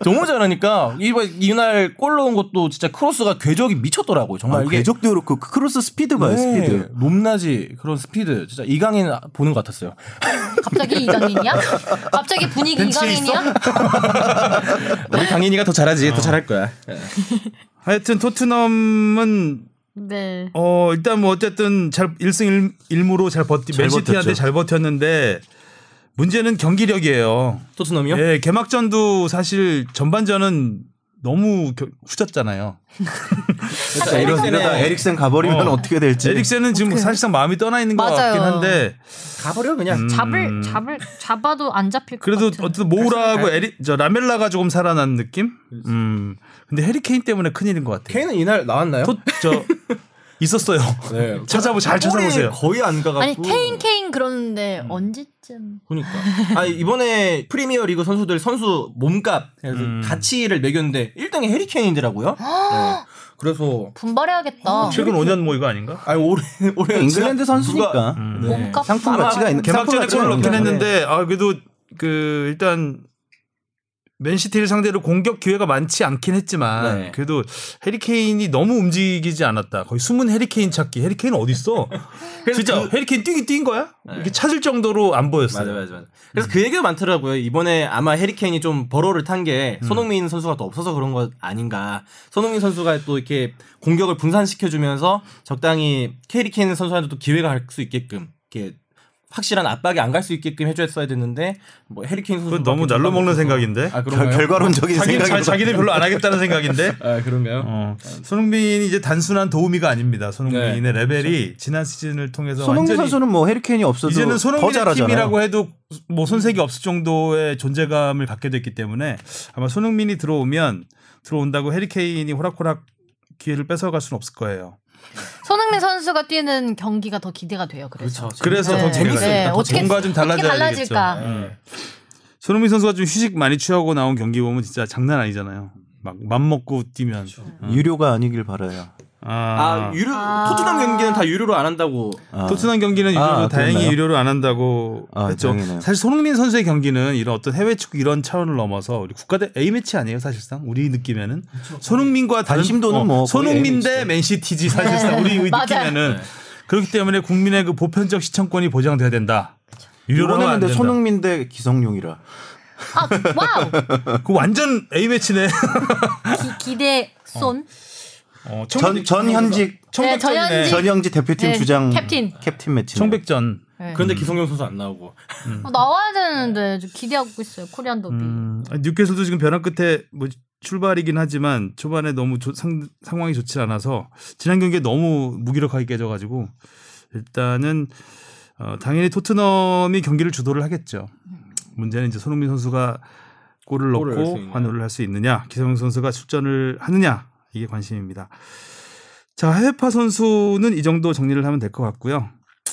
S10: 너무 잘하니까 이번 이날 골 넣은 것도 진짜 크로스가 궤적이 미쳤더라고요. 정말
S4: 아,
S10: 이게
S4: 궤적도 그렇고 그 크로스 스피드 봐요
S10: 네,
S4: 스피드.
S10: 높낮이 그런 스피드 진짜 이강인 보는 것 같았어요.
S2: 갑자기 이강인이야? 갑자기 분위기 이강인이야?
S10: 아.
S3: 우리 강인이가 더 잘하지 더 잘할 거야.
S1: 하여튼 토트넘은
S2: 네.
S1: 어 일단 뭐 어쨌든 잘 1승 1, 무로잘 버티
S4: 잘
S1: 맨시티한테
S4: 버텼죠.
S1: 잘 버텼는데 문제는 경기력이에요.
S3: 토트넘이요?
S1: 예, 개막전도 사실 전반전은 너무 겨- 후졌잖아요.
S4: 진짜 이런 이러다 에릭센 가버리면
S1: 어.
S4: 어. 떻게 될지.
S1: 에릭센은 지금 사실상 마음이 떠나 있는 것
S2: 맞아요.
S1: 같긴 한데
S3: 가버려
S10: 음.
S3: 그냥.
S2: 잡을 잡을 잡아도 안 잡힐 것
S1: 음. 그래도
S2: 같은.
S1: 어쨌든 모우라하고 에리 저 라멜라가 조금 살아난 느낌. 음. 근데 해리케인 때문에 큰일인 것 같아요.
S3: 케인은 이날 나왔나요?
S1: 또, [laughs] 저 있었어요.
S3: 네.
S1: 찾아보 잘 찾아보세요.
S3: 볼이 거의 안 가갖고.
S2: 아니 케인 케인 그러는데
S1: 음.
S2: 언제쯤?
S3: 그러니까. 아 이번에 프리미어 리그 선수들 선수 몸값 그래서
S1: 음.
S3: 가치를 매겼는데 1등이 해리케인이더라고요.
S2: 아.
S3: 네. 그래서
S2: 분발해야겠다.
S1: 최근 5년 뭐 이거 아닌가?
S3: 아니 올해 올해
S4: 잉글랜드 선수니까
S1: 음.
S3: 네.
S2: 몸값
S4: 상품 가치가 있는
S1: 개막전에
S4: 상품
S1: 골을
S4: 가치가
S1: 넣긴
S4: 있는 거야.
S1: 했는데 아 그래도 그 일단 맨시티를 상대로 공격 기회가 많지 않긴 했지만
S3: 네.
S1: 그래도 해리케인이 너무 움직이지 않았다. 거의 숨은 해리케인 찾기. 해리케인 어디
S3: [laughs]
S1: 있어? 진짜 해리케인 뛰긴 뛴 거야? 이렇게 찾을 정도로 안 보였어요.
S3: 그 네. 맞아 맞아 맞아. 그래서
S1: 음.
S3: 그 얘기가 많더라고요. 이번에 아마 해리케인이 좀 버로를 탄 게
S1: 음.
S3: 손흥민 선수가 또 없어서 그런 것 아닌가. 손흥민 선수가 또 이렇게 공격을 분산시켜주면서 적당히 해리케인 선수한테 또 기회가 갈 수 있게끔 이렇게 확실한 압박이 안 갈 수 있게끔 해줬어야 됐는데 뭐 해리케인 선수
S1: 그건 너무 날로 먹는 생각인데.
S3: 아
S4: 결,
S3: 그런가요?
S4: 결과론적인
S1: 자기
S4: 생각이
S1: 자, 자기들 별로 안 하겠다는
S3: [laughs]
S1: 생각인데.
S3: 아 그런가요?
S1: 어. 손흥민이 이제 단순한 도우미가 아닙니다. 손흥민의
S3: 그렇죠.
S1: 레벨이 지난 시즌을 통해서
S4: 손흥민
S1: 완전히
S4: 선수는 뭐 해리케인이 없어도
S1: 이제는
S4: 더
S1: 손흥민의
S4: 잘하잖아요.
S1: 팀이라고 해도 뭐 손색이 없을 정도의 존재감을 갖게 됐기 때문에 아마 손흥민이 들어오면 들어온다고 해리케인이 호락호락 기회를 뺏어갈 수는 없을 거예요.
S2: 손흥민 선수가 뛰는 경기가 더 기대가 돼요.
S3: 그렇죠.
S1: 그래서
S2: 그래서 네.
S1: 그렇죠. 더 재밌어요.
S2: 네.
S1: 일단 더
S2: 어떻게-
S1: 뭔가 좀 달라져야
S2: 어떻게 달라질까?
S1: 되겠죠. 음. 손흥민 선수가 좀 휴식 많이 취하고 나온 경기 보면 진짜 장난 아니잖아요. 막 맘 먹고 뛰면. 음.
S4: 유료가 아니길 바라요.
S3: 아
S1: 아,
S3: 유료 토트넘 경기는 다 유료로 안 한다고.
S4: 아.
S1: 토트넘 경기는 유료로
S4: 아,
S1: 다행히
S4: 그랬나요?
S1: 유료로 안 한다고
S4: 아,
S1: 했죠.
S4: 다행이네요.
S1: 사실 손흥민 선수의 경기는 이런 어떤 해외 축구 이런 차원을 넘어서 우리 국가대 A 매치 아니에요 사실상 우리 느낌에는 손흥민과 다른 어,
S4: 관심도는 뭐 거의
S1: 손흥민 대 맨시티지 사실상 우리
S2: 네. [laughs] 맞아요.
S1: 느낌에는 그렇기 때문에 국민의 그 보편적 시청권이 보장돼야 된다. 유료로 하면 안
S4: 이번에는
S1: 된다.
S4: 근데 손흥민 대 기성용이라.
S2: 아 와우
S1: 그 완전 A 매치네. [laughs]
S2: 기, 기대 손
S1: 어,
S4: 전, 전 현직
S2: 네,
S1: 청백전이네.
S2: 전현직.
S4: 전영지 대표팀
S2: 네,
S4: 주장
S2: 캡틴.
S4: 캡틴 매치.
S1: 청백전. 아.
S3: 그런데 기성용 선수 안 나오고.
S2: 어, 나와야 되는데 좀 기대하고 있어요. 코리안 더비.
S1: 음, 뉴캐슬도 지금 변화 끝에 뭐 출발이긴 하지만 초반에 너무 조- 상, 상황이 좋지 않아서 지난 경기에 너무 무기력하게 깨져가지고 일단은 어, 당연히 토트넘이 경기를 주도를 하겠죠. 문제는 이제 손흥민 선수가 골을
S3: 골을 할수
S1: 넣고
S3: 있냐.
S1: 환호를 할 수 있느냐, 기성용 선수가 출전을 하느냐 이게 관심입니다. 자 해외파 선수는 이 정도 정리를 하면 될 것 같고요.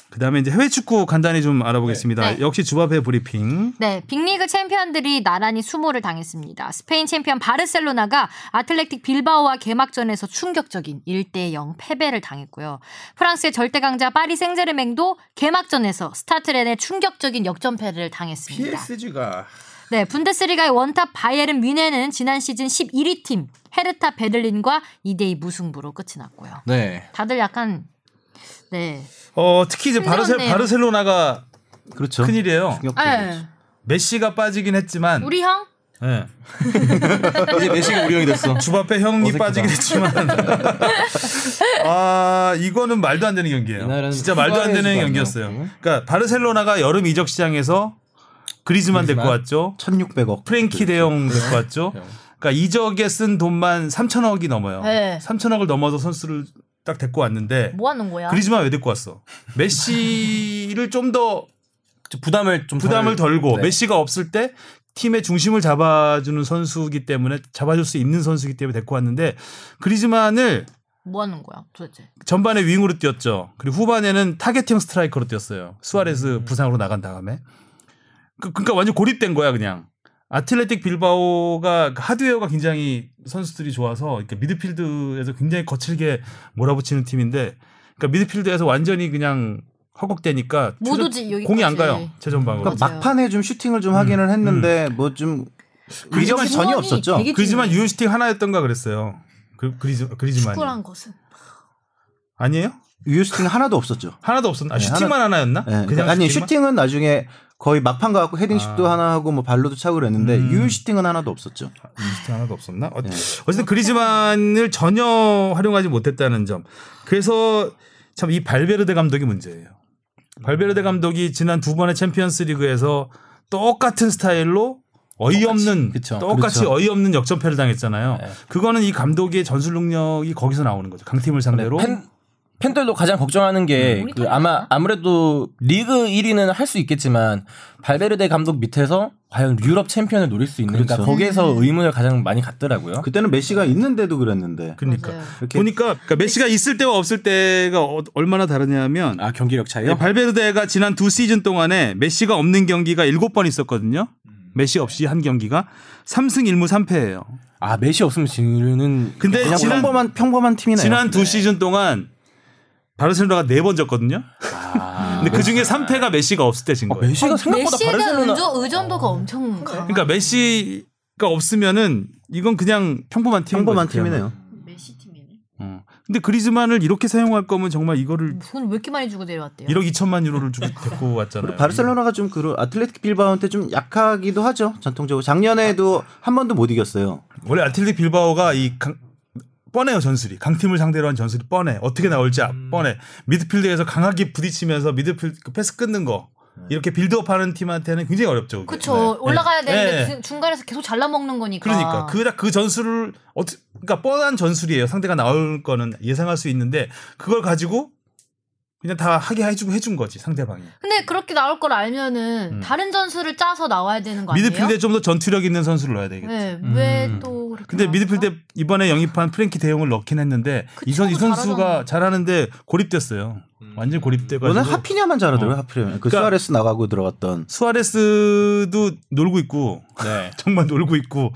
S1: 그다음에 이제 해외 축구 간단히 좀 알아보겠습니다.
S2: 네. 네.
S1: 역시 주바페 브리핑.
S2: 네, 빅리그 챔피언들이 나란히 수모를 당했습니다. 스페인 챔피언 바르셀로나가 아틀레틱 빌바오와 개막전에서 충격적인 1대 0 패배를 당했고요. 프랑스의 절대 강자 파리 생제르맹도 개막전에서 스타트렌의 충격적인 역전패를 당했습니다.
S3: PSG가
S2: 네, 분데스리가의 원탑 바이에른 뮌헨은 지난 시즌 11위 팀 헤르타 베를린과 2대2 무승부로 끝이 났고요.
S3: 네.
S2: 다들 약간 네.
S1: 어, 특히 이제 바르셀,
S2: 힘들었네요.
S1: 바르셀로나가
S4: 그렇죠.
S1: 큰일이에요.
S4: 충격적이지.
S1: 메시가 빠지긴 했지만
S2: 네. 우리 형
S1: 예.
S3: 이제 메시가 우리 형이 됐어.
S1: 주바페 형이
S4: 어색하다.
S1: 빠지긴 했지만 아 이거는 말도 안 되는 경기예요.
S3: 이날은
S1: 진짜 말도 안 되는
S3: 추가해야지
S1: 경기였어요.
S3: 맞나요?
S1: 그러니까 바르셀로나가 여름 이적 시장에서 그리즈만 데리고 왔죠.
S4: 1,600억. 그
S1: 프랭키 대형 데리고 왔죠.
S3: 그래요.
S1: 그러니까 이적에 쓴 돈만 3천억이 넘어요.
S2: 네.
S1: 3천억을 넘어서 선수를 딱 데리고 왔는데
S2: 뭐 하는 거야?
S1: 그리즈만 왜 데리고 왔어? 메시를 좀더
S3: 부담을 좀
S1: 부담을
S3: 덜-
S1: 덜고
S3: 네.
S1: 메시가 없을 때 팀의 중심을 잡아주는 선수기 때문에 잡아줄 수 있는 선수기 때문에 데리고 왔는데 그리즈만을
S2: 뭐 하는 거야? 도대체.
S1: 전반에 윙으로 뛰었죠. 그리고 후반에는 타겟형 스트라이커로 뛰었어요. 수아레스
S4: 음.
S1: 부상으로 나간 다음에 그, 그러니까 완전 고립된 거야 그냥. 아틀레틱 빌바오가 그 하드웨어가 굉장히 선수들이 좋아서 그러니까 미드필드에서 굉장히 거칠게 몰아붙이는 팀인데 그러니까 미드필드에서 완전히 그냥 허걱대니까
S2: 못
S1: 최전-
S2: 오지, 여기까지.
S1: 공이 안 가요 최전방으로.
S4: 그러니까
S2: 맞아요.
S4: 막판에 좀 슈팅을 좀 하기는 했는데 뭐 좀 이력이 전혀
S2: 수원이
S4: 없었죠.
S2: 그 되게
S1: 그리지만
S2: 중요해요.
S1: 유효슈팅 하나였던가 그랬어요. 그, 그리즈, 그리지만.
S2: 축구란 것은
S1: 아니에요?
S4: 유효 슈팅 하나도 없었죠.
S1: 하나도 없었나? 아,
S4: 네,
S1: 슈팅만 하나, 였나
S4: 예. 아니 슈팅은 나중에 거의 막판 가고 헤딩슛도
S1: 아.
S4: 하나 하고 뭐 발로도 차고 그랬는데
S1: 음.
S4: 유효 슈팅은 하나도 없었죠.
S1: 슈팅 하나도 없었나? 어,
S4: 네.
S1: 어쨌든 그리즈만을 전혀 활용하지 못했다는 점. 그래서 참 이 발베르데 감독이 문제예요. 발베르데 감독이 지난 두 번의 챔피언스 리그에서 똑같은 스타일로 어이없는
S3: 그쵸.
S1: 똑같이
S3: 그렇죠.
S1: 어이없는 역전패를 당했잖아요. 그거는 이 감독의 전술 능력이 거기서 나오는 거죠. 강팀을 상대로
S3: 네, 팬, 팬들도 가장 걱정하는 게
S2: 우리
S3: 그
S2: 팬이야?
S3: 아마 아무래도 리그 1위는 할 수 있겠지만 발베르데 감독 밑에서 과연 유럽 챔피언을 노릴 수 있는가
S4: 그렇죠.
S3: 거기에서 의문을 가장 많이 갖더라고요.
S4: 그때는 메시가 있는데도 그랬는데.
S1: 그러니까
S2: 맞아요.
S4: 이렇게
S1: 보니까 그러니까 메시가 있을 때와 없을 때가 어- 얼마나 다르냐면
S3: 아 경기력 차이요?
S1: 예, 발베르데가 지난 두 시즌 동안에 메시가 없는 경기가 일곱 번 있었거든요.
S4: 음.
S1: 메시 없이 한 경기가 3승 1무 3패예요.
S3: 아 메시 없으면 지는
S1: 근데
S4: 그냥
S1: 지난
S4: 평범한 평범한 팀이네요.
S1: 지난 두 시즌 동안 바르셀로나가 네 번 졌거든요.
S4: 아,
S1: 근데 그 중에 3패가 메시가 없을 때 진 거예요.
S3: 아. 메시가 생각보다
S2: 메시에 대한
S3: 바르셀로나
S2: 의존, 의존도가 엄청 강한
S1: 그러니까 메시가 없으면은 이건 그냥 평범한 팀인
S4: 평범한
S1: 거지, 그냥.
S4: 팀이네요.
S2: 메시 팀이네.
S1: 어. 근데 그리즈만을 이렇게 사용할 거면 정말 이거를
S2: 돈왜 이렇게 많이 주고 내려왔대요?
S1: 1억 2천만 유로를 주고 [laughs] 데리고
S4: 네.
S1: 왔잖아요.
S4: 바르셀로나가 좀 그 아틀레틱 빌바오한테 좀 약하기도 하죠. 전통적으로 작년에도 한 번도 못 이겼어요.
S1: 원래 아틀레틱 빌바오가 이 강, 뻔해요 전술이 강팀을 상대로 한 전술이 뻔해 어떻게 나올지 아- 뻔해 미드필드에서 강하게 부딪히면서 미드필드 그 패스 끊는 거 이렇게 빌드업하는 팀한테는 굉장히 어렵죠. 그게.
S2: 그쵸 올라가야 되는데 아.
S1: 네.
S2: 그 중간에서 계속 잘라먹는 거니까.
S1: 그러니까 그닥 그 전술을 어떻 그러니까 뻔한 전술이에요. 상대가 나올 거는 예상할 수 있는데 그걸 가지고 그냥 다 하게 해주고 해준 거지 상대방이.
S2: 근데 그렇게 나올 걸 알면은 다른 전술을 짜서 나와야 되는 거 아니에요?
S1: 음. 미드필드에 좀 더 전투력 있는 선수를 넣어야 되겠다.
S2: 네, 왜또 아, 그렇게?
S1: 근데
S2: 나왔을까?
S1: 미드필드 이번에 영입한 프랭키 대용을 넣긴 했는데
S2: 그
S1: 이, 선, 이
S2: 친구
S1: 선수가
S2: 잘하잖아.
S1: 잘하는데 고립됐어요. 완전 고립돼가지고
S4: 오늘 하피냐만 잘하더라고요. 하피냐. 그
S1: 그러니까-
S4: 수아레스 나가고 들어갔던
S1: 수아레스도 놀고 있고
S3: 네.
S1: [laughs] 정말 놀고 있고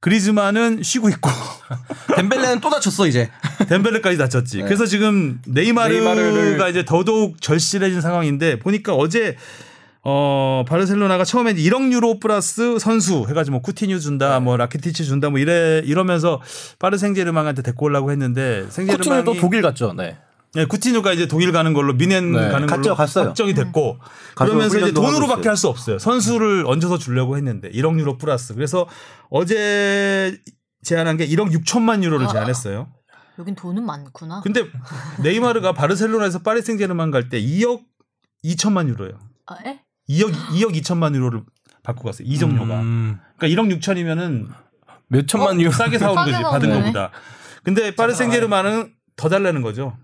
S1: 그리즈만은 쉬고 있고 [laughs]
S11: 덴벨레는 또 다쳤어 이제.
S1: 덴벨레까지 다쳤지. 그래서 지금 네이마르가
S11: 네이마르를-
S1: 이제 더더욱 절실해진 상황인데 보니까 어제 어 바르셀로나가 처음에 1억 유로 플러스 선수 해가지고 뭐 쿠티뉴 준다, 뭐 라키티치 준다, 뭐 이래 이러면서 파르 생제르망한테 데리고 오려고 했는데 생제르망이
S3: 코티뉴도 독일 갔죠. 네.
S1: 예, 쿠티뉴가 이제 독일 가는 걸로 미넨
S3: 네,
S1: 가는 걸로
S4: 갔죠, 갔어요.
S1: 확정이 됐고
S4: 가서
S1: 그러면서 이제
S4: 훈련도 하고
S1: 돈으로밖에
S4: 있어요.
S1: 할 수 없어요. 선수를 얹어서 주려고 했는데 1억 유로 플러스. 그래서 어제 제안한 게 1억 6천만 유로를 제안했어요.
S2: 여긴 돈은 많구나.
S1: 근데 네이마르가 바르셀로나에서 파리 생제르맹 갈 때 2억 2천만 유로예요.
S2: 아, 에?
S1: 2억 2억 2천만 유로를 받고 갔어요. 이정료가.
S3: 음,
S1: 그러니까 1억 6천이면은
S3: 몇 천만 유로 [laughs]
S1: 싸게 사온
S2: 싸게
S1: 거지
S2: 사온
S1: 받은
S2: 거네.
S1: 거보다. 근데 파리 생제르맹은 더 달라는 거죠.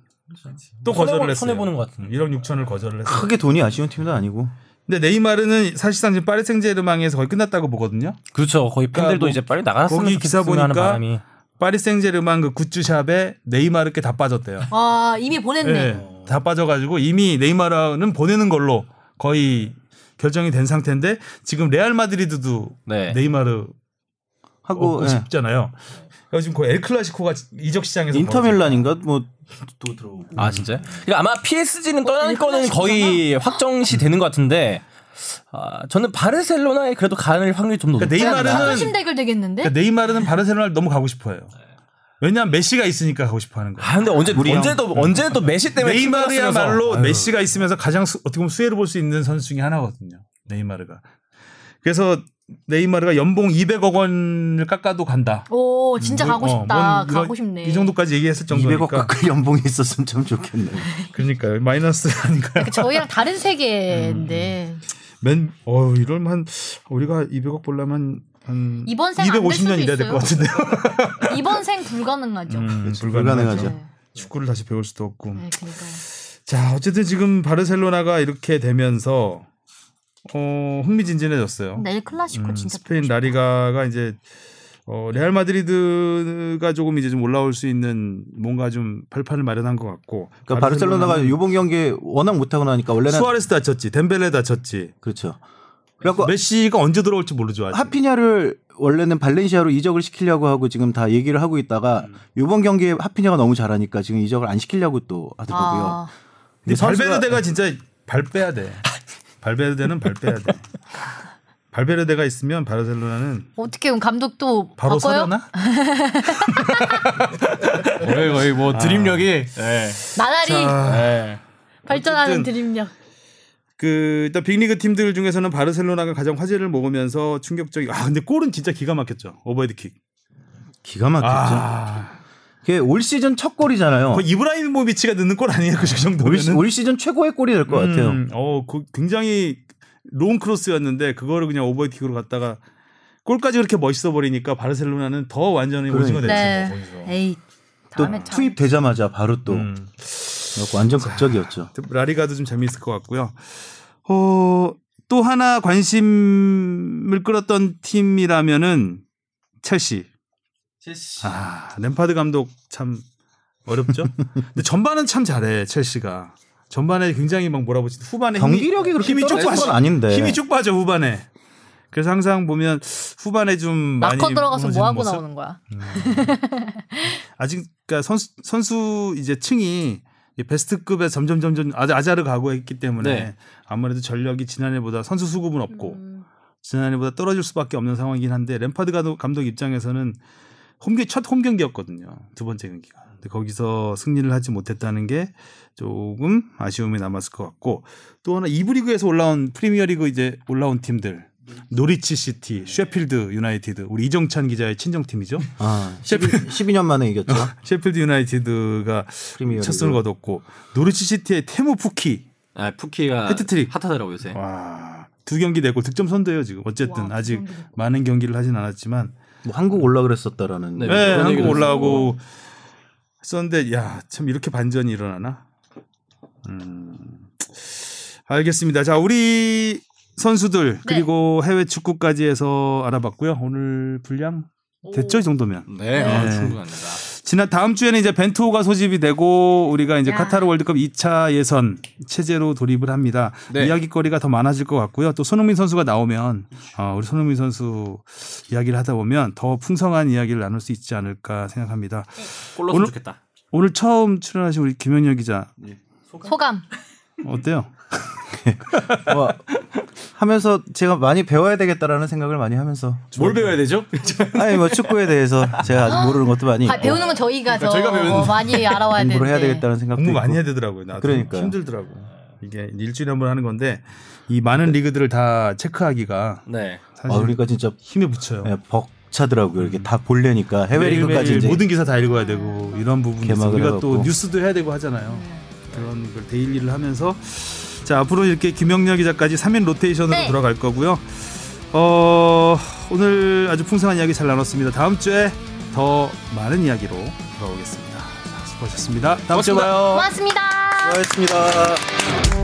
S1: 또 거절을 했어요.
S3: 손해 보는 것 같은데.
S1: 1억 6천을 거절을 했어요.
S4: 크게 돈이 아쉬운 팀도 아니고
S1: 근데 네이마르는 사실상 지금 파리 생제르맹에서 거의 끝났다고 보거든요.
S3: 그렇죠. 거의 팬들도
S1: 그러니까 뭐
S3: 이제 빨리 나갔으면
S1: 거기 기사
S3: 좋겠으면 하는
S1: 보니까
S3: 바람이.
S1: 파리 생제르맹 그 굿즈샵에 네이마르께 다 빠졌대요.
S2: 아 이미 보냈네.
S1: 예, 다 빠져가지고 이미 네이마르는 보내는 걸로 거의 결정이 된 상태인데 지금 레알 마드리드도
S3: 네.
S1: 네이마르
S4: 하고
S1: 얻고
S4: 예.
S1: 싶잖아요. 그러니까 지금 거의 엘 클라시코가 이적 시장에서
S4: 인터밀란인가 뭐또 들어오고.
S3: 아 진짜? 그러니까 아마 PSG는 떠날 거는 거의 확정시 되는 것 같은데 아, 저는 바르셀로나에 그래도 가는 확률이 좀 더 높지
S1: 그러니까
S3: 않나.
S1: 네이마르는
S2: 심 대결 되겠는데?
S1: 그러니까 네이마르는 바르셀로나를 너무 가고 싶어해요. 왜냐하면 메시가 있으니까 가고 싶어하는 거예요.
S3: 아 근데 언제
S4: 우리 형.
S3: 언제도 언제도 메시 때문에
S1: 네이마르야말로
S3: 힘들었으면서.
S1: 메시가 있으면서 가장 수- 어떻게 보면 수혜를 볼 수 있는 선수 중에 하나거든요. 네이마르가. 그래서 네이마르가 연봉 200억 원을 깎아도 간다.
S2: 오 진짜
S1: 뭐,
S2: 가고
S1: 어,
S2: 싶다.
S1: 뭔 이런-
S2: 가고 싶네.
S1: 이 정도까지 얘기했을 정도니까.
S4: 200억 가까이 [laughs] 연봉이 있었으면 참 좋겠네요.
S1: 그러니까요. 마이너스
S2: [laughs]
S1: 아닌가요?
S2: 그러니까 저희랑
S1: [laughs]
S2: 다른 세계인데
S1: 맨, 어 이러면 한, 우리가 200억 벌려면 한.
S2: 이번 생안될
S1: 250년
S2: 수도
S1: 이래야 될 것 같은데요. 음.
S2: 이번 생 불가능하죠.
S4: 음,
S1: [laughs]
S4: 불가능하죠.
S2: 네.
S1: 축구를 다시 배울 수도 없고.
S2: 네, 그러니까요.
S1: 자, 어쨌든 지금 바르셀로나가 이렇게 되면서, 어, 흥미진진해졌어요.
S2: 근데 엘 클라시코
S1: 음,
S2: 진짜
S1: 스페인 라리가가 이제 어, 레알 마드리드가 조금 이제 좀 올라올 수 있는 뭔가 좀 발판을 마련한 것 같고.
S4: 그러니까 바르셀로나가 이번 경기 워낙 못하고 나니까 원래는
S1: 수아레스 다쳤지, 덴벨레 다쳤지.
S4: 그렇죠. 그래갖고
S1: 메시가 언제 돌아올지 모르죠. 아직.
S4: 하피냐를 원래는 발렌시아로 이적을 시키려고 하고 지금 다 얘기를 하고 있다가
S1: 음.
S4: 이번 경기에 하피냐가 너무 잘하니까 지금 이적을 안 시키려고 또 하더라고요.
S2: 아,
S1: 근데
S4: 선수가- 네.
S1: 발베르데가 진짜 발 빼야 돼. 발베르데는 발 빼야 돼. 발베르데가 있으면 바르셀로나는
S2: 어떻게 그럼 감독도
S1: 바로
S2: 바꿔요?
S1: 서려나?
S11: 거의 거의
S3: 아.
S11: 뭐 드립력이. 예.
S2: 나날이
S1: 자,
S11: 예.
S2: 발전하는
S1: 어쨌든
S2: 드림력.
S1: 그 일단 빅리그 팀들 중에서는 바르셀로나가 가장 화제를 모으면서 충격적이. 아 근데 골은 진짜 기가 막혔죠. 오버헤드킥.
S4: 기가 막혔죠.
S1: 아,
S4: 그게 올 시즌 첫 골이잖아요.
S1: 거의 이브라이모비치가 넣는 골 아니에요 그
S4: 올,
S1: 정도면은.
S4: 시- 올 시즌 최고의 골이 될 것 같아요.
S1: 음, 어, 그 굉장히 롱 크로스였는데 그거를 그냥 오버헤틱으로 갔다가 골까지 그렇게 멋있어 버리니까 바르셀로나는 더 완전히 오징어 됐죠.
S7: 네. 에이.
S4: 또
S7: 다음에 참.
S4: 투입되자마자 바로 또
S1: 음.
S4: 완전 극적이었죠.
S1: 라리가도 좀 재미있을 것 같고요. 어, 또 하나 관심을 끌었던 팀이라면은 첼시.
S3: 첼시.
S1: 아, 램파드 감독 참 어렵죠.
S4: [laughs]
S1: 근데 전반은 참 잘해 첼시가. 전반에 굉장히 막 몰아붙이 후반에 힘이-
S4: 경기력이 그렇게
S1: 힘이 쭉
S4: 떨어진
S1: 빠져.
S4: 건 아닌데.
S1: 힘이 쭉 빠져 후반에. 그래서 항상 보면 후반에 좀 많이
S7: 마커 들어가서
S1: 무너지는
S7: 뭐 하고
S1: 모습?
S7: 나오는 거야?
S1: 아직 그러니까 선수 선수 이제 층이 이 베스트급에 점점 점점 아자- 아자르 가고 했기 때문에
S3: 네.
S1: 아무래도 전력이 지난해보다 선수 수급은 없고
S7: 음.
S1: 지난해보다 떨어질 수밖에 없는 상황이긴 한데 램파드 감독- 감독 입장에서는 홈기 첫 홈경기였거든요 두 번째 경기가 근데 거기서 승리를 하지 못했다는 게 조금 아쉬움이 남았을 것 같고 또 하나 2부 리그에서 올라온 프리미어리그 이제 올라온 팀들 노리치 시티, 셰필드 유나이티드 우리 이정찬 기자의 친정팀이죠 아,
S4: 아, 12, 년 만에 이겼죠.
S1: 셰필드 유나이티드가
S4: 프리미어.
S1: 첫 승을 거뒀고 노리치 시티의 테무 푸키
S5: 아, 푸키가
S1: 헤트트릭. 어,
S5: 핫하더라고 요새.
S1: 와, 두 경기 내고 득점 선두예요 지금 어쨌든 아직 많은 경기를 하진 않았지만
S4: 뭐 한국 올라 그랬었다라는.
S5: 네.
S1: 네,
S5: 그런
S1: 한국
S5: 얘기도
S1: 올라오고 썼는데 야 참 이렇게 반전이 일어나나 음, 알겠습니다 자 우리 선수들 그리고 해외 축구까지 해서 알아봤고요 오늘 분량 됐죠 이 정도면
S3: 네, 아,
S1: 네.
S3: 충분합니다.
S1: 지난 다음 주에는 이제 벤투호가 소집이 되고 우리가 이제
S7: 야.
S1: 카타르 월드컵 2차 예선 체제로 돌입을 합니다.
S3: 네.
S1: 이야기거리가 더 많아질 것 같고요. 또 손흥민 선수가 나오면 어, 우리 손흥민 선수 이야기를 하다 보면 더 풍성한 이야기를 나눌 수 있지 않을까 생각합니다.
S5: 골 넣었으면
S1: 오늘-
S5: 좋겠다.
S1: 오늘 처음 출연하신 우리 김현열 기자
S7: 소감.
S1: 어때요?
S4: 와, 뭐 하면서 제가 많이 배워야 되겠다라는 생각을 많이 하면서.
S5: 뭘
S1: 네.
S5: 배워야 되죠?
S4: 아니 뭐 축구에 대해서 제가 아직 모르는 것도 많이.
S7: 아,
S4: 있고
S7: 배우는 건 저희가
S1: 그러니까
S7: 더
S5: 저희가 배우는
S7: 어, 많이 알아와야 되는데.
S4: 어. 공부를 해야 되겠다는 생각도
S1: 공부
S4: 있고.
S1: 많이 해야 되더라고요. 나도
S4: 그러니까요.
S1: 힘들더라고. 이게 일주일에 한 번 하는 건데 이 많은 리그들을 다 체크하기가
S3: 네.
S1: 네. 사실
S4: 아, 그러니까 진짜
S1: 힘에 붙여요.
S4: 예, 벅차더라고요. 이렇게 다 보려니까 해외 리그까지
S1: 매일매일
S4: 이제
S1: 모든 기사 다 읽어야 되고 이런 부분이 있어요.
S4: 개막을
S1: 우리가 또
S4: 해갖고.
S1: 뉴스도 해야 되고 하잖아요. 그런 걸 데일리를 하면서 자 앞으로 이렇게 김영렬 기자까지 3인 로테이션으로
S7: 네.
S1: 돌아갈 거고요. 어, 오늘 아주 풍성한 이야기 잘 나눴습니다. 다음 주에 더 많은 이야기로 돌아오겠습니다. 자, 수고하셨습니다. 다음 주에 봐요.
S7: 고맙습니다.
S4: 수고하셨습니다.